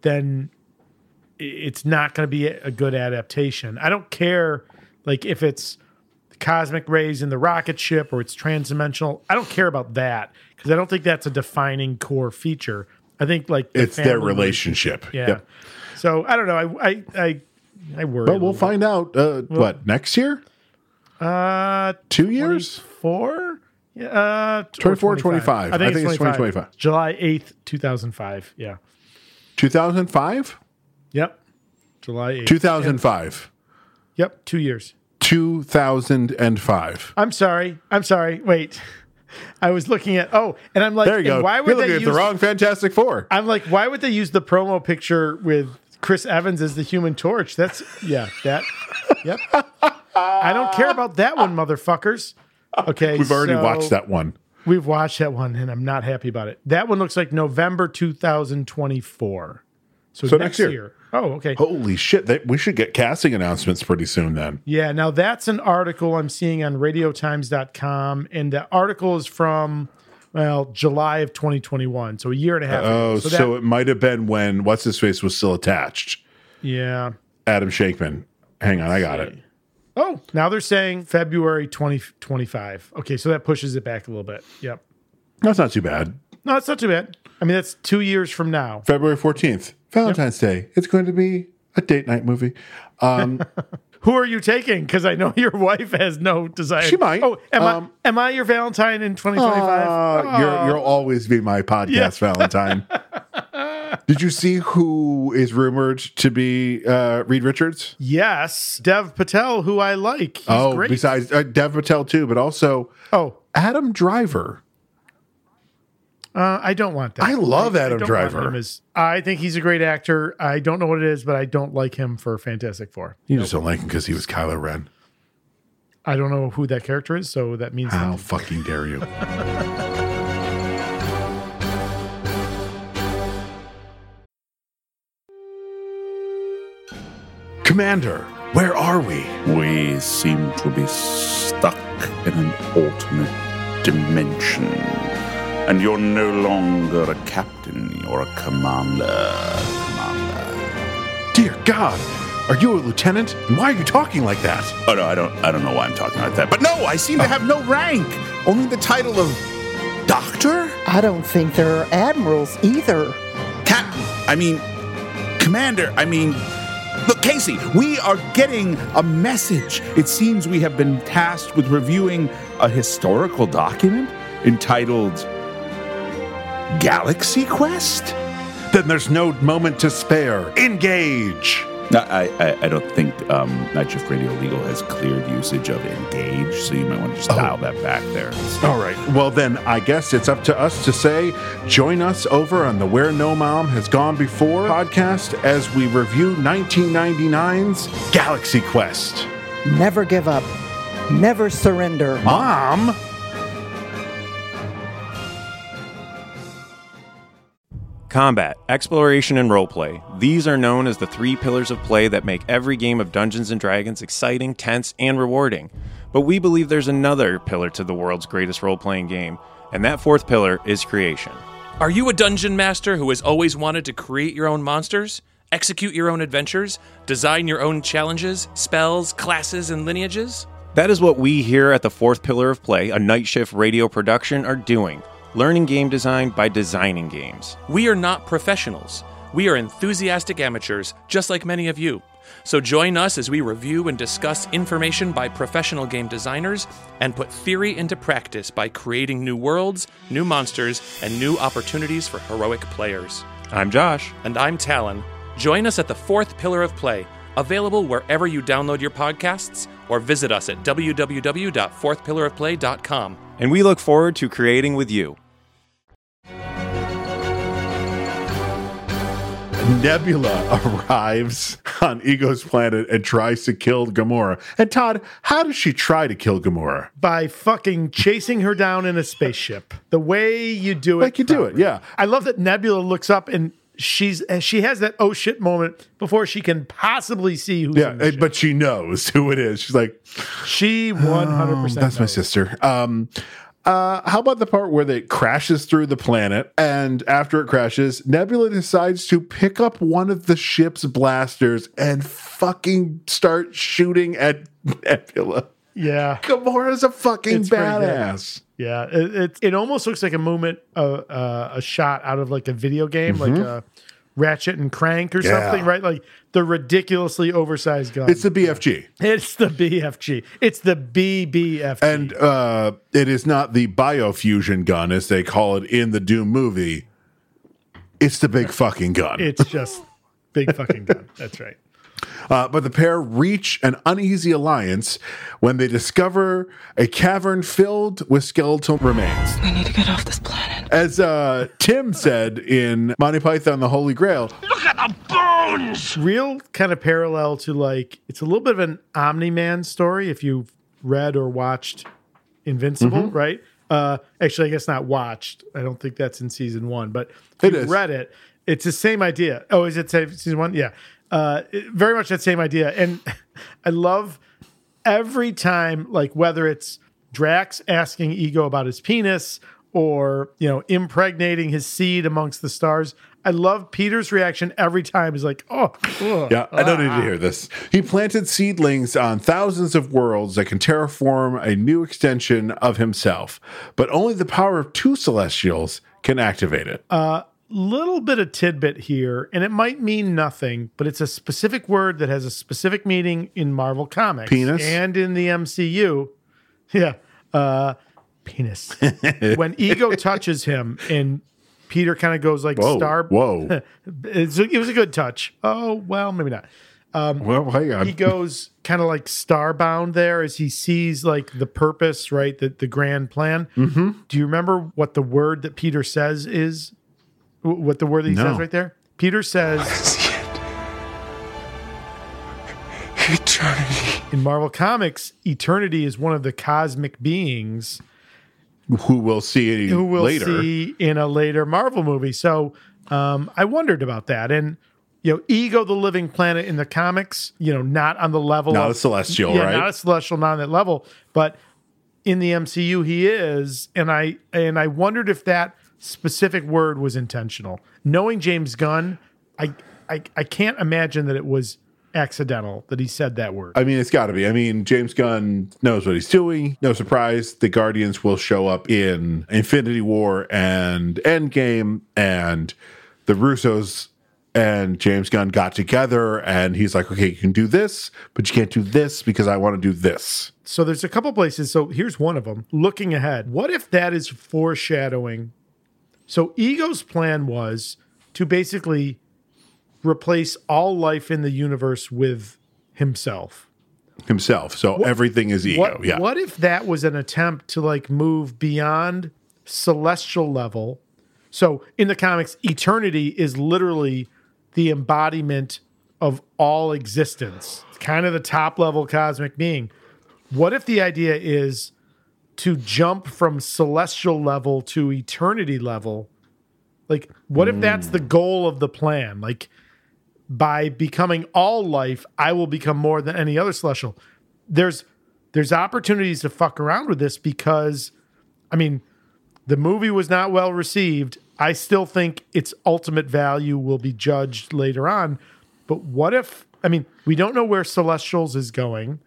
[SPEAKER 4] then i- it's not going to be a a good adaptation. I don't care, like, if it's cosmic rays in the rocket ship or it's transdimensional. I don't care about that because I don't think that's a defining core feature. I think, like, the
[SPEAKER 1] It's their
[SPEAKER 4] family-
[SPEAKER 1] relationship.
[SPEAKER 4] Yeah.
[SPEAKER 1] Yep.
[SPEAKER 4] So I don't know. I, I, I, I worry. a
[SPEAKER 1] But we'll
[SPEAKER 4] little.
[SPEAKER 1] find out. Uh, what next year?
[SPEAKER 4] Uh,
[SPEAKER 1] Two years?
[SPEAKER 4] four? Yeah, uh, t- or
[SPEAKER 1] 24, 25. I think it's 2025.
[SPEAKER 4] July 8th, 2005. Yeah.
[SPEAKER 1] Two thousand five.
[SPEAKER 4] Yep. July 8th.
[SPEAKER 1] Two thousand five.
[SPEAKER 4] Yep. Two years.
[SPEAKER 1] Two thousand and five.
[SPEAKER 4] I'm sorry. I'm sorry. Wait. I was looking at, oh, and I'm like,
[SPEAKER 1] There you
[SPEAKER 4] and
[SPEAKER 1] go.
[SPEAKER 4] why
[SPEAKER 1] You're
[SPEAKER 4] would
[SPEAKER 1] looking
[SPEAKER 4] they
[SPEAKER 1] at
[SPEAKER 4] use,
[SPEAKER 1] the wrong Fantastic Four.
[SPEAKER 4] I'm like, why would they use the promo picture with Chris Evans as the human torch? That's, yeah, that, yep. I don't care about that one, motherfuckers. Okay.
[SPEAKER 1] We've already
[SPEAKER 4] so-
[SPEAKER 1] watched that one.
[SPEAKER 4] We've watched that one, and I'm not happy about it. That one looks like November 2024. So,
[SPEAKER 1] So next
[SPEAKER 4] next
[SPEAKER 1] year.
[SPEAKER 4] year. Oh, okay.
[SPEAKER 1] Holy shit! They, we should get casting announcements pretty soon. Then
[SPEAKER 4] Yeah, now that's an article I'm seeing on radiotimes.com, and the article is from, well, July of 2021. So a year and a half. ago.
[SPEAKER 1] Oh, so,
[SPEAKER 4] that-
[SPEAKER 1] it might have been when what's his face was still attached.
[SPEAKER 4] yeah.
[SPEAKER 1] Adam Shankman. Hang on, I got it.
[SPEAKER 4] Oh, now they're saying February 2025. Okay, so that pushes it back a little bit. Yep.
[SPEAKER 1] That's not too bad.
[SPEAKER 4] No, it's not too bad. I mean, that's two years from now.
[SPEAKER 1] February fourteenth, Valentine's Day. It's going to be a date night movie. Um,
[SPEAKER 4] Who are you taking? Because I know your wife has no desire.
[SPEAKER 1] She might.
[SPEAKER 4] Oh, am
[SPEAKER 1] Um,
[SPEAKER 4] I am I your Valentine in 2025?
[SPEAKER 1] Uh, you're, you'll always be my podcast Valentine. Did you see who is rumored to be uh, Reed Richards?
[SPEAKER 4] yes, Dev Patel, who I like. He's
[SPEAKER 1] oh,
[SPEAKER 4] great.
[SPEAKER 1] besides uh, Dev Patel too, but also
[SPEAKER 4] oh,
[SPEAKER 1] Adam Driver.
[SPEAKER 4] Uh, I don't want that.
[SPEAKER 1] I love
[SPEAKER 4] I
[SPEAKER 1] Adam
[SPEAKER 4] don't want
[SPEAKER 1] Driver.
[SPEAKER 4] him as- I think he's a great actor. I don't know what it is, but I don't like him for Fantastic Four.
[SPEAKER 1] You just don't like him because he was Kylo Ren.
[SPEAKER 4] I don't know who that character is, so that means
[SPEAKER 1] How fucking dare you? Commander, where are we?
[SPEAKER 24] We seem to be stuck in an alternate dimension. And you're no longer a captain, you're a commander.
[SPEAKER 1] Dear God, are you a lieutenant? And why are you talking like that?
[SPEAKER 24] Oh no, I don't I don't know why I'm talking like that. But no, I seem to have no rank. Only the title of Doctor?
[SPEAKER 16] I don't think there are admirals either.
[SPEAKER 24] Captain, I mean Commander, I mean Look, Casey, we are getting a message. It seems we have been tasked with reviewing a historical document entitled Galaxy Quest?
[SPEAKER 1] Then there's no moment to spare. Engage!
[SPEAKER 24] No, I, I, I don't think um, Night Shift Radio Legal has cleared usage of engage, so you might want to just dial that back there.
[SPEAKER 1] All right. Well, then I guess it's up to us to say join us over on the Where No Mom Has Gone Before podcast as we review 1999's Galaxy Quest.
[SPEAKER 16] Never give up. Never surrender.
[SPEAKER 1] Mom?
[SPEAKER 25] Combat, exploration, and roleplay. These are known as the three pillars of play that make every game of Dungeons and Dragons exciting, tense, and rewarding. But we believe there's another pillar to the world's greatest role playing game, and that fourth pillar is creation.
[SPEAKER 6] Are you a dungeon master who has always wanted to create your own monsters, execute your own adventures, design your own challenges, spells, classes, and lineages?
[SPEAKER 25] That is what we here at the fourth pillar of play, a night shift radio production, are doing learning game design by designing games.
[SPEAKER 6] We are not professionals. We are enthusiastic amateurs, just like many of you. So join us as we review and discuss information by professional game designers and put theory into practice by creating new worlds, new monsters, and new opportunities for heroic players.
[SPEAKER 25] I'm Josh.
[SPEAKER 6] And I'm Talon. Join us at the fourth pillar of play, available wherever you download your podcasts or visit us at www.fourthpillarofplay.com.
[SPEAKER 25] And we look forward to creating with you.
[SPEAKER 1] Nebula arrives on Ego's planet and tries to kill Gamora. And Todd, how does she try to kill Gamora?
[SPEAKER 4] by fucking chasing her down in a spaceship. The way you do it, like you do it,
[SPEAKER 1] yeah.
[SPEAKER 4] I love that Nebula looks up and she's and she has that oh shit moment before she can possibly see who's.
[SPEAKER 1] Yeah, eh, but she knows who it is. She's like,
[SPEAKER 4] she one hundred percent.
[SPEAKER 1] That's my sister. Um, uh, how about the part where they crashes through the planet, and after it crashes, Nebula decides to pick up one of the ship's blasters and fucking start shooting at Nebula.
[SPEAKER 4] Yeah,
[SPEAKER 1] Gamora's a fucking
[SPEAKER 4] It's pretty good.
[SPEAKER 1] badass.
[SPEAKER 4] Yeah, it, it it almost looks like a movement, uh, uh, a shot out of like a video game, like
[SPEAKER 1] Mhm.
[SPEAKER 4] a Ratchet and Crank or
[SPEAKER 1] Yeah.
[SPEAKER 4] something, right? Like the ridiculously oversized gun.
[SPEAKER 1] It's the BFG.
[SPEAKER 4] It's the BFG. It's the BBFG.
[SPEAKER 1] And uh, it is not the biofusion gun, as they call it in the Doom movie. It's the big fucking gun.
[SPEAKER 4] It's just big fucking gun. That's right.
[SPEAKER 1] Uh, but the pair reach an uneasy alliance when they discover a cavern filled with skeletal remains.
[SPEAKER 24] We need to get off this planet.
[SPEAKER 1] As uh, Tim said in Monty Python the Holy Grail,
[SPEAKER 4] Look at the bones. Real kind of parallel to like it's a little bit of an Omni Man story if you've read or watched Invincible,
[SPEAKER 1] Mhm.
[SPEAKER 4] right? Uh, actually, I guess not watched. I don't think that's in season one, but if
[SPEAKER 1] It
[SPEAKER 4] you've
[SPEAKER 1] is.
[SPEAKER 4] read it, it's the same idea. Oh, is it sa- season one? Yeah, uh, it- very much that same idea. And I love every time, like whether it's Drax asking Ego about his penis or, you know, impregnating his seed amongst the stars. I love Peter's reaction every time. He's like, oh, ugh,
[SPEAKER 1] Yeah, I don't need
[SPEAKER 4] ah."
[SPEAKER 1] to hear this. He planted seedlings on thousands of worlds that can terraform a new extension of himself, but only the power of two celestials can activate it.
[SPEAKER 4] uh, little bit of tidbit here, and it might mean nothing, but it's a specific word that has a specific meaning in Marvel Comics
[SPEAKER 1] Penis?
[SPEAKER 4] and in the MCU. Yeah, uh, penis. when Ego touches him, and Peter kind of goes like
[SPEAKER 1] Whoa,
[SPEAKER 4] star.
[SPEAKER 1] whoa.
[SPEAKER 4] It's- it was a good touch. Oh well, maybe not. Um,
[SPEAKER 1] well, hang on.
[SPEAKER 4] He goes kind of like starbound there as he sees like the purpose, right? The, the grand plan.
[SPEAKER 1] Mhm.
[SPEAKER 4] Do you remember what the word that Peter says is? Wh- What the word that he
[SPEAKER 1] No.
[SPEAKER 4] says right there? Peter says.
[SPEAKER 23] Eternity.
[SPEAKER 4] In Marvel Comics, Eternity is one of the cosmic beings
[SPEAKER 1] who will see it
[SPEAKER 4] who will
[SPEAKER 1] later.
[SPEAKER 4] see in a later Marvel movie. So um, I wondered about that. And you know, Ego, the living planet in the comics, you know, not on the level
[SPEAKER 1] Not
[SPEAKER 4] of
[SPEAKER 1] a celestial,
[SPEAKER 4] yeah,
[SPEAKER 1] right?
[SPEAKER 4] Not a celestial, not on that level, but in the MCU he is. And I and I wondered if that specific word was intentional. Knowing James Gunn, I I, I can't imagine that it was accidental that he said that word.
[SPEAKER 1] I mean, it's got to be. I mean, James Gunn knows what he's doing. No surprise, the Guardians will show up in Infinity War and Endgame, and the Russos and James Gunn got together, and he's like, "Okay, you can do this, but you can't do this because I want to do this."
[SPEAKER 4] So there's a couple places. So here's one of them. Looking ahead, what if that is foreshadowing? So Ego's plan was to basically replace all life in the universe with himself.
[SPEAKER 1] himself. So everything is ego.
[SPEAKER 4] What,
[SPEAKER 1] yeah.
[SPEAKER 4] what if that was an attempt to like move beyond celestial level? So in the comics, eternity is literally the embodiment of all existence, It's kind of the top level cosmic being. What if the idea is to jump from celestial level to eternity level? Like, what if that's the
[SPEAKER 1] Hmm.
[SPEAKER 4] goal of the plan? Like, by becoming all life, I will become more than any other celestial. There's there's opportunities to fuck around with this because I mean, the movie was not well received. I still think its ultimate value will be judged later on. But what if I mean, we don't know where Celestials is going.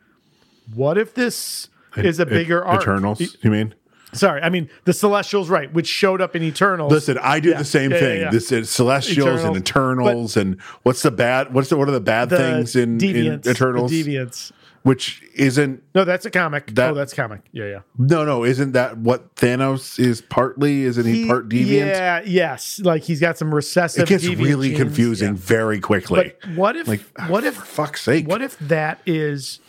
[SPEAKER 4] What if this is a
[SPEAKER 1] Et-
[SPEAKER 4] bigger
[SPEAKER 1] E-
[SPEAKER 4] arc? E-
[SPEAKER 1] Eternals, you mean?
[SPEAKER 4] Sorry, I mean the Celestials, right? Which showed up in Eternals.
[SPEAKER 1] Listen, I do
[SPEAKER 4] Yeah,
[SPEAKER 1] the same
[SPEAKER 4] yeah, yeah,
[SPEAKER 1] thing.
[SPEAKER 4] yeah.
[SPEAKER 1] This is Celestials and Eternals, and what's the bad? What's the what are the bad
[SPEAKER 4] The
[SPEAKER 1] things in, in
[SPEAKER 4] Deviants, the
[SPEAKER 1] Eternals?
[SPEAKER 4] Deviants.
[SPEAKER 1] which isn't
[SPEAKER 4] No, that's a comic.
[SPEAKER 1] That-
[SPEAKER 4] oh, that's comic. Yeah, yeah.
[SPEAKER 1] no no isn't that what Thanos is partly? Isn't he, part deviant?
[SPEAKER 4] Yeah, yes. Like he's got some recessive.
[SPEAKER 1] it gets
[SPEAKER 4] deviant
[SPEAKER 1] really
[SPEAKER 4] genes.
[SPEAKER 1] confusing very quickly.
[SPEAKER 4] But what if?
[SPEAKER 1] Like,
[SPEAKER 4] what if?
[SPEAKER 1] fuck's sake!
[SPEAKER 4] What if that is?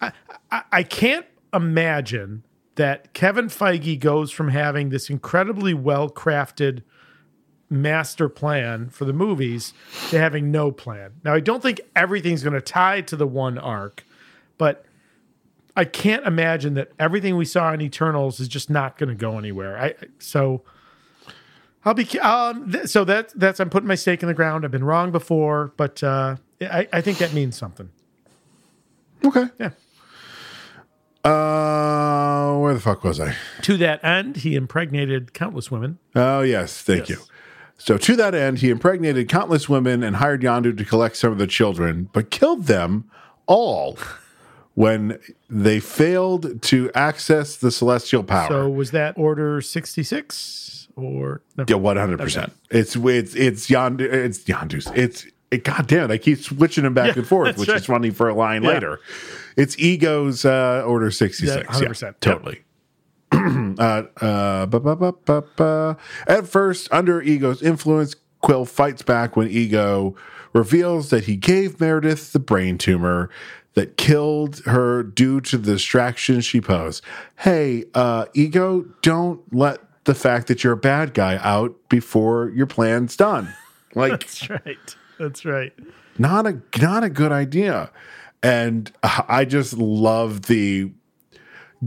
[SPEAKER 4] I, I I can't imagine that Kevin Feige goes from having this incredibly well crafted master plan for the movies to having no plan. Now, I don't think everything's going to tie to the one arc, but I can't imagine that everything we saw in Eternals is just not going to go anywhere. I so I'll be um, th- so that that's I'm putting my stake in the ground. I've been wrong before, but uh, I, I think that means something.
[SPEAKER 1] Okay.
[SPEAKER 4] Yeah.
[SPEAKER 1] Uh, where the fuck was I?
[SPEAKER 4] To that end, he impregnated countless women.
[SPEAKER 1] Oh, yes. Thank you. So, to that end, he impregnated countless women and hired Yandu to collect some of the children, but killed them all when they failed to access the celestial power.
[SPEAKER 4] So was that Order sixty six or no.
[SPEAKER 1] yeah, one hundred percent. It's it's it's Yandu. It's Yandu's. It's it. God damn it! I keep switching them back
[SPEAKER 4] Yeah,
[SPEAKER 1] and forth,
[SPEAKER 4] that's
[SPEAKER 1] which
[SPEAKER 4] right.
[SPEAKER 1] is funny for a line
[SPEAKER 4] Yeah.
[SPEAKER 1] later. It's Ego's uh, Order sixty
[SPEAKER 4] Yeah,
[SPEAKER 1] six.
[SPEAKER 4] 100%.
[SPEAKER 1] totally. uh, uh, ba, ba, ba, ba, ba. At first, under Ego's influence, Quill fights back when Ego reveals that he gave Meredith the brain tumor that killed her due to the distraction she posed. Hey, uh, Ego, don't let the fact that you're a bad guy out before your plan's done. Like,
[SPEAKER 4] That's right. That's right.
[SPEAKER 1] not a not a good idea and i just love the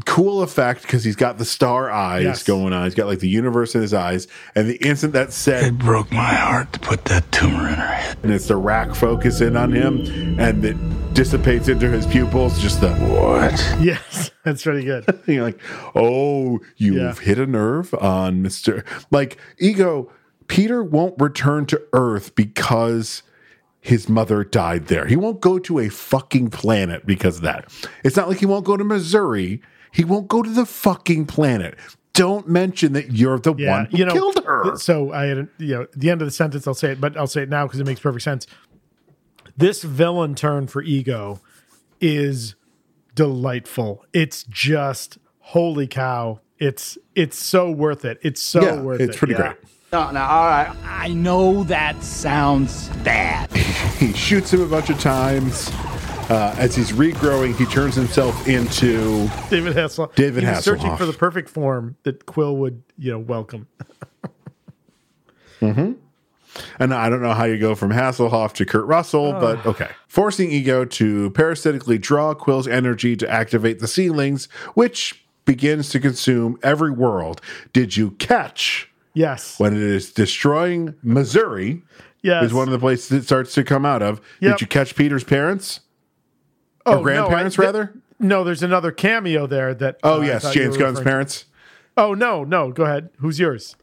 [SPEAKER 1] cool effect because he's got the star eyes
[SPEAKER 9] Yes.
[SPEAKER 1] going on he's got like the universe in his eyes and the instant that said it
[SPEAKER 9] broke my heart to put that tumor in her head
[SPEAKER 1] and it's the rack focus in on him and it dissipates into his pupils just the what
[SPEAKER 4] Yes, that's pretty good.
[SPEAKER 1] you're like oh you've
[SPEAKER 4] Yeah.
[SPEAKER 1] hit a nerve on mr like ego peter won't return to earth because his mother died there. He won't go to a fucking planet because of that. It's not like he won't go to Missouri. He won't go to the fucking planet. Don't mention that you're the one who
[SPEAKER 4] you know,
[SPEAKER 1] killed her.
[SPEAKER 4] th- So I had, you know, at the end of the sentence, I'll say it, but I'll say it now because it makes perfect sense. This villain turn for ego is delightful. It's just holy cow. It's it's so worth it. It's so worth it. Yeah.
[SPEAKER 9] No, no, all right. I know that sounds bad.
[SPEAKER 1] he shoots him a bunch of times. Uh, as he's regrowing, he turns himself into
[SPEAKER 4] David Hasselhoff.
[SPEAKER 1] David
[SPEAKER 4] he was searching
[SPEAKER 1] Hasselhoff.
[SPEAKER 4] for the perfect form that Quill would, you know, welcome.
[SPEAKER 1] hmm And I don't know how you go from Hasselhoff to Kurt Russell, but
[SPEAKER 4] Oh.
[SPEAKER 1] okay. Forcing Ego to parasitically draw Quill's energy to activate the sealings, which begins to consume every world. Did you catch
[SPEAKER 4] Yes.
[SPEAKER 1] when it is destroying Missouri?
[SPEAKER 4] Yes.
[SPEAKER 1] Is one of the places it starts to come out of.
[SPEAKER 4] Yep. Oh,
[SPEAKER 1] Did you catch Peter's parents? or grandparents,
[SPEAKER 4] no, I-
[SPEAKER 1] rather?
[SPEAKER 4] No, there's another cameo there that.
[SPEAKER 1] Oh,
[SPEAKER 4] uh, I
[SPEAKER 1] yes,
[SPEAKER 4] thought you
[SPEAKER 1] James
[SPEAKER 4] were
[SPEAKER 1] Gunn's
[SPEAKER 4] referring to.
[SPEAKER 1] parents.
[SPEAKER 4] Oh no, no. Go ahead. Who's yours?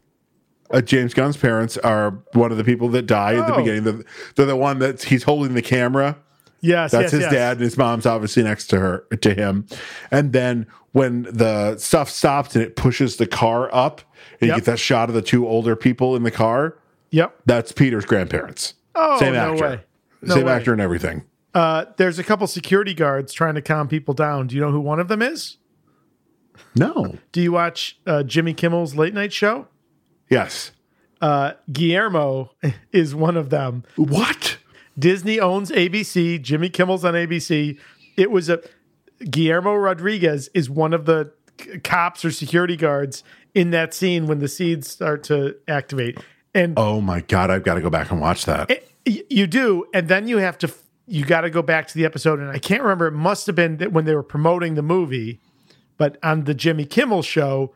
[SPEAKER 1] Uh, James Gunn's parents are one of the people that die at the
[SPEAKER 4] Oh.
[SPEAKER 1] beginning. They're, they're the one that he's holding the camera.
[SPEAKER 4] Yes,
[SPEAKER 1] that's
[SPEAKER 4] yes,
[SPEAKER 1] his
[SPEAKER 4] yes.
[SPEAKER 1] dad, and his mom's obviously next to her to him. And then when the stuff stops and it pushes the car up, and you
[SPEAKER 4] Yep.
[SPEAKER 1] get that shot of the two older people in the car.
[SPEAKER 4] Yep,
[SPEAKER 1] that's Peter's grandparents.
[SPEAKER 4] Oh,
[SPEAKER 1] same
[SPEAKER 4] no
[SPEAKER 1] actor,
[SPEAKER 4] way. No
[SPEAKER 1] same
[SPEAKER 4] way.
[SPEAKER 1] actor, and everything.
[SPEAKER 4] Uh, there's a couple security guards trying to calm people down. Do you know who one of them is?
[SPEAKER 1] No.
[SPEAKER 4] Do you watch uh, Jimmy Kimmel's late night show?
[SPEAKER 1] Yes.
[SPEAKER 4] Uh, Guillermo is one of them.
[SPEAKER 1] What?
[SPEAKER 4] Disney owns ABC. Jimmy Kimmel's on ABC. It was a Guillermo Rodriguez is one of the c- cops or security guards in that scene when the seeds start to activate. And
[SPEAKER 1] Oh my god, I've got to go back and watch that.
[SPEAKER 4] It- Eh, y- you do, and then you have to f- you got to go back to the episode, and I can't remember. It must have been that when they were promoting the movie, but on the Jimmy Kimmel show,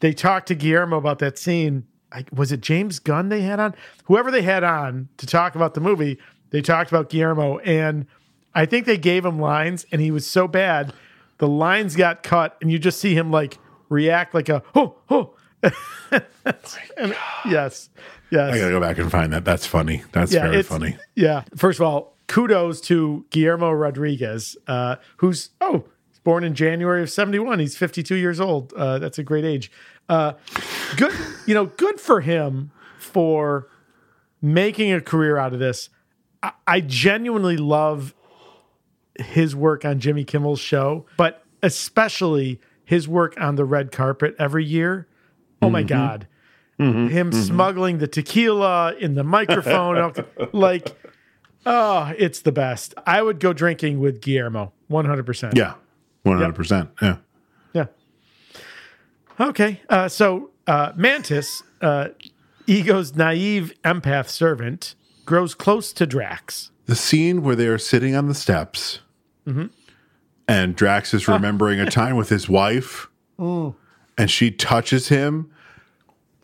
[SPEAKER 4] they talked to Guillermo about that scene. I, was it James Gunn they had on? Whoever they had on to talk about the movie, they talked about Guillermo, and I think they gave him lines, and he was so bad, the lines got cut, and you just see him like react like a oh oh. And- yes, yes
[SPEAKER 1] I got to go back and find that. That's funny. That's very
[SPEAKER 4] it's-
[SPEAKER 1] funny.
[SPEAKER 4] Yeah. First of all, kudos to Guillermo Rodriguez, uh, who's oh, he's born in January of '71. He's 52 years old. Uh, that's a great age. Uh, good, you know, good for him for making a career out of this. I, I genuinely love his work on Jimmy Kimmel's show, but especially his work on the red carpet every year. Oh my God. Him smuggling the tequila in the microphone. alco- like, oh, it's the best. I would go drinking with Guillermo 100%.
[SPEAKER 1] Yeah, one hundred percent. Yeah.
[SPEAKER 4] Yeah. Okay. Uh, so uh, Mantis, uh, Ego's naive empath servant, grows close to Drax.
[SPEAKER 1] The scene where they are sitting on the steps
[SPEAKER 4] Mhm.
[SPEAKER 1] and Drax
[SPEAKER 4] Ah.
[SPEAKER 1] is remembering a time with his wife
[SPEAKER 4] Oh.
[SPEAKER 1] and she touches him.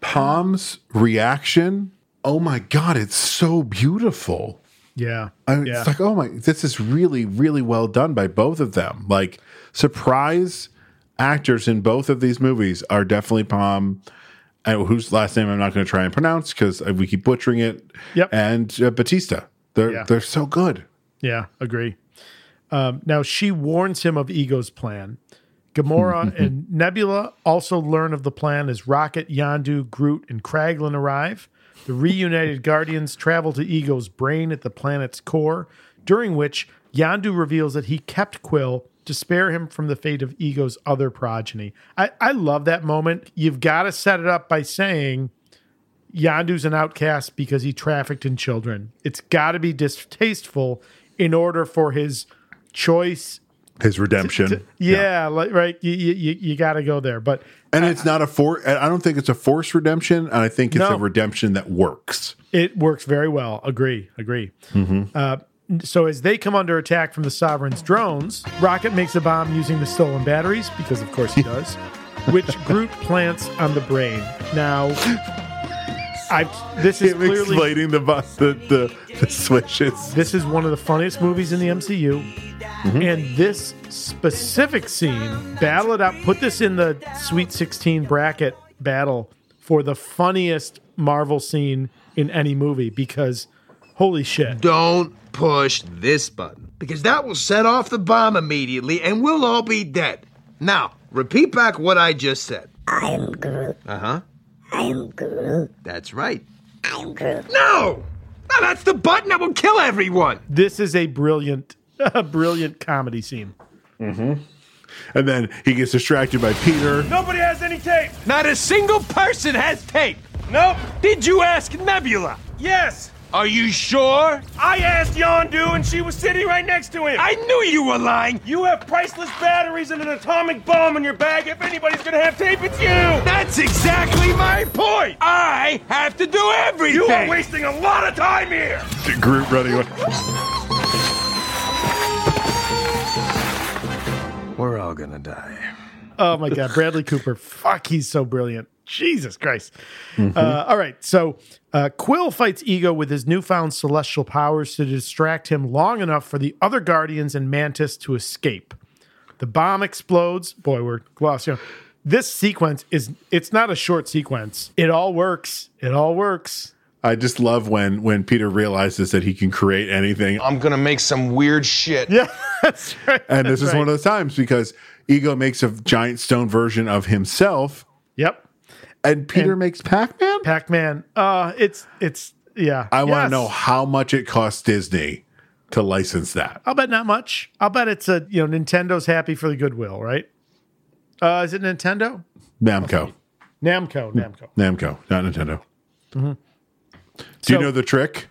[SPEAKER 1] Palm's reaction, oh my God, it's so beautiful.
[SPEAKER 4] Yeah.
[SPEAKER 1] I,
[SPEAKER 4] yeah.
[SPEAKER 1] It's like, oh my, this is really, really well done by both of them. Like, surprise actors in both of these movies are definitely Palm, and whose last name I'm not going to try and pronounce because we keep butchering it.
[SPEAKER 4] Yep.
[SPEAKER 1] And uh, Batista. They're,
[SPEAKER 4] Yeah.
[SPEAKER 1] they're so good.
[SPEAKER 4] Yeah, agree. Um, now she warns him of Ego's plan. Gamora and Nebula also learn of the plan as Rocket, Yandu, Groot, and Kraglin arrive. The reunited Guardians travel to Ego's brain at the planet's core, during which Yandu reveals that he kept Quill to spare him from the fate of Ego's other progeny. I, I love that moment. You've got to set it up by saying Yandu's an outcast because he trafficked in children. It's got to be distasteful in order for his choice.
[SPEAKER 1] His redemption.
[SPEAKER 4] Yeah, Like, right. You, you, you got to go there. But
[SPEAKER 1] and it's not a for. I don't think it's a forced redemption. And I think it's
[SPEAKER 4] No.
[SPEAKER 1] a redemption that works.
[SPEAKER 4] it works very well. Agree. Agree. Uh, so as they come under attack from the Sovereign's drones, Rocket makes a bomb using the stolen batteries, because of course he does, which Groot plants on the brain. Now, I've, this is
[SPEAKER 1] Him
[SPEAKER 4] clearly...
[SPEAKER 1] explaining the bus, the, the, the switches.
[SPEAKER 4] This is one of the funniest movies in the MCU. And this specific scene, battle it out, put this in the Sweet 16 bracket battle for the funniest Marvel scene in any movie because holy shit.
[SPEAKER 14] Don't push this button because that will set off the bomb immediately and we'll all be dead. Now, repeat back what I just said. I'm Groot. Uh huh. I'm Groot. That's right. I'm Groot. No! No, that's the button that will kill everyone!
[SPEAKER 4] This is a brilliant, a brilliant comedy scene.
[SPEAKER 1] Mm-hmm. And then he gets distracted by Peter.
[SPEAKER 17] Nobody has any tape. Not a single person has tape. Nope. Did you ask Nebula? Yes. Are you sure? I asked Yondu and she was sitting right next to him. I knew you were lying. You have priceless batteries and an atomic bomb in your bag. If anybody's gonna have tape, it's you.
[SPEAKER 14] That's exactly my point. I have to do everything.
[SPEAKER 17] You are wasting a lot of time here.
[SPEAKER 1] Groot running away.
[SPEAKER 6] We're all gonna die.
[SPEAKER 4] Oh my God, Bradley Cooper. Fuck, he's so brilliant. Jesus Christ.
[SPEAKER 1] Mm-hmm.
[SPEAKER 6] Mhm.
[SPEAKER 4] Uh, all right. So uh, Quill fights Ego with his newfound celestial powers to distract him long enough for the other Guardians and Mantis to escape. The bomb explodes. Boy, we're glossy. on- This sequence is, it's not a short sequence. It all works. It all works.
[SPEAKER 1] I just love when when Peter realizes that he can create anything.
[SPEAKER 14] I'm gonna make some weird shit.
[SPEAKER 4] Yeah, that's right.
[SPEAKER 1] And this is one of those times because Ego makes a giant stone version of himself.
[SPEAKER 4] Yep.
[SPEAKER 1] And Peter makes Pac Man?
[SPEAKER 4] Pac Man. Uh, it's, it's, yeah.
[SPEAKER 1] I want to
[SPEAKER 4] Yes.
[SPEAKER 1] know how much it costs Disney to license that.
[SPEAKER 4] I'll bet not much. I'll bet it's a you know Nintendo's happy for the goodwill, right? Uh, is it Nintendo?
[SPEAKER 1] Namco.
[SPEAKER 4] Namco, Namco.
[SPEAKER 1] Namco, not Nintendo.
[SPEAKER 4] Mhm.
[SPEAKER 1] Do you know the trick?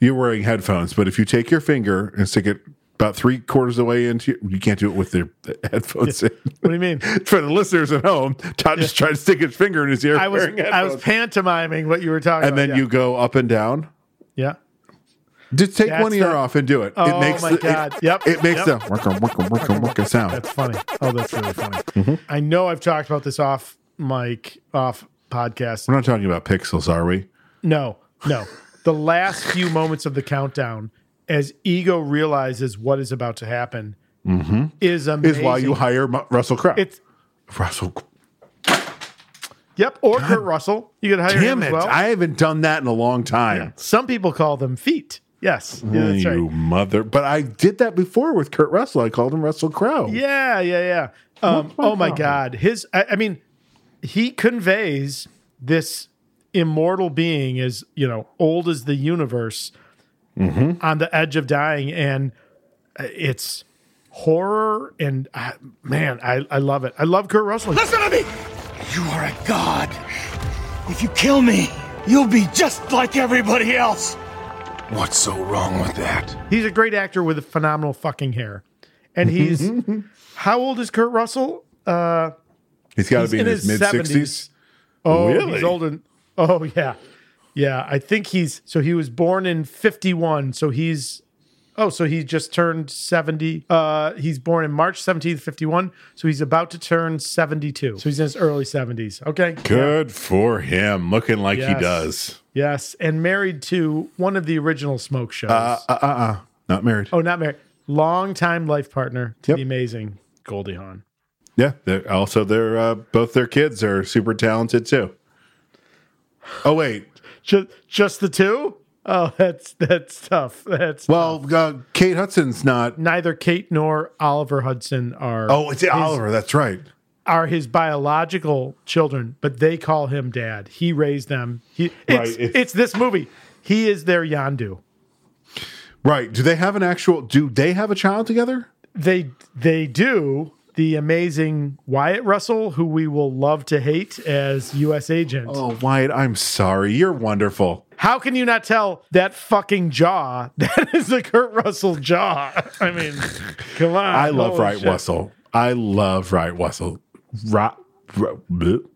[SPEAKER 1] You're wearing headphones, but if you take your finger and stick it about three quarters of the way into your, you can't do it with the the headphones in.
[SPEAKER 4] What do you mean?
[SPEAKER 1] For the listeners at home, Todd just tried to stick his finger in his ear.
[SPEAKER 4] I was
[SPEAKER 1] wearing
[SPEAKER 4] I was
[SPEAKER 1] headphones.
[SPEAKER 4] pantomiming what you were talking
[SPEAKER 1] and
[SPEAKER 4] about.
[SPEAKER 1] then you go up and down.
[SPEAKER 4] Yeah.
[SPEAKER 1] Just take
[SPEAKER 4] That's
[SPEAKER 1] one ear
[SPEAKER 4] the-
[SPEAKER 1] off and do it.
[SPEAKER 4] Oh
[SPEAKER 1] it makes
[SPEAKER 4] my
[SPEAKER 1] the-
[SPEAKER 4] God.
[SPEAKER 1] It,
[SPEAKER 4] Yep.
[SPEAKER 1] It makes
[SPEAKER 4] Yep.
[SPEAKER 1] the wicka, wicka, wicka, wicka sound.
[SPEAKER 4] That's funny. Oh, that's really funny.
[SPEAKER 1] Mm-hmm.
[SPEAKER 4] I know I've talked about this off mic, off podcast.
[SPEAKER 1] We're not talking about pixels, are we?
[SPEAKER 4] No, no. The last few moments of the countdown, as Ego realizes what is about to happen,
[SPEAKER 1] Mm-hmm.
[SPEAKER 4] is amazing.
[SPEAKER 1] Is why you hire Mu- Russell Crowe.
[SPEAKER 4] It's
[SPEAKER 1] Russell.
[SPEAKER 4] yep, or Kurt Russell. You could hire
[SPEAKER 1] Damn
[SPEAKER 4] him as
[SPEAKER 1] it!
[SPEAKER 4] well.
[SPEAKER 1] I haven't done that in a long time.
[SPEAKER 4] Some people call them feet. Yes, yeah, that's right.
[SPEAKER 1] You mother! But I did that before with Kurt Russell. I called him Russell Crowe.
[SPEAKER 4] Yeah, yeah, yeah. Um, oh my God, his. I, I mean, he conveys this immortal being as you know old as the universe on the edge of dying, and uh, it's horror. And uh, man, I I love it. I love Kurt Russell.
[SPEAKER 17] Listen to me! You are a god. If you kill me, you'll be just like everybody else.
[SPEAKER 23] What's so wrong with that?
[SPEAKER 4] He's a great actor with a phenomenal fucking hair, and he's how old is Kurt Russell? Uh,
[SPEAKER 1] He's got to
[SPEAKER 4] He's
[SPEAKER 1] be in,
[SPEAKER 4] in
[SPEAKER 1] his mid
[SPEAKER 4] his
[SPEAKER 1] sixties.
[SPEAKER 4] Oh,
[SPEAKER 1] Really?
[SPEAKER 4] he's older. Oh, yeah. Yeah, I think he's so he was born in 51, so he's Oh, so he just turned 70. Uh he's born in March 17th, 51, so he's about to turn 72. So he's in his early 70s. Okay.
[SPEAKER 1] Good for him. Looking like
[SPEAKER 4] Yes.
[SPEAKER 1] he does.
[SPEAKER 4] Yes, and married to one of the original smoke shows.
[SPEAKER 1] Uh, uh, uh, uh, not married.
[SPEAKER 4] oh, not married. Long time life partner to the amazing Goldie Hawn.
[SPEAKER 1] Yeah. They're, also, they're uh, both their kids are super talented too. Oh wait.
[SPEAKER 4] Just just the two? Oh, that's that's tough. That's
[SPEAKER 1] Well, uh, Kate Hudson's not.
[SPEAKER 4] neither Kate nor Oliver Hudson are.
[SPEAKER 1] Oh, it's
[SPEAKER 4] his-
[SPEAKER 1] Oliver. That's right.
[SPEAKER 4] Are his biological children, but they call him dad. He raised them. He,
[SPEAKER 1] Right,
[SPEAKER 4] it's,
[SPEAKER 1] it's-
[SPEAKER 4] it's this movie. He is their Yandu.
[SPEAKER 1] Right. Do they have an actual? Do they have a child together?
[SPEAKER 4] They they do the amazing Wyatt Russell, who we will love to hate as U.S. agent.
[SPEAKER 1] Oh, Wyatt, I'm sorry. You're wonderful.
[SPEAKER 4] How can you not tell that fucking jaw? That is the Kurt Russell jaw. I mean, come on.
[SPEAKER 1] I love
[SPEAKER 4] holy
[SPEAKER 1] Right
[SPEAKER 4] shit.
[SPEAKER 1] Russell. I love Right Russell. Right. Moving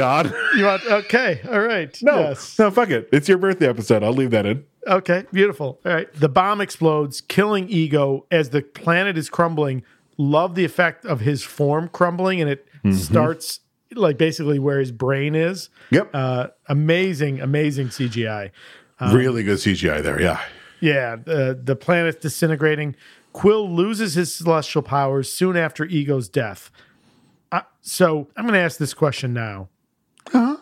[SPEAKER 1] on.
[SPEAKER 4] You want? Okay. All right.
[SPEAKER 1] No, no, fuck it. It's your birthday episode. I'll leave that in.
[SPEAKER 4] Okay, beautiful. All right. The bomb explodes, killing Ego as the planet is crumbling. Love the effect of his form crumbling, and it
[SPEAKER 1] Mhm.
[SPEAKER 4] starts like basically where his brain is.
[SPEAKER 1] Yep.
[SPEAKER 4] Uh, amazing, amazing CGI. Um,
[SPEAKER 1] really good CGI there. Yeah.
[SPEAKER 4] Yeah. The the planet's disintegrating. Quill loses his celestial powers soon after Ego's death. Uh, so I'm going to ask this question now.
[SPEAKER 1] Huh?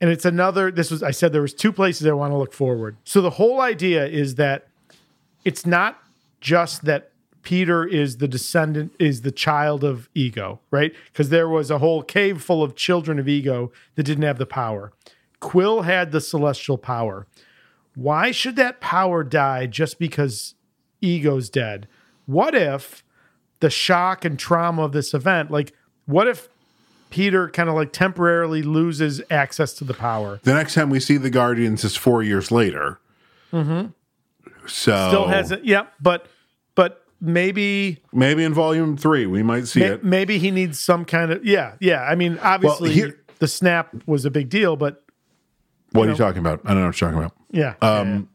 [SPEAKER 4] and it's another this was i said there was two places i want to look forward so the whole idea is that it's not just that peter is the descendant is the child of ego right because there was a whole cave full of children of ego that didn't have the power quill had the celestial power why should that power die just because ego's dead what if the shock and trauma of this event like what if Peter kind of like temporarily loses access to the power.
[SPEAKER 1] The next time we see the Guardians is four years later.
[SPEAKER 4] Mm-hmm.
[SPEAKER 1] So
[SPEAKER 4] Still hasn't. Yep, but but maybe
[SPEAKER 1] maybe in volume three we might see
[SPEAKER 4] ma-
[SPEAKER 1] it.
[SPEAKER 4] maybe he needs some kind of yeah yeah. I mean, obviously
[SPEAKER 1] here-
[SPEAKER 4] the snap was a big deal, but
[SPEAKER 1] What
[SPEAKER 4] you
[SPEAKER 1] are you talking about? I don't know what you're talking about.
[SPEAKER 4] yeah,
[SPEAKER 1] Um,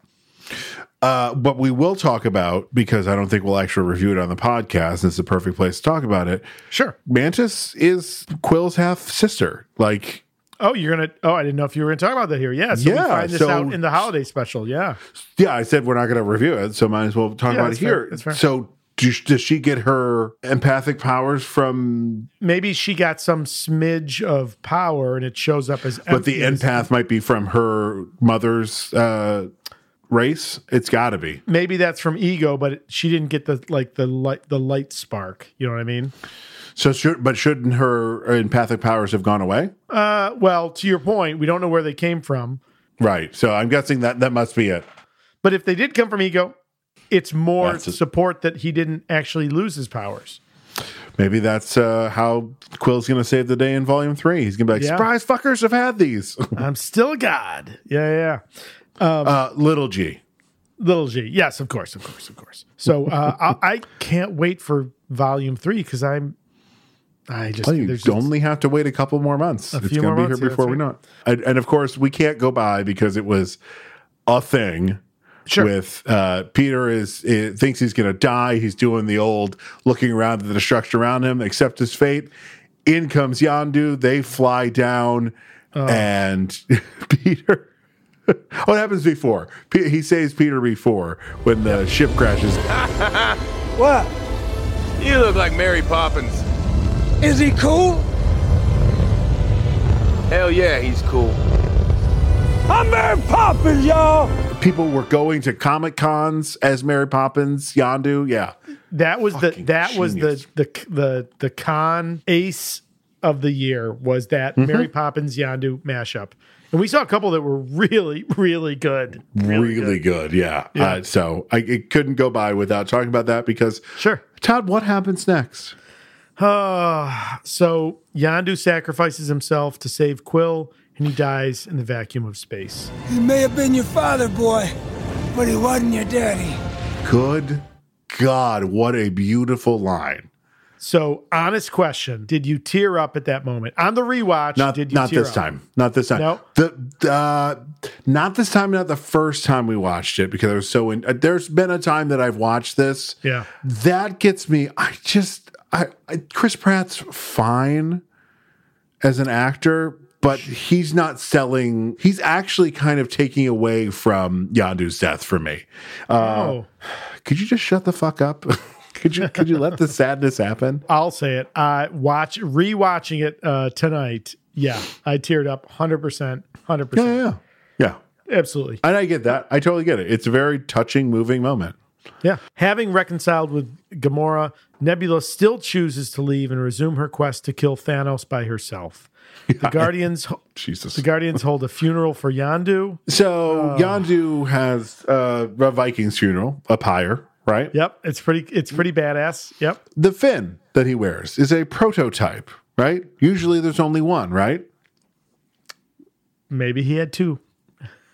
[SPEAKER 1] uh, but we will talk about because I don't think we'll actually review it on the podcast. It's the perfect place to talk about it.
[SPEAKER 4] Sure.
[SPEAKER 1] Mantis is Quill's half sister. Like,
[SPEAKER 4] Oh, you're gonna. Oh, I didn't know if you were gonna talk about that here. Yeah, so we
[SPEAKER 1] Yeah,
[SPEAKER 4] find this
[SPEAKER 1] so-
[SPEAKER 4] out in the holiday special. Yeah,
[SPEAKER 1] yeah, I said we're not going to review it, so might as well talk
[SPEAKER 4] Yeah,
[SPEAKER 1] about it
[SPEAKER 4] that's fair,
[SPEAKER 1] here.
[SPEAKER 4] that's fair.
[SPEAKER 1] So, do, does she get her empathic powers from?
[SPEAKER 4] maybe she got some smidge of power, and it shows up as.
[SPEAKER 1] But the empath might be from her mother's uh, race. It's got to be.
[SPEAKER 4] Maybe that's from ego, but she didn't get the like the light the light spark. You know what I mean?
[SPEAKER 1] So, should but shouldn't her empathic powers have gone away?
[SPEAKER 4] Uh, well, to your point, we don't know where they came from,
[SPEAKER 1] Right. So, I'm guessing that that must be it.
[SPEAKER 4] but if they did come from ego, it's more
[SPEAKER 1] That's a-
[SPEAKER 4] support that he didn't actually lose his powers.
[SPEAKER 1] Maybe that's uh, how Quill's going to save the day in Volume Three. He's going to be like,
[SPEAKER 4] Yeah.
[SPEAKER 1] "Surprise, fuckers! I've had these."
[SPEAKER 4] I'm still a god. Yeah, yeah. yeah. Um,
[SPEAKER 1] uh, little G.
[SPEAKER 4] Little G. Yes, of course, of course, of course. So uh, I, I can't wait for volume three because I'm. I just
[SPEAKER 1] Well, you
[SPEAKER 4] there's just-
[SPEAKER 1] only have to wait a couple more months.
[SPEAKER 4] A
[SPEAKER 1] it's
[SPEAKER 4] few
[SPEAKER 1] gonna
[SPEAKER 4] more
[SPEAKER 1] be
[SPEAKER 4] months, yeah,
[SPEAKER 1] here before
[SPEAKER 4] that's
[SPEAKER 1] we
[SPEAKER 4] right.
[SPEAKER 1] know it. And, and of course, we can't go by because it was a thing. With uh, Peter is it, thinks he's going to die. He's doing the old looking around at the destruction around him, accept his fate. In comes Yandu. They fly down,
[SPEAKER 4] Oh.
[SPEAKER 1] and Peter. oh, it happens before. Pe- he saves Peter before when the ship crashes.
[SPEAKER 17] what? You look like Mary Poppins. Is he cool? Hell yeah, he's cool. I'm Mary Poppins, y'all!
[SPEAKER 1] People were going to comic cons as Mary Poppins, Yandu. Yeah.
[SPEAKER 4] that was the that was the the the the con ace of the year was that
[SPEAKER 1] Mhm.
[SPEAKER 4] Mary Poppins Yandu mashup, and we saw a couple that were really really good.
[SPEAKER 1] really, good. Yeah. Uh, so I it couldn't go by without talking about that because
[SPEAKER 4] sure,
[SPEAKER 1] Todd, what happens next?
[SPEAKER 4] Ah, so Yandu sacrifices himself to save Quill, and he dies in the vacuum of space.
[SPEAKER 22] He may have been your father, boy, but he wasn't your daddy.
[SPEAKER 1] Good God, what a beautiful line.
[SPEAKER 4] So, honest question: Did you tear up at that moment on the rewatch?
[SPEAKER 1] Not
[SPEAKER 4] did you
[SPEAKER 1] not
[SPEAKER 4] tear
[SPEAKER 1] this
[SPEAKER 4] up?
[SPEAKER 1] time. Not this time.
[SPEAKER 4] No?
[SPEAKER 1] The uh, not this time. Not the first time we watched it because I was so in. uh, there's been a time that I've watched this.
[SPEAKER 4] Yeah.
[SPEAKER 1] That gets me. I just I, I Chris Pratt's fine as an actor. But he's not selling. He's actually kind of taking away from Yandu's death for me. Uh,
[SPEAKER 4] Oh.
[SPEAKER 1] could you just shut the fuck up? could you could you let the sadness happen?
[SPEAKER 4] I'll say it. I watch rewatching it uh, tonight. Yeah, I teared up, hundred percent, hundred percent.
[SPEAKER 1] Yeah, Yeah.
[SPEAKER 4] absolutely.
[SPEAKER 1] And I get that. I totally get it. It's a very touching, moving moment.
[SPEAKER 4] Yeah. Having reconciled with Gamora, Nebula still chooses to leave and resume her quest to kill Thanos by herself. The Guardians
[SPEAKER 1] Jesus.
[SPEAKER 4] The Guardians hold a funeral for Yandu.
[SPEAKER 1] So Yandu has uh, a Viking's funeral up higher, right?
[SPEAKER 4] Yep. It's pretty it's pretty badass. Yep.
[SPEAKER 1] The fin that he wears is a prototype, right? Usually there's only one, right?
[SPEAKER 4] Maybe he had two.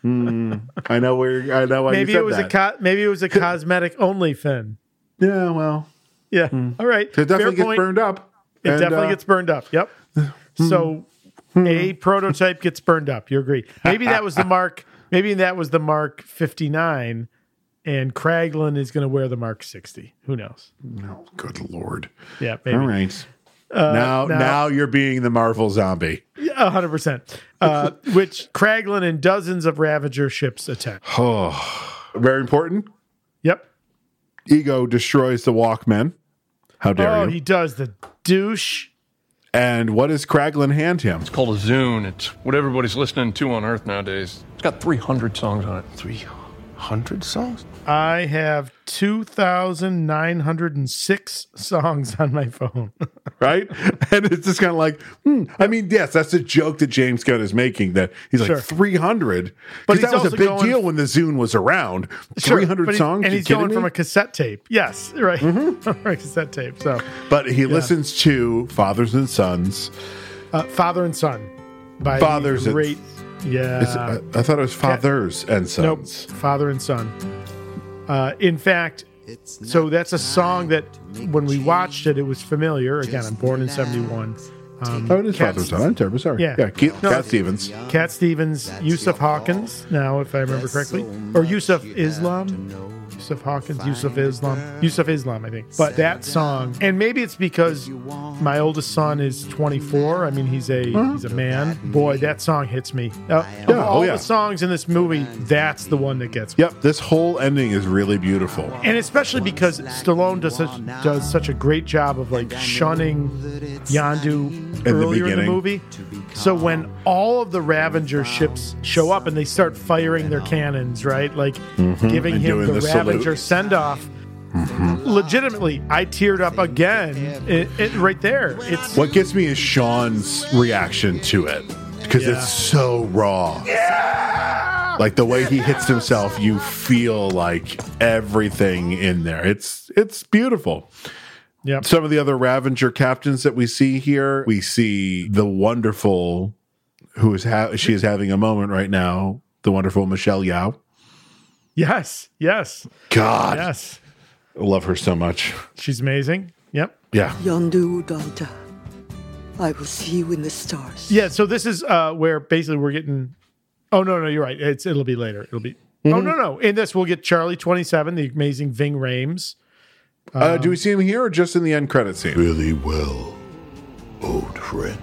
[SPEAKER 1] Hmm. I know where I know why
[SPEAKER 4] maybe
[SPEAKER 1] Oh, you said
[SPEAKER 4] it was
[SPEAKER 1] that.
[SPEAKER 4] a co- maybe it was a cosmetic only fin.
[SPEAKER 1] yeah, well,
[SPEAKER 4] Yeah. All right.
[SPEAKER 1] Mm. it definitely gets burned up.
[SPEAKER 4] It
[SPEAKER 1] And,
[SPEAKER 4] definitely
[SPEAKER 1] uh,
[SPEAKER 4] gets burned up. Yep. So a prototype gets burned up. You agree? Maybe that was the mark. Maybe that was the mark fifty nine, and Kraglin is going to wear the mark sixty. Who knows?
[SPEAKER 1] No. Good lord.
[SPEAKER 4] Yeah. Maybe.
[SPEAKER 1] All right.
[SPEAKER 4] Uh,
[SPEAKER 1] now,
[SPEAKER 4] now-
[SPEAKER 1] now you're being the Marvel zombie.
[SPEAKER 4] Yeah, hundred percent. Uh, Which Kraglin and dozens of Ravager ships attack.
[SPEAKER 1] Oh, very important.
[SPEAKER 4] Yep.
[SPEAKER 1] Ego destroys the Walkman. How dare
[SPEAKER 4] oh,
[SPEAKER 1] you?
[SPEAKER 4] he does the douche.
[SPEAKER 1] and what does Kraglin hand him?
[SPEAKER 20] It's called a Zune. It's what everybody's listening to on Earth nowadays. It's got 300 songs on it. 300 songs?
[SPEAKER 4] I have two thousand nine hundred and six songs on my phone.
[SPEAKER 1] right? And it's just kind of like, hmm. I mean, yes, that's a joke that James Gunn is making that he's like
[SPEAKER 4] Sure.
[SPEAKER 1] 300.
[SPEAKER 4] But
[SPEAKER 1] But
[SPEAKER 4] he's
[SPEAKER 1] that was
[SPEAKER 4] also
[SPEAKER 1] a big
[SPEAKER 4] going-
[SPEAKER 1] deal when the Zune was around.
[SPEAKER 4] Sure,
[SPEAKER 1] 300
[SPEAKER 4] but he-
[SPEAKER 1] songs?
[SPEAKER 4] and
[SPEAKER 1] You
[SPEAKER 4] he's going
[SPEAKER 1] kidding
[SPEAKER 4] from
[SPEAKER 1] me? Mm-hmm.
[SPEAKER 4] a cassette tape. Yes, right, from a cassette tape. So
[SPEAKER 1] But he listens to Fathers and Sons,
[SPEAKER 4] Uh, Father and Son. By the
[SPEAKER 1] Fathers and-
[SPEAKER 4] great. yeah.
[SPEAKER 1] It's- uh, I, I thought it was fathers and sons.
[SPEAKER 4] Uh, Nope. Father and son. Uh, in fact, so that's a song that when we watched it, it was familiar. Again, I'm born in '71. Um,
[SPEAKER 1] Oh, it is
[SPEAKER 4] Cat-
[SPEAKER 1] fathers and sons. I'm terribly sorry.
[SPEAKER 4] Yeah.
[SPEAKER 1] yeah Keith,
[SPEAKER 4] No,
[SPEAKER 1] Cat Stevens.
[SPEAKER 4] Cat Stevens, Yusuf Hawkins. Now, if I remember correctly, or Yusuf Islam, Yusuf Hawkins, Yusuf Islam, Yusuf Islam, I think. But that song, and maybe it's because my oldest son is 24. I mean, he's a he's a man. Boy, that song hits me. Uh, of
[SPEAKER 1] oh
[SPEAKER 4] all
[SPEAKER 1] yeah.
[SPEAKER 4] the songs in this movie, that's the one that gets me.
[SPEAKER 1] Yep, this whole ending is really beautiful.
[SPEAKER 4] and especially because Stallone does such, does such a great job of like shunning Yandu
[SPEAKER 1] the
[SPEAKER 4] earlier in the
[SPEAKER 1] beginning.
[SPEAKER 4] movie. So when all of the Ravager ships show up and they start firing their cannons, right? Like
[SPEAKER 1] Mhm,
[SPEAKER 4] giving
[SPEAKER 1] and
[SPEAKER 4] him
[SPEAKER 1] doing
[SPEAKER 4] the,
[SPEAKER 1] the salute. Mm-hmm.
[SPEAKER 4] Ravager send off. Legitimately, I teared up again it, it, right there. It's
[SPEAKER 1] What gets me is Sean's reaction to it because
[SPEAKER 4] Yeah.
[SPEAKER 1] it's so raw. Like the way he hits himself, you feel like everything in there. It's it's beautiful.
[SPEAKER 4] Yep.
[SPEAKER 1] Some of the other Ravenger captains that we see here, we see the wonderful who is ha- she is having a moment right now, the wonderful Michelle Yao.
[SPEAKER 4] yes, yes,
[SPEAKER 1] God.
[SPEAKER 4] yes.
[SPEAKER 1] I love her so much.
[SPEAKER 4] She's amazing. Yep.
[SPEAKER 1] Yeah.
[SPEAKER 11] Yondu Udanta. I will see you in the stars.
[SPEAKER 4] Yeah, so this is uh, where basically we're getting. Oh no, no, you're right. It's it'll be later. It'll be. Oh
[SPEAKER 1] Mhm.
[SPEAKER 4] no, no. In this, we'll get Charlie twenty seven, the amazing Ving Rames.
[SPEAKER 1] Uh,
[SPEAKER 4] Um,
[SPEAKER 1] do we see him here or just in the end credit scene?
[SPEAKER 19] Really well, old friend.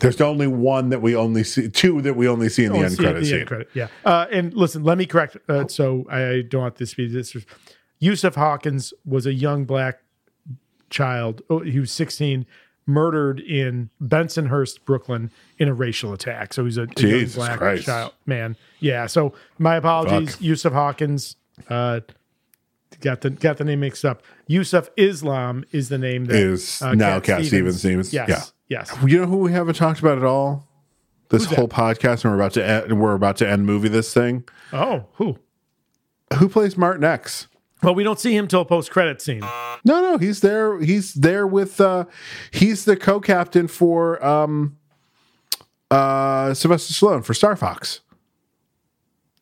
[SPEAKER 1] There's only one that we only see, two that we only see in the
[SPEAKER 4] Only
[SPEAKER 1] end
[SPEAKER 4] Oh, see it at
[SPEAKER 1] credit scene.
[SPEAKER 4] credit, Yeah. Uh, and listen, let me correct. Uh, so I don't want this to be this. Yusuf Hawkins was a young black child. Oh, he was sixteen, murdered in Bensonhurst, Brooklyn, in a racial attack. So he's a, a young
[SPEAKER 1] Jesus
[SPEAKER 4] black
[SPEAKER 1] Christ.
[SPEAKER 4] child man. Yeah. So my apologies,
[SPEAKER 1] Fuck.
[SPEAKER 4] Yusuf Hawkins. Uh, got the got the name mixed up. Yusuf Islam is the name that uh,
[SPEAKER 1] Is now Cat Stevens' name is-
[SPEAKER 4] Yes.
[SPEAKER 1] yeah.
[SPEAKER 4] Yes.
[SPEAKER 1] You know who we haven't talked about at all? This whole podcast, and we're about to end, we're about to end movie this thing.
[SPEAKER 4] Oh, who?
[SPEAKER 1] Who plays Martin X?
[SPEAKER 4] Well, we don't see him till post credit scene.
[SPEAKER 1] No, no, he's there. He's there with. uh He's the co-captain for um uh Sylvester Stallone for Star Fox.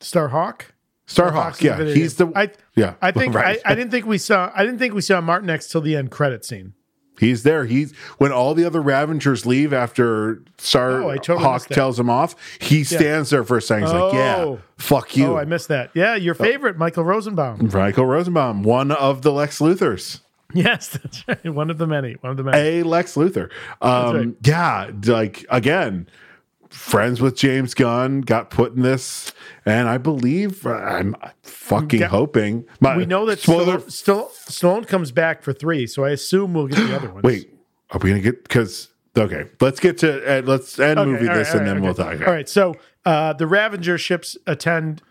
[SPEAKER 4] Starhawk.
[SPEAKER 1] Starhawk,
[SPEAKER 4] is a
[SPEAKER 1] yeah,
[SPEAKER 4] video
[SPEAKER 1] he's
[SPEAKER 4] game.
[SPEAKER 1] the yeah.
[SPEAKER 4] I think
[SPEAKER 1] right.
[SPEAKER 4] I, I didn't think we saw I didn't think we saw Martin X till the end credit scene.
[SPEAKER 1] He's there. He's when all the other Ravengers leave after Star
[SPEAKER 4] Oh, I totally
[SPEAKER 1] Hawk
[SPEAKER 4] missed that.
[SPEAKER 1] tells him off. He
[SPEAKER 4] Yeah.
[SPEAKER 1] stands there for a second. He's like, "Yeah,
[SPEAKER 4] Oh.
[SPEAKER 1] fuck you." Oh.
[SPEAKER 4] Oh, I missed that. Yeah, your favorite, Michael Rosenbaum.
[SPEAKER 1] Michael Rosenbaum, one of the Lex Luthers,
[SPEAKER 4] Yes, that's right. One of the many. One of the many.
[SPEAKER 1] a Lex Luthor. Um,
[SPEAKER 4] right.
[SPEAKER 1] Yeah, like again, friends with James Gunn got put in this, and I believe I'm fucking
[SPEAKER 4] Yeah.
[SPEAKER 1] hoping. My,
[SPEAKER 4] we know that
[SPEAKER 1] uh, spoiler.
[SPEAKER 4] Stallone, Stallone, Stallone comes back for three, so I assume we'll get the other one.
[SPEAKER 1] Wait, are we gonna get because? Okay, let's get to uh, let's end
[SPEAKER 4] Okay,
[SPEAKER 1] movie
[SPEAKER 4] all right,
[SPEAKER 1] this,
[SPEAKER 4] all
[SPEAKER 1] and
[SPEAKER 4] right,
[SPEAKER 1] then
[SPEAKER 4] okay.
[SPEAKER 1] we'll talk.
[SPEAKER 4] All right, so uh, the Ravager ships attend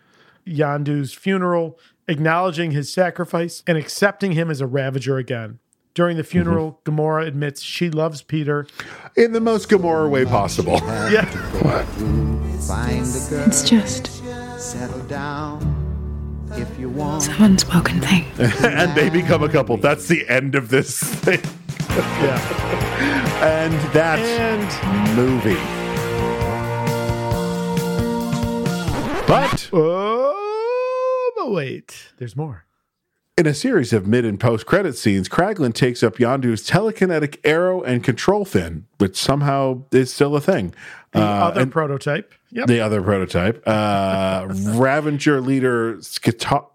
[SPEAKER 4] Yandu's funeral, acknowledging his sacrifice and accepting him as a Ravager again. During the funeral,
[SPEAKER 1] Mm-hmm.
[SPEAKER 4] Gamora admits she loves Peter.
[SPEAKER 1] in the most Gamora way possible.
[SPEAKER 4] Yeah.
[SPEAKER 12] Find the girl.
[SPEAKER 11] It's just-
[SPEAKER 12] settle down if you want.
[SPEAKER 11] unspoken thing.
[SPEAKER 1] and they become a couple. That's the end of this thing. yeah. And that's movie. But
[SPEAKER 4] Oh, but wait, there's more.
[SPEAKER 1] in a series of mid and post credit scenes, Kraglin takes up Yondu's telekinetic arrow and control fin, which somehow is still a thing.
[SPEAKER 4] The
[SPEAKER 1] Uh,
[SPEAKER 4] other
[SPEAKER 1] and-
[SPEAKER 4] prototype. Yep.
[SPEAKER 1] the other prototype. Uh, Ravenger leader Skitar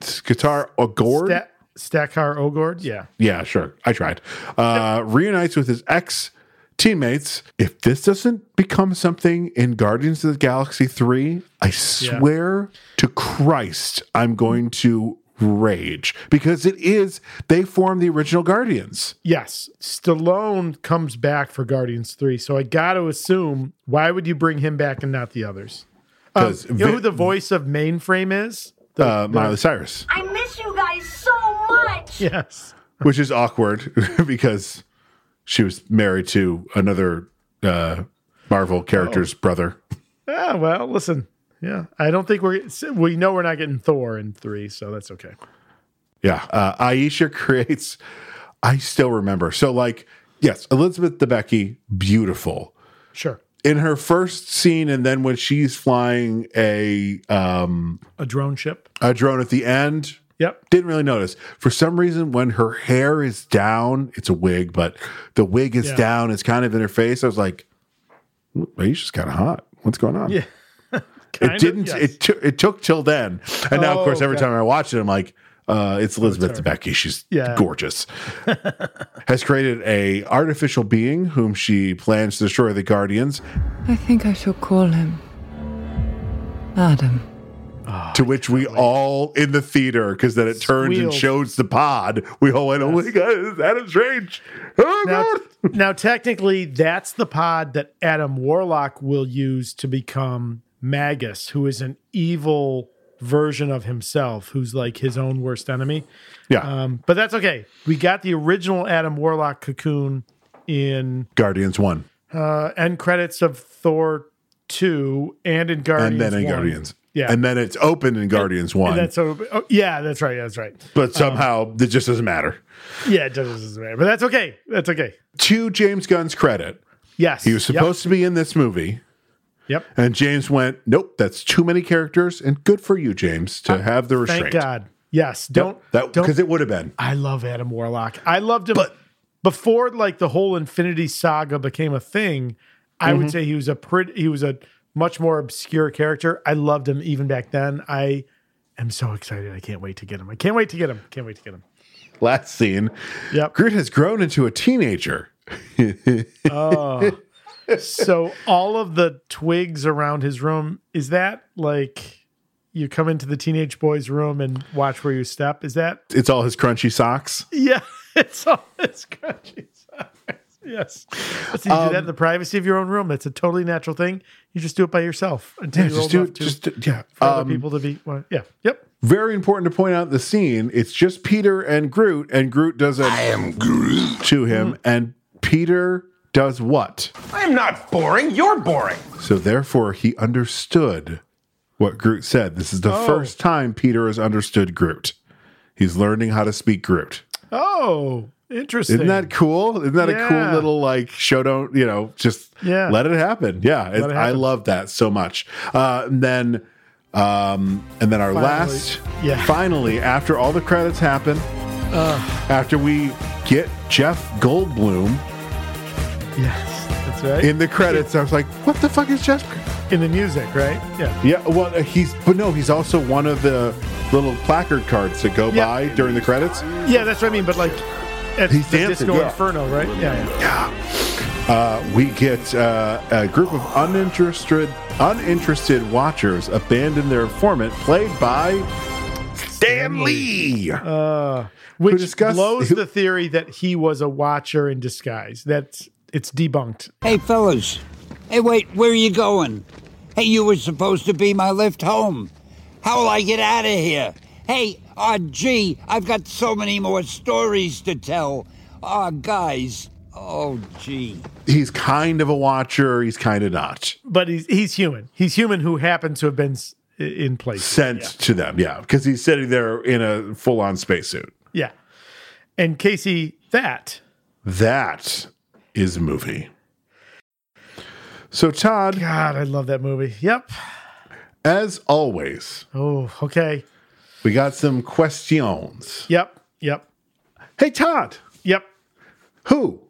[SPEAKER 1] Skitar Ogord.
[SPEAKER 4] Sta- Stackar Ogord. Yeah.
[SPEAKER 1] Yeah, sure. I tried. Uh, Reunites with his ex teammates. If this doesn't become something in Guardians of the Galaxy 3, I swear to Christ, I'm going to rage because it is, they form the original Guardians.
[SPEAKER 4] Yes. Stallone comes back for Guardians 3. So I got to assume why would you bring him back and not the others? Um,
[SPEAKER 1] 'Cause
[SPEAKER 4] you know
[SPEAKER 1] Vi-
[SPEAKER 4] who the voice of Mainframe is?
[SPEAKER 1] uh, Miley Cyrus,
[SPEAKER 13] I miss you guys so much.
[SPEAKER 4] Yes.
[SPEAKER 1] which is awkward because she was married to another uh, Marvel character's brother.
[SPEAKER 4] Ah, well, listen. Yeah. I don't think we're, we know we're not getting Thor in 3, so that's okay.
[SPEAKER 1] Yeah. Uh, Aisha creates, I still remember. So, like, yes, Elizabeth Debicki, beautiful.
[SPEAKER 4] Sure.
[SPEAKER 1] in her first scene and then when she's flying a um
[SPEAKER 4] A drone ship.
[SPEAKER 1] a drone at the end
[SPEAKER 4] yep
[SPEAKER 1] didn't really notice for some reason when her hair is down it's a wig but the wig is
[SPEAKER 4] Yeah.
[SPEAKER 1] down it's kind of in her face i was like she's kind of hot what's going on
[SPEAKER 4] Yeah.
[SPEAKER 1] it didn't it, took it took till then and now of
[SPEAKER 4] Oh,
[SPEAKER 1] course every
[SPEAKER 4] okay.
[SPEAKER 1] time i watch it i'm like uh, it's Elizabeth Debicki. She's
[SPEAKER 4] Yeah.
[SPEAKER 1] gorgeous. Has created a artificial being whom she plans to destroy the Guardians.
[SPEAKER 2] I think I shall call him Adam.
[SPEAKER 1] to which we all in the theater, because then it turns and
[SPEAKER 4] Squealed.
[SPEAKER 1] shows the pod. We all went, "Oh my god, it's Adam Strange!" Oh my
[SPEAKER 4] now,
[SPEAKER 1] god!
[SPEAKER 4] now, technically, that's the pod that Adam Warlock will use to become Magus, who is an evil version of himself, who's like his own worst enemy.
[SPEAKER 1] Yeah.
[SPEAKER 4] Um, but that's okay. We got the original Adam Warlock cocoon in
[SPEAKER 1] Guardians one,
[SPEAKER 4] uh, end credits of Thor 2 and in Guardians.
[SPEAKER 1] and then in
[SPEAKER 4] 1.
[SPEAKER 1] Guardians,
[SPEAKER 4] Yeah.
[SPEAKER 1] and then it's open in Guardians
[SPEAKER 4] And
[SPEAKER 1] one.
[SPEAKER 4] that's um, so, oh, yeah, that's right. That's right.
[SPEAKER 1] but somehow it just doesn't matter.
[SPEAKER 4] Yeah, it doesn't matter. But that's okay. That's okay.
[SPEAKER 1] To James Gunn's credit,
[SPEAKER 4] yes,
[SPEAKER 1] he was
[SPEAKER 4] Yep.
[SPEAKER 1] supposed to be in this movie.
[SPEAKER 4] Yep.
[SPEAKER 1] And James went, "Nope, that's too many characters." And good for you, James, to have the restraint.
[SPEAKER 4] Uh, Thank God. Yes. Don't
[SPEAKER 1] that because it would have been.
[SPEAKER 4] I love Adam Warlock. I loved him before like the whole Infinity Saga became a thing. I
[SPEAKER 1] Mhm.
[SPEAKER 4] would say he was a pretty he was a much more obscure character. I loved him even back then. I am so excited. I can't wait to get him. I can't wait to get him. Can't wait to get him.
[SPEAKER 1] Last scene.
[SPEAKER 4] Yep.
[SPEAKER 1] Groot has grown into a teenager.
[SPEAKER 4] Oh. so all of the twigs around his room is that like you come into the teenage boy's room and watch where you step? Is that
[SPEAKER 1] It's all his crunchy socks.
[SPEAKER 4] Yeah, it's all it's crunchy socks. Yes. So you do
[SPEAKER 1] Um,
[SPEAKER 4] that in the privacy of your own room. That's a totally natural thing. You just do it by yourself until
[SPEAKER 1] Yeah,
[SPEAKER 4] you're
[SPEAKER 1] just
[SPEAKER 4] old
[SPEAKER 1] do
[SPEAKER 4] enough
[SPEAKER 1] it-
[SPEAKER 4] to,
[SPEAKER 1] just do- yeah.
[SPEAKER 4] for
[SPEAKER 1] Um,
[SPEAKER 4] other people to be. Well, yeah. Yep.
[SPEAKER 1] Very important to point out the scene. It's just Peter and Groot, and Groot does a I am Groot to him, and Peter does what?
[SPEAKER 17] I'm not boring. You're boring.
[SPEAKER 1] So therefore, he understood what Groot said. This is the
[SPEAKER 4] Oh.
[SPEAKER 1] first time Peter has understood Groot. He's learning how to speak Groot.
[SPEAKER 4] Oh, interesting.
[SPEAKER 1] Isn't that cool? Isn't that a cool
[SPEAKER 4] Yeah.
[SPEAKER 1] little like show? Don't you know? Just
[SPEAKER 4] Yeah.
[SPEAKER 1] let it happen. Yeah,
[SPEAKER 4] Let it
[SPEAKER 1] it- I
[SPEAKER 4] happen.
[SPEAKER 1] love that so much. Uh, and then, um, and then our
[SPEAKER 4] Finally.
[SPEAKER 1] last,
[SPEAKER 4] Yeah.
[SPEAKER 1] finally, after all the credits happen, after we get Jeff Goldblum
[SPEAKER 4] Yes. That's right.
[SPEAKER 1] in the credits, I was like, what the fuck is Jeff?
[SPEAKER 4] In the music, right? Yeah.
[SPEAKER 1] Yeah, well, uh, he's but no, he's also one of the little placard cards that go
[SPEAKER 4] Yeah.
[SPEAKER 1] by during the credits.
[SPEAKER 4] Yeah, that's what I mean. But like, at
[SPEAKER 1] He's
[SPEAKER 4] the
[SPEAKER 1] dancing,
[SPEAKER 4] Disco
[SPEAKER 1] yeah.
[SPEAKER 4] Inferno, right? Yeah.
[SPEAKER 1] Uh, we get uh, a group of uninterested uninterested watchers abandon their informant, played by Stan Lee.
[SPEAKER 4] Uh, which
[SPEAKER 1] discuss-
[SPEAKER 4] blows the theory that he was a watcher in disguise. That's it's debunked.
[SPEAKER 16] Hey, fellas. Hey, wait, where are you going? Hey, you were supposed to be my lift home. How will I get out of here? Hey, oh, gee, I've got so many more stories to tell. Oh, guys. Oh, gee.
[SPEAKER 1] He's kind of a watcher. He's kind of not
[SPEAKER 4] But he's he's human. He's human who happens to have been s- in place.
[SPEAKER 1] sent to them. Yeah, because he's sitting there in a full on spacesuit.
[SPEAKER 4] Yeah. And Casey, that
[SPEAKER 1] That is a movie. So Todd,
[SPEAKER 4] God, I love that movie. Yep.
[SPEAKER 1] as always,
[SPEAKER 4] Oh, okay.
[SPEAKER 1] we got some questions.
[SPEAKER 4] Yep. Yep.
[SPEAKER 1] Hey, Todd.
[SPEAKER 4] Yep.
[SPEAKER 1] Who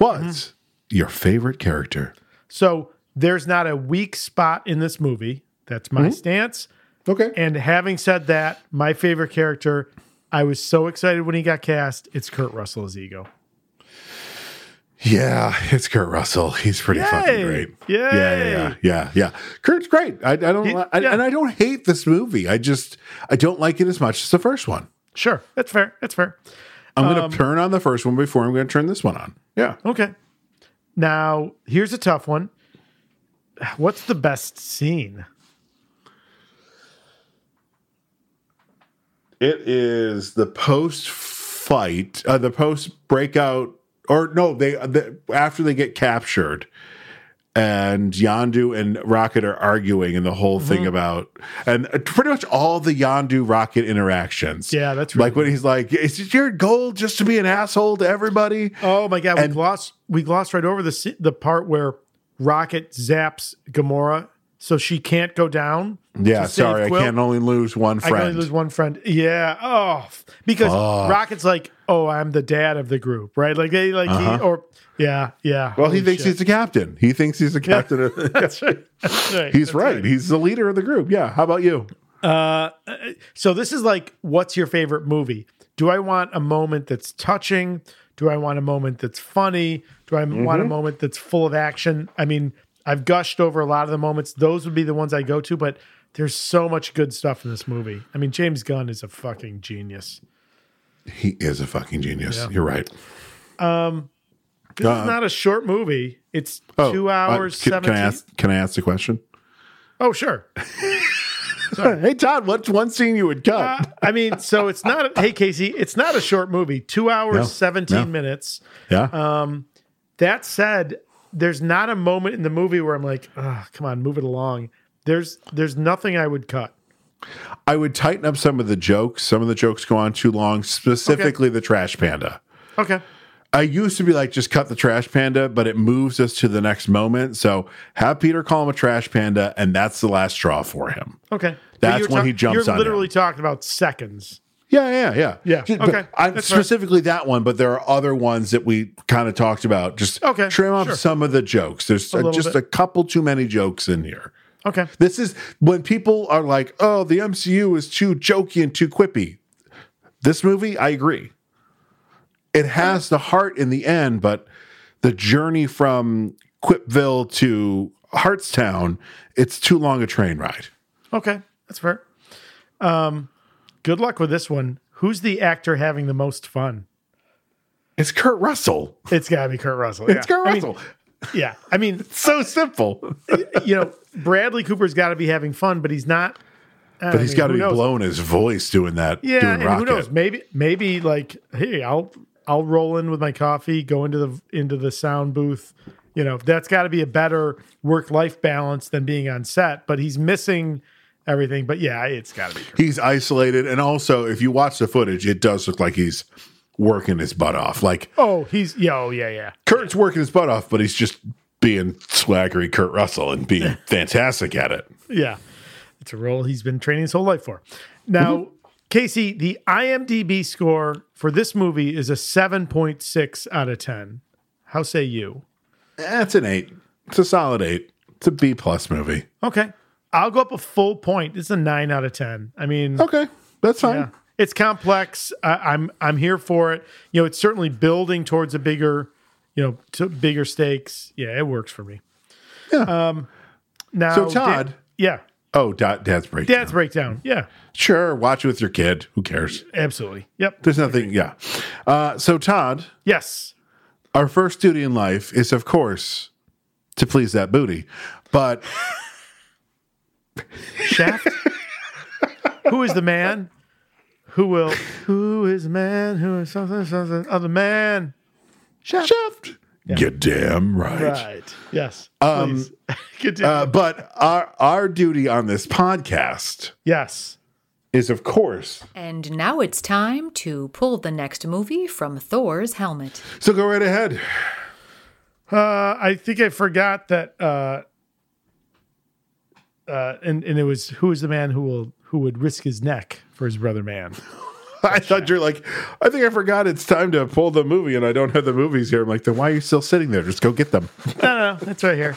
[SPEAKER 1] was your favorite character?
[SPEAKER 4] So there's not a weak spot in this movie. That's
[SPEAKER 1] Hmm?
[SPEAKER 4] my stance.
[SPEAKER 1] Okay.
[SPEAKER 4] And having said that, my favorite character, I was so excited when he got cast. It's Kurt Russell as Ego.
[SPEAKER 1] Yeah, it's Kurt Russell. He's pretty fucking
[SPEAKER 4] Yay!
[SPEAKER 1] great.
[SPEAKER 4] Yay!
[SPEAKER 1] Yeah, yeah, yeah, yeah, yeah. Kurt's great. I, I don't, li- I, and I don't hate this movie. I just, I don't like it as much as the first one.
[SPEAKER 4] Sure. That's fair. That's fair.
[SPEAKER 1] I'm going to
[SPEAKER 4] Um,
[SPEAKER 1] turn on the first one before I'm going to turn this one on. Yeah.
[SPEAKER 4] Okay. Now, here's a tough one. What's the best scene?
[SPEAKER 1] It is the post fight, uh, the post breakout, or no, they the, after they get captured, and Yandu and Rocket are arguing, and the whole
[SPEAKER 4] Mm-hmm.
[SPEAKER 1] thing about and uh, pretty much all the Yandu Rocket interactions.
[SPEAKER 4] Yeah, that's
[SPEAKER 1] like when he's like, "Is it your goal just to be an asshole to everybody?"
[SPEAKER 4] Oh my god, we glossed we glossed right over the se- the part where Rocket zaps Gamora, so she can't go down. to
[SPEAKER 1] Yeah,
[SPEAKER 4] save
[SPEAKER 1] sorry,
[SPEAKER 4] Quill.
[SPEAKER 1] I can only lose one
[SPEAKER 4] I can
[SPEAKER 1] friend.
[SPEAKER 4] only lose one friend. Yeah. Oh, f- because
[SPEAKER 1] Fuck.
[SPEAKER 4] Rocket's like, oh, I'm the dad of the group, right? Like they like he,
[SPEAKER 1] Uh-huh.
[SPEAKER 4] or yeah, yeah.
[SPEAKER 1] well, he
[SPEAKER 4] Holy
[SPEAKER 1] thinks
[SPEAKER 4] shit.
[SPEAKER 1] he's the captain. He thinks he's the captain. Of,
[SPEAKER 4] That's right. That's right.
[SPEAKER 1] he's
[SPEAKER 4] That's
[SPEAKER 1] right. He's the leader of the group. Yeah. How about you?
[SPEAKER 4] Uh, so this is like, what's your favorite movie? Do I want a moment that's touching? Do I want a moment that's funny? Do I want a
[SPEAKER 1] Mhm.
[SPEAKER 4] moment that's full of action? I mean, I've gushed over a lot of the moments. Those would be the ones I go to, but there's so much good stuff in this movie. I mean, James Gunn is a fucking genius.
[SPEAKER 1] He is a fucking genius.
[SPEAKER 4] Yeah.
[SPEAKER 1] You're right.
[SPEAKER 4] Um, this
[SPEAKER 1] Uh,
[SPEAKER 4] is not a short movie. It's
[SPEAKER 1] Oh,
[SPEAKER 4] two
[SPEAKER 1] uh,
[SPEAKER 4] hours,
[SPEAKER 1] can, can I
[SPEAKER 4] seventeen.
[SPEAKER 1] ask? Can I ask the question?
[SPEAKER 4] Oh, sure.
[SPEAKER 1] hey, Todd, what's one scene you would cut?
[SPEAKER 4] I mean, so it's not. hey, Casey, it's not a short movie. Two hours,
[SPEAKER 1] No,
[SPEAKER 4] seventeen
[SPEAKER 1] no.
[SPEAKER 4] minutes.
[SPEAKER 1] Yeah. Uh,
[SPEAKER 4] Um, that said, there's not a moment in the movie where I'm like, oh, come on, move it along. There's there's nothing I would cut.
[SPEAKER 1] I would tighten up some of the jokes. Some of the jokes go on too long, specifically the trash panda.
[SPEAKER 4] Okay.
[SPEAKER 1] I used to be like, just cut the trash panda, but it moves us to the next moment. So have Peter call him a trash panda, and that's the last straw for him.
[SPEAKER 4] Okay.
[SPEAKER 1] That's
[SPEAKER 4] you're
[SPEAKER 1] when he jumps
[SPEAKER 4] You're
[SPEAKER 1] on
[SPEAKER 4] literally talking about seconds.
[SPEAKER 1] Yeah, yeah, yeah.
[SPEAKER 4] Yeah.
[SPEAKER 1] Just-
[SPEAKER 4] Okay.
[SPEAKER 1] but I,
[SPEAKER 4] That's fair.
[SPEAKER 1] specifically that one, but there are other ones that we kind of talked about. Just
[SPEAKER 4] Okay,
[SPEAKER 1] trim off
[SPEAKER 4] sure.
[SPEAKER 1] some of the jokes. There's
[SPEAKER 4] A
[SPEAKER 1] uh,
[SPEAKER 4] little
[SPEAKER 1] just
[SPEAKER 4] bit.
[SPEAKER 1] a couple too many jokes in here.
[SPEAKER 4] Okay.
[SPEAKER 1] This is when people are like, oh, the MCU is too jokey and too quippy. This movie, I agree. It has the heart in the end, but the journey from Quipville to Hartstown, it's too long a train ride.
[SPEAKER 4] Okay, that's fair. Um, good luck with this one. Who's the actor having the most fun?
[SPEAKER 1] It's Kurt Russell.
[SPEAKER 4] It's got to be Kurt Russell.
[SPEAKER 1] It's Kurt
[SPEAKER 4] I mean,
[SPEAKER 1] Russell.
[SPEAKER 4] yeah, I mean,
[SPEAKER 1] so simple.
[SPEAKER 4] you know, Bradley Cooper's got to be having fun, but he's not.
[SPEAKER 1] But he's got to be
[SPEAKER 4] blown.
[SPEAKER 1] blowing his voice doing that.
[SPEAKER 4] Yeah,
[SPEAKER 1] doing
[SPEAKER 4] and who knows? Maybe maybe like hey, I'll I'll roll in with my coffee, go into the into the sound booth. You know, that's got to be a better work life balance than being on set. But he's missing everything. But yeah, it's got to be.
[SPEAKER 1] He's isolated, and also if you watch the footage, it does look like he's working his butt off. Like
[SPEAKER 4] Oh, he's yeah, oh yeah, yeah.
[SPEAKER 1] Kurt's working his butt off, but he's just being swaggery Kurt Russell and being fantastic at it.
[SPEAKER 4] Yeah. It's a role he's been training his whole life for. Now, Casey, the IMDb score for this movie is a 7.6 out of 10. How say you?
[SPEAKER 1] That's an eight. It's a solid eight. It's a B plus movie.
[SPEAKER 4] Okay. I'll go up a full point. It's a nine out of ten. I mean,
[SPEAKER 1] okay, that's fine.
[SPEAKER 4] It's complex. I, I'm I'm here for it. You know, it's certainly building towards a bigger, you know, to bigger stakes. Yeah, it works for me.
[SPEAKER 1] Yeah.
[SPEAKER 4] Um. Now,
[SPEAKER 1] So, Todd-
[SPEAKER 4] Dan- yeah,
[SPEAKER 1] Oh, da- Dad's breakdown.
[SPEAKER 4] Dad's breakdown. Yeah,
[SPEAKER 1] Sure, watch it with your kid. Who cares?
[SPEAKER 4] absolutely. Yep.
[SPEAKER 1] There's nothing. Yeah. Uh, so Todd.
[SPEAKER 4] Yes.
[SPEAKER 1] Our first duty in life is, of course, to please that booty, but
[SPEAKER 4] Shaft. who is the man? Who will? Who is the man? Who is something something other man? Shaft.
[SPEAKER 1] Shaft. you're damn right.
[SPEAKER 4] Right. Yes.
[SPEAKER 1] Um, uh, but our our duty on this podcast,
[SPEAKER 4] yes,
[SPEAKER 1] is of course.
[SPEAKER 7] And now it's time to pull the next movie from Thor's helmet.
[SPEAKER 1] So go right ahead.
[SPEAKER 4] Uh, I think I forgot that. Uh, uh, and and it was who is the man who will who would risk his neck for his brother man?
[SPEAKER 1] I thought you're like, I think I forgot it's time to pull the movie, and I don't have the movies here. I'm like, then why are you still sitting there? Just go get them.
[SPEAKER 4] no, no, that's right here.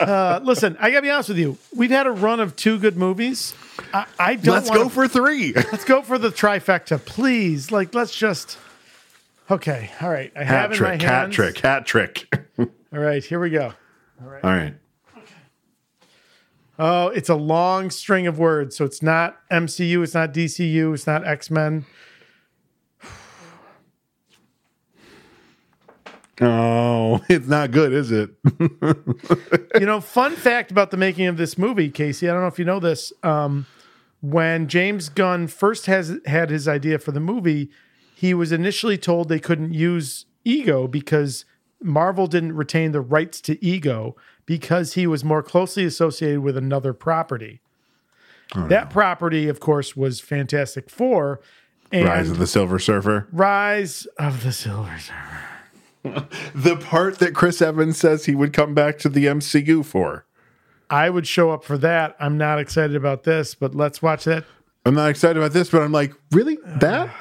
[SPEAKER 4] Uh, listen, I gotta be honest with you. We've had a run of two good movies. I, I don't.
[SPEAKER 1] Let's
[SPEAKER 4] wanna-
[SPEAKER 1] go for three.
[SPEAKER 4] let's go for the trifecta, please. Like, let's just. Okay, all right. I have
[SPEAKER 1] Hat
[SPEAKER 4] in
[SPEAKER 1] trick,
[SPEAKER 4] my
[SPEAKER 1] hat
[SPEAKER 4] hands.
[SPEAKER 1] trick, hat trick.
[SPEAKER 4] All right, here we go.
[SPEAKER 1] All right.
[SPEAKER 4] Oh, it's a long string of words. So it's not MCU, it's not DCU, it's not X Men.
[SPEAKER 1] Oh, it's not good, is it?
[SPEAKER 4] you know, fun fact about the making of this movie, Casey. I don't know if you know this. Um, when James Gunn first has had his idea for the movie, he was initially told they couldn't use Ego because Marvel didn't retain the rights to Ego because he was more closely associated with another property. that property, of course, was Fantastic Four. And
[SPEAKER 1] Rise of the Silver Surfer.
[SPEAKER 4] Rise of the Silver Surfer.
[SPEAKER 1] the part that Chris Evans says he would come back to the MCU for.
[SPEAKER 4] I would show up for that. I'm not excited about this, but let's watch that.
[SPEAKER 1] I'm not excited about this, but I'm like, really? That?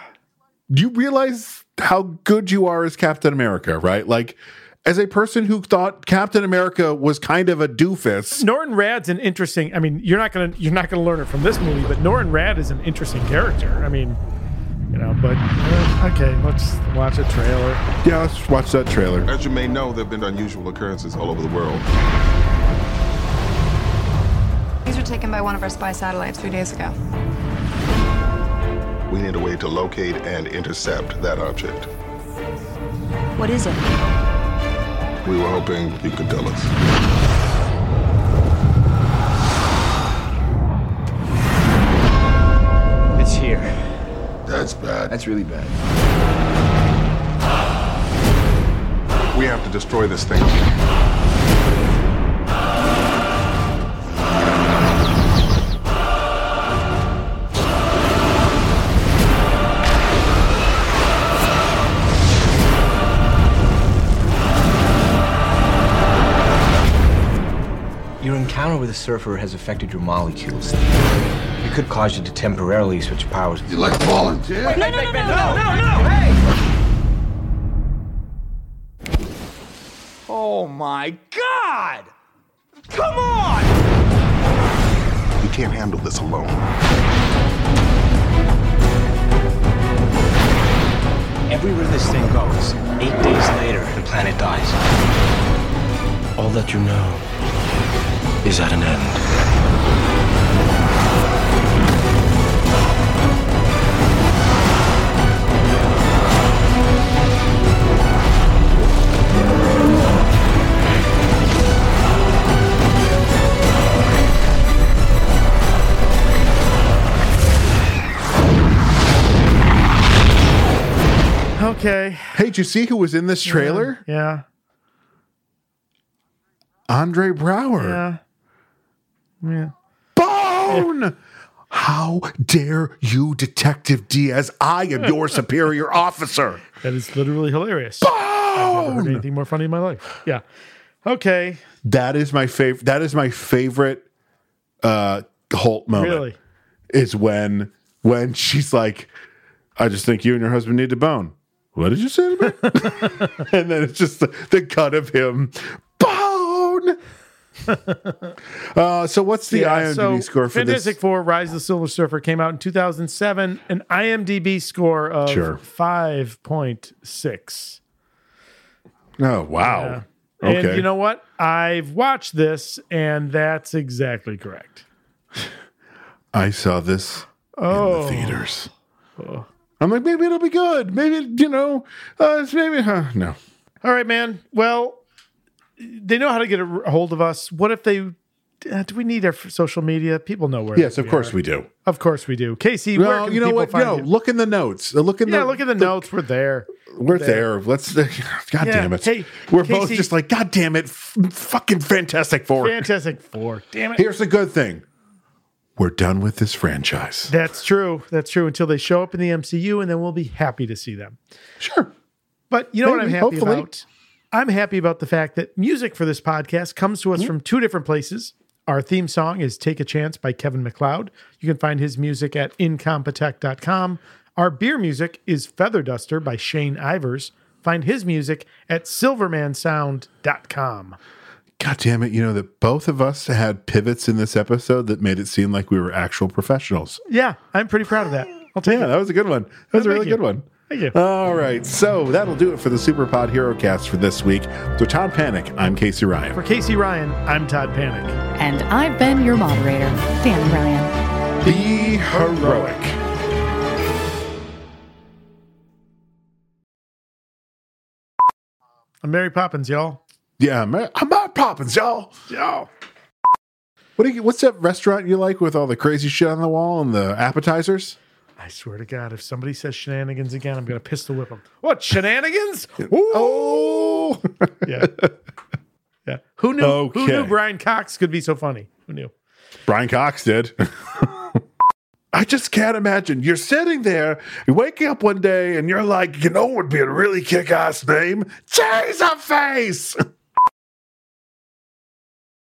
[SPEAKER 1] You realize how good you are as Captain America, right? Like, as a person who thought Captain America was kind of a doofus,
[SPEAKER 4] Norton Rad's an interesting. I mean, you're not gonna you're not gonna learn it from this movie, but Norton Rad is an interesting character. I mean, you know. But uh, okay, let's watch a trailer.
[SPEAKER 1] Yeah, let's watch that trailer.
[SPEAKER 8] As you may know, there have been unusual occurrences all over the world.
[SPEAKER 15] These were taken by one of our spy satellites three days ago.
[SPEAKER 8] We need a way to locate and intercept that object.
[SPEAKER 15] What is it?
[SPEAKER 8] We were hoping you could tell us.
[SPEAKER 18] It's here.
[SPEAKER 8] That's bad.
[SPEAKER 18] That's really bad.
[SPEAKER 8] We have to destroy this thing.
[SPEAKER 18] Your encounter with the surfer has affected your molecules. It could cause you to temporarily switch powers.
[SPEAKER 8] You like volunteer?
[SPEAKER 18] Wait,
[SPEAKER 15] No,
[SPEAKER 18] wait,
[SPEAKER 15] no, no,
[SPEAKER 18] wait,
[SPEAKER 15] no,
[SPEAKER 18] no,
[SPEAKER 15] no,
[SPEAKER 18] no,
[SPEAKER 15] no.
[SPEAKER 18] Oh my god! Come on!
[SPEAKER 8] You can't handle this alone.
[SPEAKER 18] Everywhere this thing goes, eight days later, the planet dies. All that you know is at an end.
[SPEAKER 4] Okay.
[SPEAKER 1] Hey, did you see who was in this trailer?
[SPEAKER 4] Yeah.
[SPEAKER 1] Andre Brower.
[SPEAKER 4] Yeah. Yeah.
[SPEAKER 1] Bone! How dare you, Detective Diaz? I am your superior officer.
[SPEAKER 4] That is literally hilarious. I've never heard anything more funny in my life. Yeah. Okay.
[SPEAKER 1] That is my favorite. That is my favorite uh, Holt moment.
[SPEAKER 4] Really?
[SPEAKER 1] Is when when she's like, "I just think you and your husband need to bone." What did you say to me? and then it's just the, the cut of him bone. uh, so what's the
[SPEAKER 4] Yeah,
[SPEAKER 1] IMDb
[SPEAKER 4] so
[SPEAKER 1] score for this?
[SPEAKER 4] Fantastic Four: Rise of the Silver Surfer came out in 2007, an IMDb score of
[SPEAKER 1] Sure.
[SPEAKER 4] 5.6.
[SPEAKER 1] Oh wow.
[SPEAKER 4] And
[SPEAKER 1] Okay.
[SPEAKER 4] you know what? I've watched this, and that's exactly correct.
[SPEAKER 1] I saw this
[SPEAKER 4] Oh,
[SPEAKER 1] in the theaters. I'm like, maybe it'll be good. Maybe you know, uh, it's maybe huh? No.
[SPEAKER 4] All right, man. Well, they know how to get a a hold of us. What if they? Uh, do we need our f- social media? People know where.
[SPEAKER 1] Yes, of course
[SPEAKER 4] are.
[SPEAKER 1] we do.
[SPEAKER 4] Of course we do. Casey, where
[SPEAKER 1] No,
[SPEAKER 4] can
[SPEAKER 1] you know
[SPEAKER 4] people
[SPEAKER 1] what?
[SPEAKER 4] find
[SPEAKER 1] No,
[SPEAKER 4] you?
[SPEAKER 1] look in the notes. Uh, Look in
[SPEAKER 4] yeah,
[SPEAKER 1] the
[SPEAKER 4] look at the, notes. We're there.
[SPEAKER 1] We're there. Let's. God damn it.
[SPEAKER 4] Hey,
[SPEAKER 1] We're both
[SPEAKER 4] Casey-
[SPEAKER 1] just like, God damn it, f- fucking Fantastic Four.
[SPEAKER 4] Fantastic Four. Damn it.
[SPEAKER 1] Here's the good thing. We're done with this franchise.
[SPEAKER 4] That's true. That's true. Until they show up in the MCU, and then we'll be happy to see them.
[SPEAKER 1] Sure.
[SPEAKER 4] But you know what I'm
[SPEAKER 1] Maybe,
[SPEAKER 4] happy
[SPEAKER 1] hopefully.
[SPEAKER 4] about? I'm happy about the fact that music for this podcast comes
[SPEAKER 1] Mm-hmm.
[SPEAKER 4] to us from two different places. Our theme song is Take a Chance by Kevin McLeod. You can find his music at incompetech.com. Our beer music is Feather Duster by Shane Ivers. Find his music at silvermansound.com.
[SPEAKER 1] God damn it. You know that both of us had pivots in this episode that made it seem like we were actual professionals.
[SPEAKER 4] Yeah, I'm pretty proud of that. I'll take
[SPEAKER 1] Yeah,
[SPEAKER 4] it.
[SPEAKER 1] that was a good one. That was a
[SPEAKER 4] Thank
[SPEAKER 1] really
[SPEAKER 4] you.
[SPEAKER 1] good one.
[SPEAKER 4] Thank you.
[SPEAKER 1] All right. So that'll do it for the Superpod Hero Cast for this week. So Tom Panic, I'm Casey Ryan.
[SPEAKER 4] For Casey Ryan, I'm Todd Panic.
[SPEAKER 21] And I've been your moderator, Dan Ryan.
[SPEAKER 1] Be heroic.
[SPEAKER 4] I'm Mary Poppins, y'all.
[SPEAKER 1] Yeah, Ma- I'm Bob Poppins, y'all.
[SPEAKER 4] Y'all.
[SPEAKER 1] What do you, what's that restaurant you like with all the crazy shit on the wall and the appetizers?
[SPEAKER 4] I swear to God, if somebody says shenanigans again, I'm going to pistol whip them. What, shenanigans?
[SPEAKER 1] Oh.
[SPEAKER 4] yeah. Yeah. Who knew? Who
[SPEAKER 1] Okay.
[SPEAKER 4] knew Brian Cox could be so funny? Who knew?
[SPEAKER 1] Brian Cox did. I just can't imagine. You're sitting there, you're waking up one day, and you're like, you know what would be a really kick ass name? Chaserface!